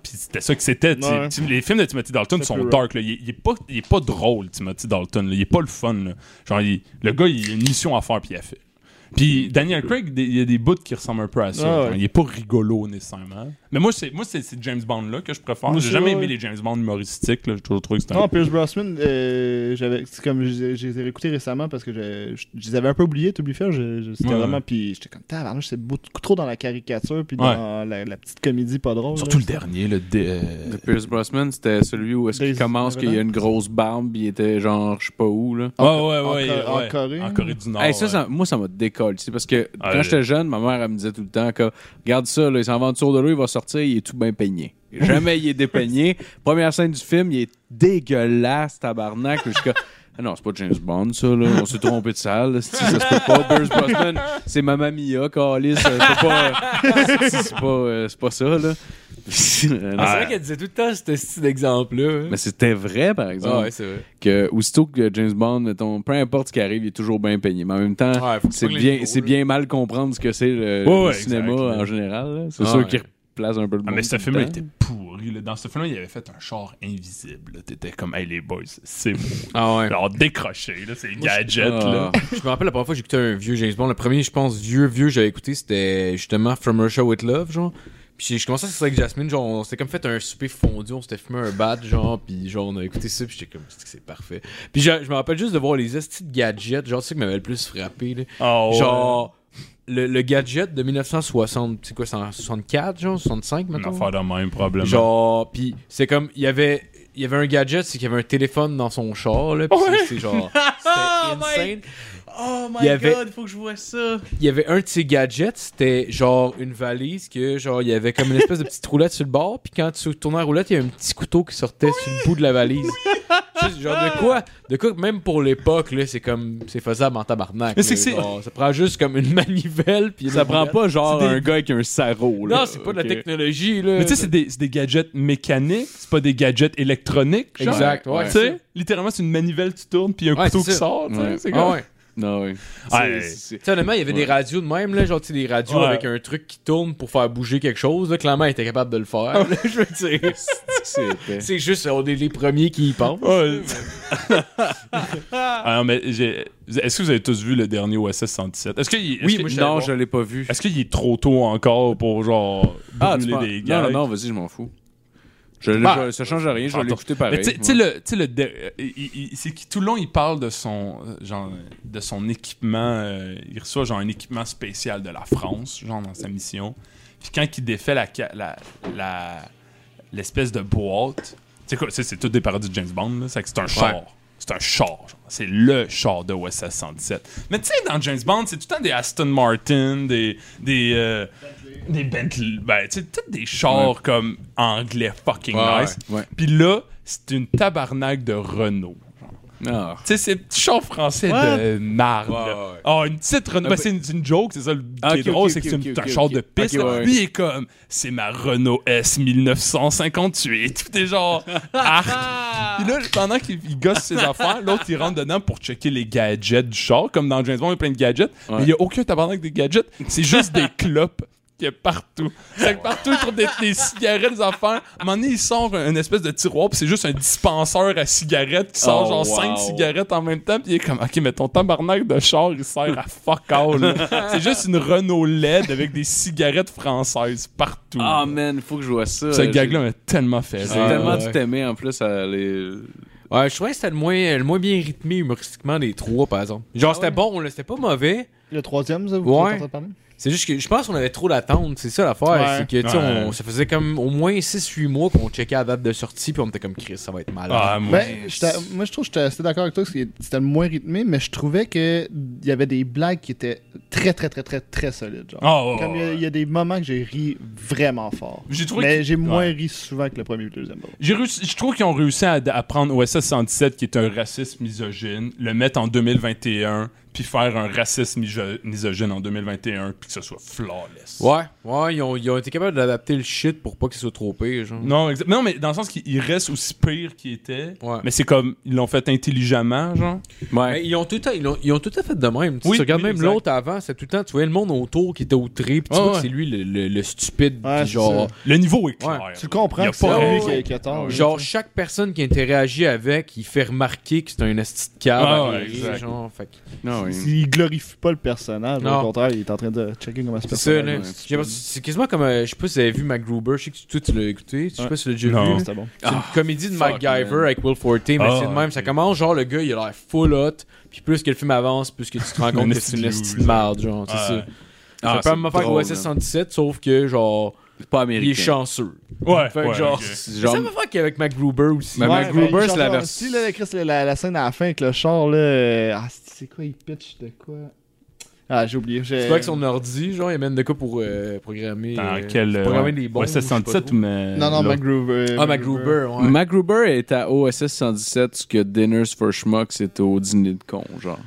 puis c'était ça que c'était. tu sais.
Ouais.
Tim- Les films de Timothy Dalton
C'est
sont
plus rough.
dark. là. Il, il est pas, il est pas drôle, Timothy Dalton. là. Il est pas le fun. là. Genre, il- le gars, il a une mission à faire, puis il a fait. Puis Daniel Craig, des- il y a des bouts qui ressemblent un peu à ça.
Ah ouais.
Genre, Il est pas rigolo nécessairement. Mais moi, c'est moi c'est c'est James Bond là que je préfère.
Moi
J'ai
aussi,
jamais
ouais, Ah,
aimé
ouais.
les James Bond humoristiques. là. J'ai toujours trouvé que c'était un-
Non, Pierce Brosnan, euh, j'avais, c'est comme je, les ai- je les ai réécoutés récemment parce que je, je- je les avais un peu oubliés, tout faire. Je, je- c'était
Ouais,
vraiment,
ouais.
puis j'étais comme, tabarnouche, c'est beaucoup trop dans la caricature, puis dans la, la petite comédie pas drôle.
Surtout
là.
le dernier, le dé- euh,
De Pierce Brosnan, c'était celui où est-ce qu'il
Days-
commence qu'il y a une grosse barbe, il était genre, je sais pas où, là.
Ouais, ouais, ouais,
en- en
ouais.
Corée.
En Corée du Nord.
Hey, ça,
ouais.
ça- moi, ça m'a décolle. tu sais, Parce que
Ah,
quand
oui.
j'étais jeune, ma mère, elle me disait tout le temps que regarde ça, là, il s'en va autour de lui, il va sortir, il est tout bien peigné. Jamais il est dépeigné. Première scène du film, il est dégueulasse, tabarnak. Je suis comme, Ah non, c'est pas James Bond, ça, là. On s'est trompé de salle. là. C'est- Ça se peut pas. Pierce Brosnan, c'est Mamma Mia, Calis. C'est pas, c'est- c'est pas, euh, c'est pas ça, là.
Mais c'est vrai qu'elle disait tout le temps ce style d'exemple-là.
Mais c'était vrai, par exemple.
Ah ouais, c'est vrai.
que aussitôt que James Bond, mettons, peu importe ce qui arrive, il est toujours bien peigné. Mais en même temps,
Ouais, faut
c'est
pas que
bien,
les niveaux,
c'est
là.
bien mal comprendre ce que c'est le,
Ouais,
le
ouais,
cinéma
exact, là.
en général. là. C'est
Ah,
sûr
ouais.
qu'il replace un peu le
Ah,
monde
mais ce
tout le
film-là
temps.
était pourri. là. Dans ce film-là, il avait fait un char invisible. là. T'étais comme, hey les boys, c'est bon.
Ah ouais.
Alors décroché, là, c'est gadget,
Ah.
là.
Je me rappelle la première fois que j'ai écouté un vieux James Bond. Le premier, je pense, vieux, vieux, j'avais écouté, c'était justement From Russia with Love, genre. Puis je commençais à sortir avec Jasmine, genre, on s'était comme fait un souper fondu, on s'était fumé un bat, genre, puis genre, on a écouté ça, puis j'étais comme, c'est que c'est parfait. Puis je, je me rappelle juste de voir les estis de gadgets, genre, tu sais, qui m'avait le plus frappé, là.
Oh, ouais.
Genre, le, le gadget de 1960, c'est quoi, c'est en 64, genre, 65
Une
maintenant?
affaire de même, probablement.
Genre, puis c'est comme, il y avait, il y avait un gadget, c'est qu'il y avait un téléphone dans son char, là, puis c'est- c'est genre, c'était insane.
Oh
Il y avait- God,
faut que je vois ça.
Il y avait un de ses gadgets, c'était genre une valise que, genre, il y avait comme une espèce de petite roulette sur le bord, puis quand tu tournais la roulette, il y avait un petit couteau qui sortait sur le bout de la valise. Tu sais, genre, de quoi, de quoi, que même pour l'époque, là, c'est comme, c'est faisable en tabarnak.
Mais
là.
c'est que c'est-
Genre, ça prend juste comme une manivelle, puis
Ça
une
prend
roulette.
pas genre
C'est des-
un gars avec un sarrau. là.
Non, c'est pas de la
Ok.
technologie, là.
Mais tu sais, c'est des, c'est des gadgets mécaniques, c'est pas des gadgets électroniques. genre.
Exact, ouais.
Tu sais, littéralement, c'est une manivelle, tu tournes, puis il y a un
Ouais,
couteau
c'est
qui
ça.
sort, tu sais.
Ouais.
C'est
Ah
comme-
ouais.
Non, oui.
Ouais.
C'est- c'est-
Tu sais, honnêtement, il y avait des radios de même, là, genre, tu sais, des radios
Ouais.
avec un truc qui tourne pour faire bouger quelque chose, là, clairement, il était capable de le faire, là, je veux dire.
c'est épais.
C'est juste, on est les premiers qui y pensent.
Ouais. Oh. ah non, mais j'ai- est-ce que vous avez tous vu le dernier OSS 117 Est-ce qu'il est
Oui, moi, je savais
Non,
pas.
je l'ai pas vu.
est-ce qu'il est trop tôt encore pour genre
Ah, tu
brûler
penses-
des gars
Non, non, non, vas-y, je m'en fous. Je, l'ai-
Bah,
je- ça change rien, je
pardon.
l'ai écouté pareil.
Mais tu sais- tu sais le, tu sais le der- euh, il- il- c'est qui tout le long il parle de son euh, genre de son équipement, euh, il reçoit genre un équipement spécial de la France genre dans sa mission. Puis quand il défait la ca- la la- l'espèce de boîte, tu sais quoi, c'est c'est tout des parodies de James Bond là, c'est que c'est un char. C'est un char, genre. c'est le char de OSS 117. Mais tu sais, dans James Bond, c'est tout le temps des Aston Martin, des. des. euh, des Bentley. Ben, tu sais, toutes des chars comme anglais fucking
Ouais,
nice.
ouais.
Puis là, c'est une tabarnak de Renault.
Ah.
Tu sais, c'est petit char français de marde. là.
ouais.
Ah, une petite Renault.
Ah,
Ben, c'est une, c'est une joke, c'est ça le
Ah,
qui est
ok,
drôle,
ok,
c'est que
ok,
c'est une-
ok,
c'est un
ok,
char
ok.
de piste.
Ok,
là.
ouais, ouais.
Lui, il est comme, c'est ma Renault S 1958. Puis t'es genre, arc.
Ah!
Puis là, pendant qu'il il gosse ses affaires, l'autre, il rentre dedans pour checker les gadgets du char. Comme dans James Bond, il y a plein de gadgets. Mais il y a aucun tabarnak de gadgets. C'est juste des clopes. qu'il y a partout. C'est que partout, il trouve des, des cigarettes, des affaires. À un moment donné, il sort un- une espèce de tiroir, puis c'est juste un dispenseur à cigarettes qui sort
Oh,
genre
wow.
5 cigarettes en même temps, puis il est comme, OK, mais ton tabarnak de char, il sert à fuck all. là. C'est juste une Renault LED avec des cigarettes françaises partout.
Ah, man, faut que je vois ça.
Ce
J'ai-
gag-là ah, m'a tellement fait
J'ai
rire.
tellement
ouais.
dû t'aimer en plus à les.
Ouais, je trouvais que c'était le moins, le moins bien rythmé humoristiquement des trois, par exemple. Genre, c'était bon, là, c'était pas mauvais.
Le troisième, ça, vous
Ouais.
êtes en train de parler?
C'est juste que je pense qu'on avait trop d'attente, c'est ça l'affaire.
Ouais.
C'est que, tu sais,
Ouais.
on- ça faisait comme au moins 6-8 mois qu'on checkait la date de sortie, puis on était comme Chris, ça va être malade.
Ah, moi,
Ben, j'étais- moi, je trouve que j'étais assez d'accord avec toi parce que c'était le moins rythmé, mais je trouvais qu'il y avait des blagues qui étaient très, très, très, très, très solides. Genre.
Ah, ouais, ouais,
Comme il y a-
ouais.
il y, a des moments que j'ai ri vraiment fort.
J'ai trouvé
Mais
que-
j'ai moins
Ouais.
ri souvent que le premier ou le deuxième. pardon.
J'ai réussi- je trouve qu'ils ont réussi à, à prendre OSS 117, qui est un raciste misogyne, le mettre en 2021, puis faire un raciste miso- misogyne en 2021, puis que ce soit flawless.
Ouais, ouais, ils ont, ils ont été capables d'adapter le shit pour pas qu'il soit trop pire, genre.
Non, exa- non, mais dans le sens qu'il il reste aussi pire qu'il était,
Ouais.
mais c'est comme, ils l'ont fait intelligemment, genre.
Mais ils ont tout le temps, ils ont, ils ont tout à fait de même. Tu
Oui,
sais, tu regardes
oui,
même
exact.
l'autre avant, c'est tout le temps, tu voyais le monde autour qui était outré, puis tu
Ah,
vois que
ouais.
c'est lui le, le- le stupide,
Ouais,
puis
c'est
genre.
Le niveau est clair.
Ouais.
Ben Il
Tu le
y
comprends
a
que c'est
pas- Ah
lui
Ouais,
qui
ouais.
a, qui a tort. là,
Genre,
tu sais.
chaque personne qui interagit avec, il fait remarquer que c'est un esti de cave.
Ah, ouais,
à rire,
exact.
genre, fait que-
Non, oui.
Il glorifie pas le personnage.
Non.
Au contraire, il est en train de checker comment ce
C'est ça, là.
personnage.
C'est- j'ai l'impression- C'est quasiment comme. euh, je sais pas si vous avez vu MacGruber, je sais que tu- toi tu l'as écouté, je sais pas si tu l'as déjà
Non.
vu. là.
C'était bon.
C'est une comédie de
Ah, fuck,
MacGyver
man.
avec Will Forte, mais
Ah,
c'est le même. Ça
ok.
commence, genre, le gars, il a l'air full hot, puis plus que le film avance, plus que tu te rends compte
Un
que c'est une
esti de
esti de merde, genre, c'est
Ouais.
ça.
Ah,
ça
c'est
peut me faire
drôle,
OSS
hein.
117, sauf que, genre,
C'est pas
il
américain.
est chanceux.
Ouais,
Fait que
ouais,
genre,
ok.
C'est
Genre...
genre-
Ça me fait qu'avec MacGruber aussi.
Ben,
Ouais,
MacGruber,
ben,
c'est
genre,
la
genre,
version-
Si, là, Chris, la, la- la scène à la fin avec le char, là. euh, Ah, c'est quoi, il pitch de quoi Ah, j'ai oublié. j'ai-
C'est pas que son ordi, genre, il mène de quoi pour euh, programmer.
Dans
euh,
quel. euh,
programmer
ouais.
des bombes,
Ouais,
je sais pas
77
trop.
ou. mais-
Non, non,
l'autre.
MacGruber.
Ah, MacGruber, ouais.
MacGruber est à OSS 117, ce que Dinners for Schmucks est au dîner de con, genre.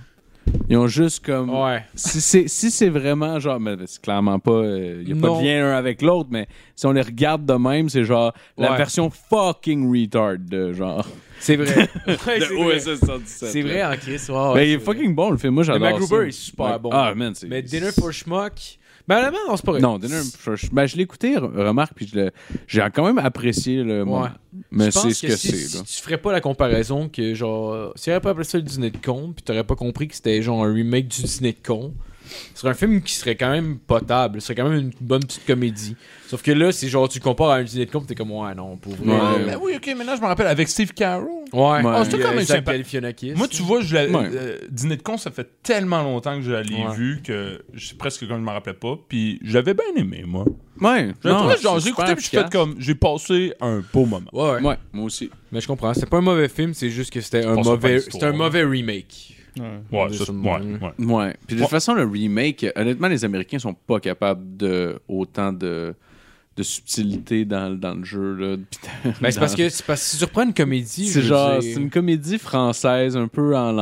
Ils ont juste comme.
Ouais.
Si c'est si c'est vraiment genre. Mais c'est clairement pas. Il y a pas
Non.
de lien un avec l'autre, mais si on les regarde de même, c'est genre la
Ouais.
version fucking retard de genre.
C'est vrai. Ouais, c'est vrai.
OSS 117.
C'est vrai, en Chris. ouais, ouais,
Mais il est
c'est vrai.
fucking bon, le film. Moi, j'adore.
Mais MacGruber
ça.
est super bon.
Ah, man, c'est.
Mais Dinner for Schmuck. Ben, là, non, c'est pas vrai.
Non, Dinner for Schmucks. Ben, je l'ai écouté, re- remarque, puis je l'ai- j'ai quand même apprécié le moment. Mais
Je pense
c'est ce que,
si,
c'est,
si
là.
tu ferais pas la comparaison que genre si aurait pas appelé ça le dîner de con puis t'aurais pas compris que c'était genre un remake du dîner de con ce serait un film qui serait quand même potable ce serait quand même une bonne petite comédie sauf que là c'est genre tu le compares à un dîner de con pis t'es comme ouais non pour vrai
Ouais.
Ah,
euh,
ben oui, ok, maintenant je me rappelle avec Steve Carroll.
ouais,
Oh,
c'était
Puis,
quand
euh,
même
Zach
sympa.
Galifianakis.
Moi, tu vois, je l'ai-
Ouais.
euh, Dîner de con, ça fait tellement longtemps que je l'ai
Ouais.
vu que je, presque comme je me rappelais pas. Puis je l'avais bien aimé, moi.
Ouais.
Je l'ai trouvé,
c'est
genre, J'ai
super
écouté, puis je fait
efficace.
comme. J'ai passé un beau moment.
ouais, ouais.
Ouais, moi aussi.
mais je comprends c'est pas un mauvais film c'est juste que c'était un
pense pas à
mauvais
l'histoire. hein.
c'était un mauvais remake
Ouais,
Ouais,
ça,
ça,
ouais, ouais.
ouais.
Ouais. Puis de
Ouais.
toute façon, le remake, euh, honnêtement, les Américains sont pas capables de autant de, de subtilité dans, dans le jeu. Là. Puis dans-
mais Ben, c'est
dans-
parce que c'est parce que si tu reprends une comédie je
C'est
veux
genre,
dire-
c'est une comédie française un peu en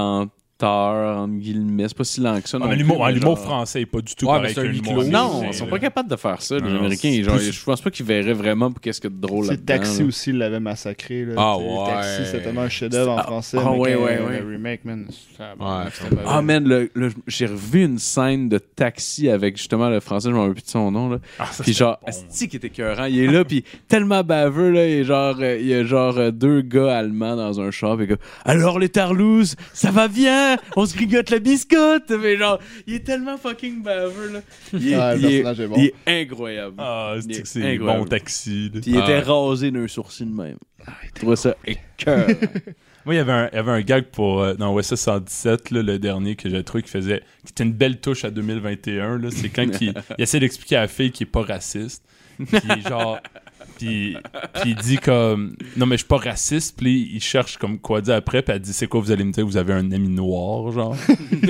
lenteur, en guillemets. C'est pas si lent que ça.
Ah,
non
mais
plus,
l'humour
mais
ah, l'humour
genre-
français est pas du tout
Ouais, mais
pareil
c'est
que
un huis
l'humour
clos.
américain,
Non, ils sont
là.
pas capables de faire ça,
Non,
les
non,
Américains.
c'est
Genre,
plus-
Je pense pas qu'ils verraient vraiment pour qu'est-ce que de drôle
C'est
là-dedans.
Taxi
là.
aussi l'avait massacré. Là,
Ah
Tu sais,
ouais.
Taxi, c'est tellement un chef-d'œuvre en
Ah,
français.
ah
mais
ouais,
que
ouais, ouais.
Le remake, man. c'est-
Ouais,
c'est pas
Ah,
vrai.
man, le- le- j'ai revu une scène de taxi avec justement le français, je m'en rappelle plus de son nom. Là.
Ah, ça,
Puis
c'était
genre,
bon.
Asti qui était écœurant. Il est là, puis tellement baveux, là. Il est genre, euh, il y a genre euh, deux gars allemands dans un char, puis comme, alors les tarlouses, ça va bien, on se grigote la biscotte. Mais genre, il est tellement fucking baveux, là. Il est,
Ah, le
il est-
personnage est bon.
il est incroyable.
Ah, c'est- c'est
Incroyable.
bon taxi. là.
Puis il était
Ah.
rasé d'un sourcil de même. Je trouvais ça écœurant.
Moi, il y avait un, il y avait un gag pour, euh, dans OSS 117, là, le dernier que j'ai trouvé qui faisait. qui était une belle touche à 2021. là. C'est quand il, il essaie d'expliquer à la fille qu'il est pas raciste. Puis il est genre. Puis, puis il dit comme. Non, mais je suis pas raciste. Puis il cherche comme quoi dire après. Puis elle dit C'est quoi, vous allez me dire Vous avez un ami noir, genre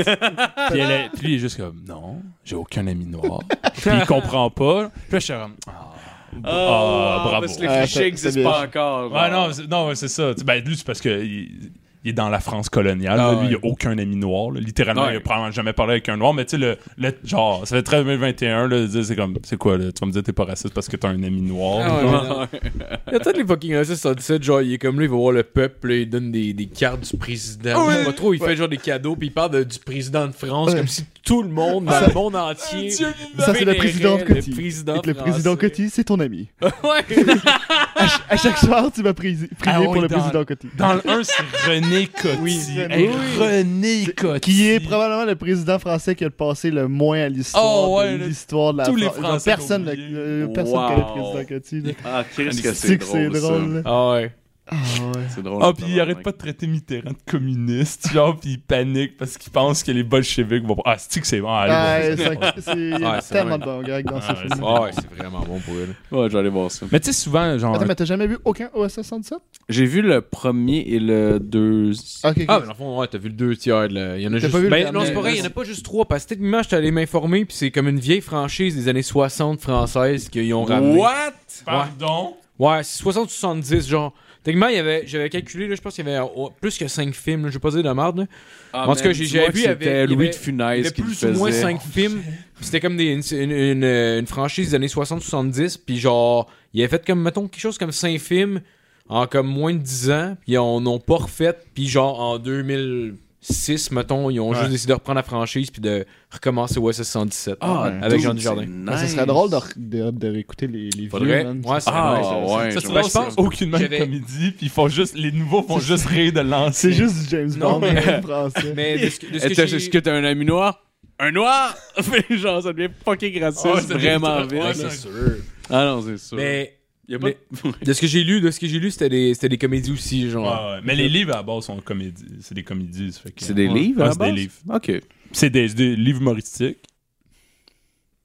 puis, elle est- puis lui, il est juste comme Non, j'ai aucun ami noir. puis il comprend pas. Puis là, je suis comme Ah, ah, bravo.
Parce que les
Ah,
clichés
ça-
n'existent
c'est bien.
pas encore.
Ouais,
genre.
non, c'est- non, ouais, c'est ça. Tu- Ben, lui, c'est parce que il, il est dans la France coloniale.
Ah,
là. lui,
ouais.
il a aucun ami noir. là. Littéralement,
Ouais.
il a probablement jamais parlé avec un noir. Mais tu sais, le, le- genre, ça fait 13 2021, là, de dire, c'est comme, c'est quoi, là, tu vas me dire t'es pas raciste parce que t'as un ami noir.
Ah, ouais, mais non. Il y a peut-être les fucking racistes 117, genre, il est comme là, il va voir le peuple, là, il donne des, des cartes du président. Je sais pas trop, il fait genre des cadeaux, puis il parle de- du président de France,
Ouais.
comme si tout le monde dans le monde entier.
Ça, c'est le
vénérait
président de Coty.
Le président,
Et que le président
français.
Coty, c'est ton ami.
ouais!
À, ch- à chaque soir, tu vas prier
Ah,
pour
oui,
le
dans-
président Coty.
Dans le 1, c'est René Coty. Hey,
oui.
René Coty.
Qui est probablement le président français qui a le passé le moins à l'histoire
Oh, ouais,
de
là.
l'histoire de la
Tous les
Fran- genre,
Français
Personne
l'ont
ne
oublié.
euh, personne
Wow.
connaît le président Coty. là.
Ah, qu'est-ce que
Tu sais que c'est drôle. là.
Ah ouais.
Ah ouais.
C'est drôle.
Ah, puis il arrête pas de traiter Mitterrand de communiste, genre, puis il panique parce qu'il pense que les bolcheviks vont. Ah, c'est que c'est bon. allez,
Ah,
vas-y.
c'est- c'est- Il y a
Ouais, c'est
tellement de bons gags dans ce
Ah,
film.
ouais, c'est-
Ah ouais, c'est vraiment bon pour elle.
Ouais, j'allais voir ça.
Mais tu sais, souvent, genre.
Attends, mais t'as jamais vu aucun OSS 67
J'ai vu le premier et le deuxième.
Ok, ok.
Ah, mais dans le fond, ouais, t'as vu le deux tiers, là. Il y en a
T'as
juste.
pas vu le
Ben,
dernier.
non, c'est pas vrai, il y en a pas juste trois, parce que techniquement, j'étais allé m'informer, puis c'est comme une vieille franchise des années 60 françaises qu'ils
Ah,
ont ramené.
Pardon?
Ouais, c'est 60 70 genre. Techniquement, il y avait j'avais calculé là, je pense qu'il y avait euh, plus que 5 films, là, je vais pas dire de merde. là.
Ah,
En tout cas, j'ai- j'avais vu, il y avait-
C'était
il y
Louis
avait-
de
Il y
Funès
avait
qui le
plus ou moins
faisait.
5 films. Puis C'était comme des, une, une- une, euh, une franchise des années 60 70, puis genre il avait fait comme mettons quelque chose comme 5 films en comme moins de 10 ans, puis on n'ont pas refait, puis genre en 2006 mettons, ils ont
Ouais.
juste décidé de reprendre la franchise puis de recommencer OSS 117
Ah,
Ouais.
avec Jean
dude,
Dujardin.
c'est
Mais Ça
nice.
serait drôle de, re- de, de réécouter les, les
Faudrait.
vieux. man.
Ouais, c'est
Ah,
nice. Ça,
ouais, je
c'est-
Ben,
ben,
je pense aucunement de
j'avais-
comédie, puis ils font juste, les nouveaux font juste rire de
C'est
lancer.
juste du James
Non,
Bond
mais-
mais... français.
Mais de ce que, de ce
Est-ce
que
que-
j'ai-
est-ce que t'as un ami noir? Un noir! Fait genre, ça devient fucking raciste
Ouais, ça devient
vraiment
trop- ouais,
vite.
c'est
là. ah non, c'est sûr.
mais
y a pas de-
De ce que j'ai lu, de ce que j'ai lu, c'était des, c'était des comédies aussi,
Ouais,
genre.
ouais. Mais les livres à la base sont comédies. C'est des comédies. ça fait que-
Ah, C'est des
Ouais.
livres, à
Ouais,
la
c'est des
base?
livres.
OK.
C'est des, c'est des livres humoristiques.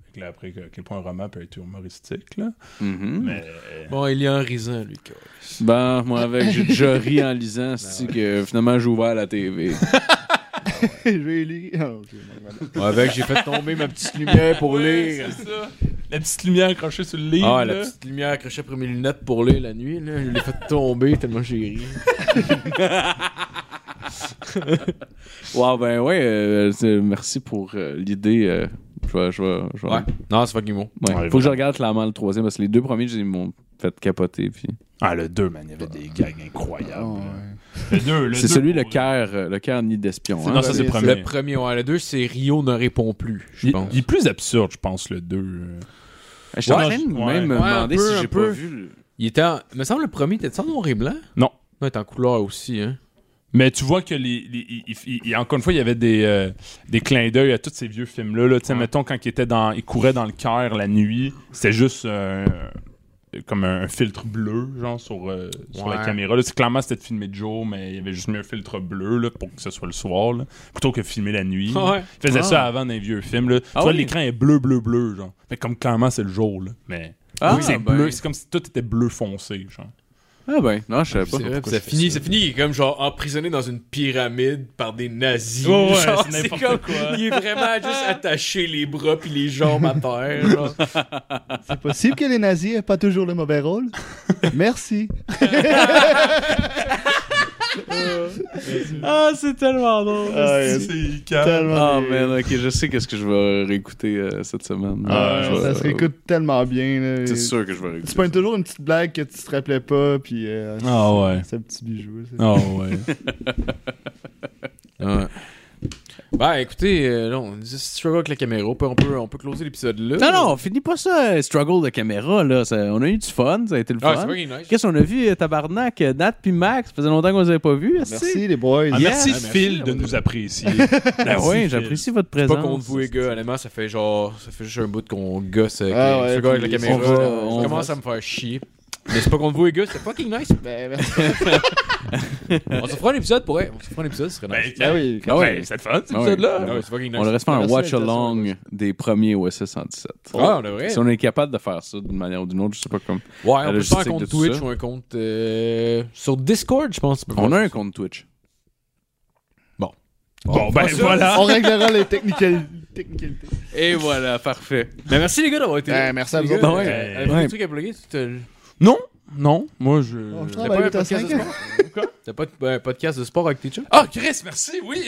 Fait que là, après, à quel point un roman peut être humoristique, là.
Mhm.
Mais.
Bon, il y a un raisin, lui. quoi.
Ben, moi, avec, j'ai déjà ri en lisant, c'est que finalement, j'ai ouvert la TV.
je vais lire. Ah, ok, bon, voilà.
Avec, j'ai fait tomber ma petite lumière pour lire.
C'est ça. La petite lumière accrochée sur le livre.
Ah, la
là.
petite lumière accrochée après mes lunettes pour lire la nuit, là. Je l'ai fait tomber tellement j'ai ri.
Wow, ben ouais, euh, c'est- merci pour euh, l'idée. euh, je vais. Je vais, je vais-
Ouais. Non, c'est fucking bon.
Ouais.
Ouais,
Faut que je regarde clairement le troisième parce que les deux premiers, j'ai- ils m'ont fait capoter. Puis...
Ah, le 2, man, il y avait des gags incroyables.
Ah, ouais.
Le 2, le
C'est
deux,
celui, le
pour-
cœur, euh, le cœur nid d'espion.
C'est-
hein.
Non, ça, c'est le
Le
premier.
Le premier, ouais. Le deux, c'est Rio ne répond plus, je
Il,
pense.
il est plus absurde, je pense, le euh, 2.
Je suis en
Ouais,
train de
ouais.
même me
Ouais, un
demander
peu,
si
un
j'ai
peu.
pas vu. le-
Il était en... me semble le premier était en noir et blanc?
Non.
Non, il était en couleur aussi, hein.
Mais tu vois que, les, les- il- il- il- encore une fois, il y avait des, euh, des clins d'œil à tous ces vieux films-là. Là. Tu sais,
Ouais.
Mettons, quand il, était dans, il courait dans le cœur la nuit, c'était juste euh, comme un, filtre bleu, genre, sur, euh, sur la
Ouais.
caméra. Là. C'est- Clairement, c'était de filmer de jour, mais il y avait juste mis un filtre bleu là, pour que ce soit le soir, là, plutôt que filmer la nuit.
Ouais.
Il faisait
Ah.
ça avant dans les vieux films. Là.
Ah
tu vois,
oui?
l'écran est bleu, bleu, bleu, genre. Mais comme clairement, c'est le jour, là. Mais
Ah,
vu que c'est
ben.
bleu, c'est comme si tout était bleu foncé, genre.
Ah ben, non, je savais
C'est
pas.
vrai, puis
pourquoi
ça
je fais
finit,
ça.
ça finit, il est comme genre emprisonné dans une pyramide par des nazis.
Ouais, ouais,
Genre,
c'est
c'est
n'importe
comme-
quoi.
Il est vraiment juste attaché les bras puis les jambes à terre. genre.
C'est possible que les nazis aient pas toujours le mauvais rôle. Merci.
Ah, c'est tellement
Ah,
drôle.
Ah,
C'est
Tellement
Ah,
des-
man, ok, je sais qu'est-ce que je vais réécouter euh, cette semaine.
Ah,
Je
ouais,
vais-
ça se réécoute tellement bien. là.
C'est sûr que je vais
Tu
réécouter.
pognes toujours une petite blague que tu te rappelais pas, puis euh,
Ah ouais.
c'est un petit bijou. ça.
Ah ouais.
Ouais. Ben, écoutez, euh, là, on dit si tu veux avec la caméra, on peut, on peut, on peut closer l'épisode là.
Non, non, on finit pas ça, euh, struggle de caméra, là. Ça- on a eu du fun, ça a été le
Ah, c'est
fun.
fucking nice.
Qu'est-ce qu'on a vu, euh, tabarnak, euh, Nat puis Max? Ça faisait longtemps qu'on les avait pas vus,
Merci les boys.
Ah,
Yeah.
merci
Ah, merci,
Phil de
ouais.
nous apprécier.
Ah
Merci,
oui,
Phil.
j'apprécie votre
C'est
présence.
pas contre vous, les gars. Honnêtement, ça fait genre. Ça fait juste un bout qu'on gosse avec,
Ah
les-
ouais,
ce gars avec la
puis
caméra.
on va-
là.
on
ça commence à me faire chier. Mais c'est pas contre vous, les gars. C'est fucking nice.
Ben, merci.
On se fera un épisode pour elle. On se fera un épisode, ce serait nice.
Ben,
Ben oui.
Ah ouais,
ouais.
c'est le fun, cet
Ah ouais.
épisode-là.
Ah ouais, c'est fucking nice.
On devrait se faire un
Merci,
watch-along des premiers OSS 117.
Ah, on devrait.
Si on est capable de faire ça d'une manière ou d'une autre, je sais pas comme.
Ouais, on peut se
logistique
faire un
de
compte
tout
Twitch
ça.
ou un compte euh, sur Discord, je pense.
On a un compte Twitch.
Bon, ben
ça.
voilà.
On réglera les technicali- technicalités.
Eh
Et voilà, parfait.
Mais merci les gars d'avoir été là.
Ben, merci à vous
Les
autres.
gars,
Ouais.
euh, avez-vous
Ouais.
des trucs à plugger? Tu te-
Ah,
Non, non, moi Euh, je.
Bon, je
T'as
travaille
pas un
huit à
podcast de
cinq. hein.
sport? T'as pas de- un podcast de sport avec tes chums?
Ah, Chris, merci, oui.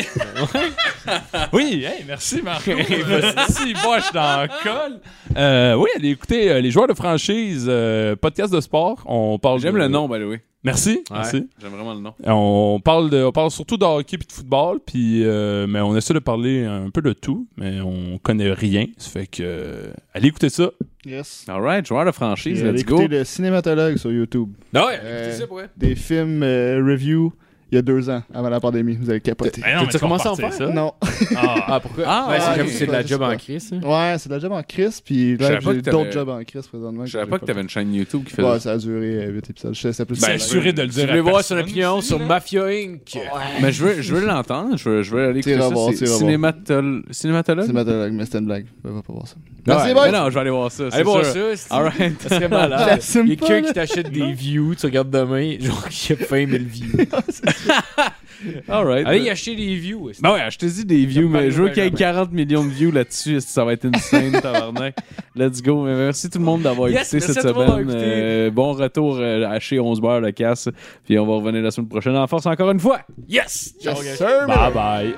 oui, hey, merci, Marco. Euh, merci, moi, je suis dans le col. Euh, oui, allez écouter euh, les joueurs de franchise, euh, podcast de sport. On parle.
J'aime
de-
le nom, by the way.
Merci,
Ouais.
merci.
J'aime vraiment le nom.
On parle, de, on parle surtout de hockey puis de football, puis euh, mais on essaie de parler un peu de tout, mais on connaît rien. Ça fait que euh, allez écouter ça.
Yes.
Alright, joueur de franchise,
Et
let's
allez écouter
go.
le cinématologue sur YouTube.
Non, ouais,
Euh,
écoutez ça pour elle.
Des films euh, review il y a deux ans, avant la pandémie. Vous avez capoté.
Euh,
Ben
T'as-tu
non, mais tu vas
recommencé à en
repartir
hein?
faire?
ça.
Non.
Ah, pourquoi?
Ah,
Ben, c'est-
ouais,
j'avoue,
ok.
c'est de la
Je
job
sais
en
pas.
crise. hein.
Ouais, c'est de la job en crise, puis
Je
là,
savais pas
j'ai
que
d'autres
t'avais-
jobs en crise présentement.
Je savais pas que t'avais une chaîne YouTube qui faisait
Ouais,
ça.
ça a duré 8 épisodes. Je sais, c'était plus
Ben,
ça.
assuré de le
Je
dire.
voulais
à
voir son
personne.
opinion sur Mafia Inc.
Mais je veux, je veux l'entendre, je veux, je veux aller écouter
T'iras
ça.
voir,
c'est
t'iras voir.
cinématol... Cinématologue?
Cinématologue, mais c'était une blague. On va pas voir ça.
Ouais,
Merci,
mais
boys!
non, je vais aller voir ça. c'est
Allez voir
sûr.
ça, c'est-
Alright.
ça serait malade.
J'assume
Il y a
pas,
quelqu'un
là.
qui t'achète des views, tu regardes demain, genre qui a 20 000 views.
Alright.
Allez, y acheter des views. est-ce que-
Ben ouais, achetez-y des views,
Ça me
mais je veux
paraît
qu'il y ait
vraiment.
40 millions de views là-dessus. Ça va être insane, tabarnak. Let's go. Mais merci tout le monde d'avoir
Yes,
écouté
merci
cette
à tout le monde
semaine.
d'avoir écouté.
Euh, bon retour euh, à chez 11 beurre le casse. Puis on va revenir la semaine prochaine en force encore une fois.
Yes!
Yes, sir, man.
Bye bye.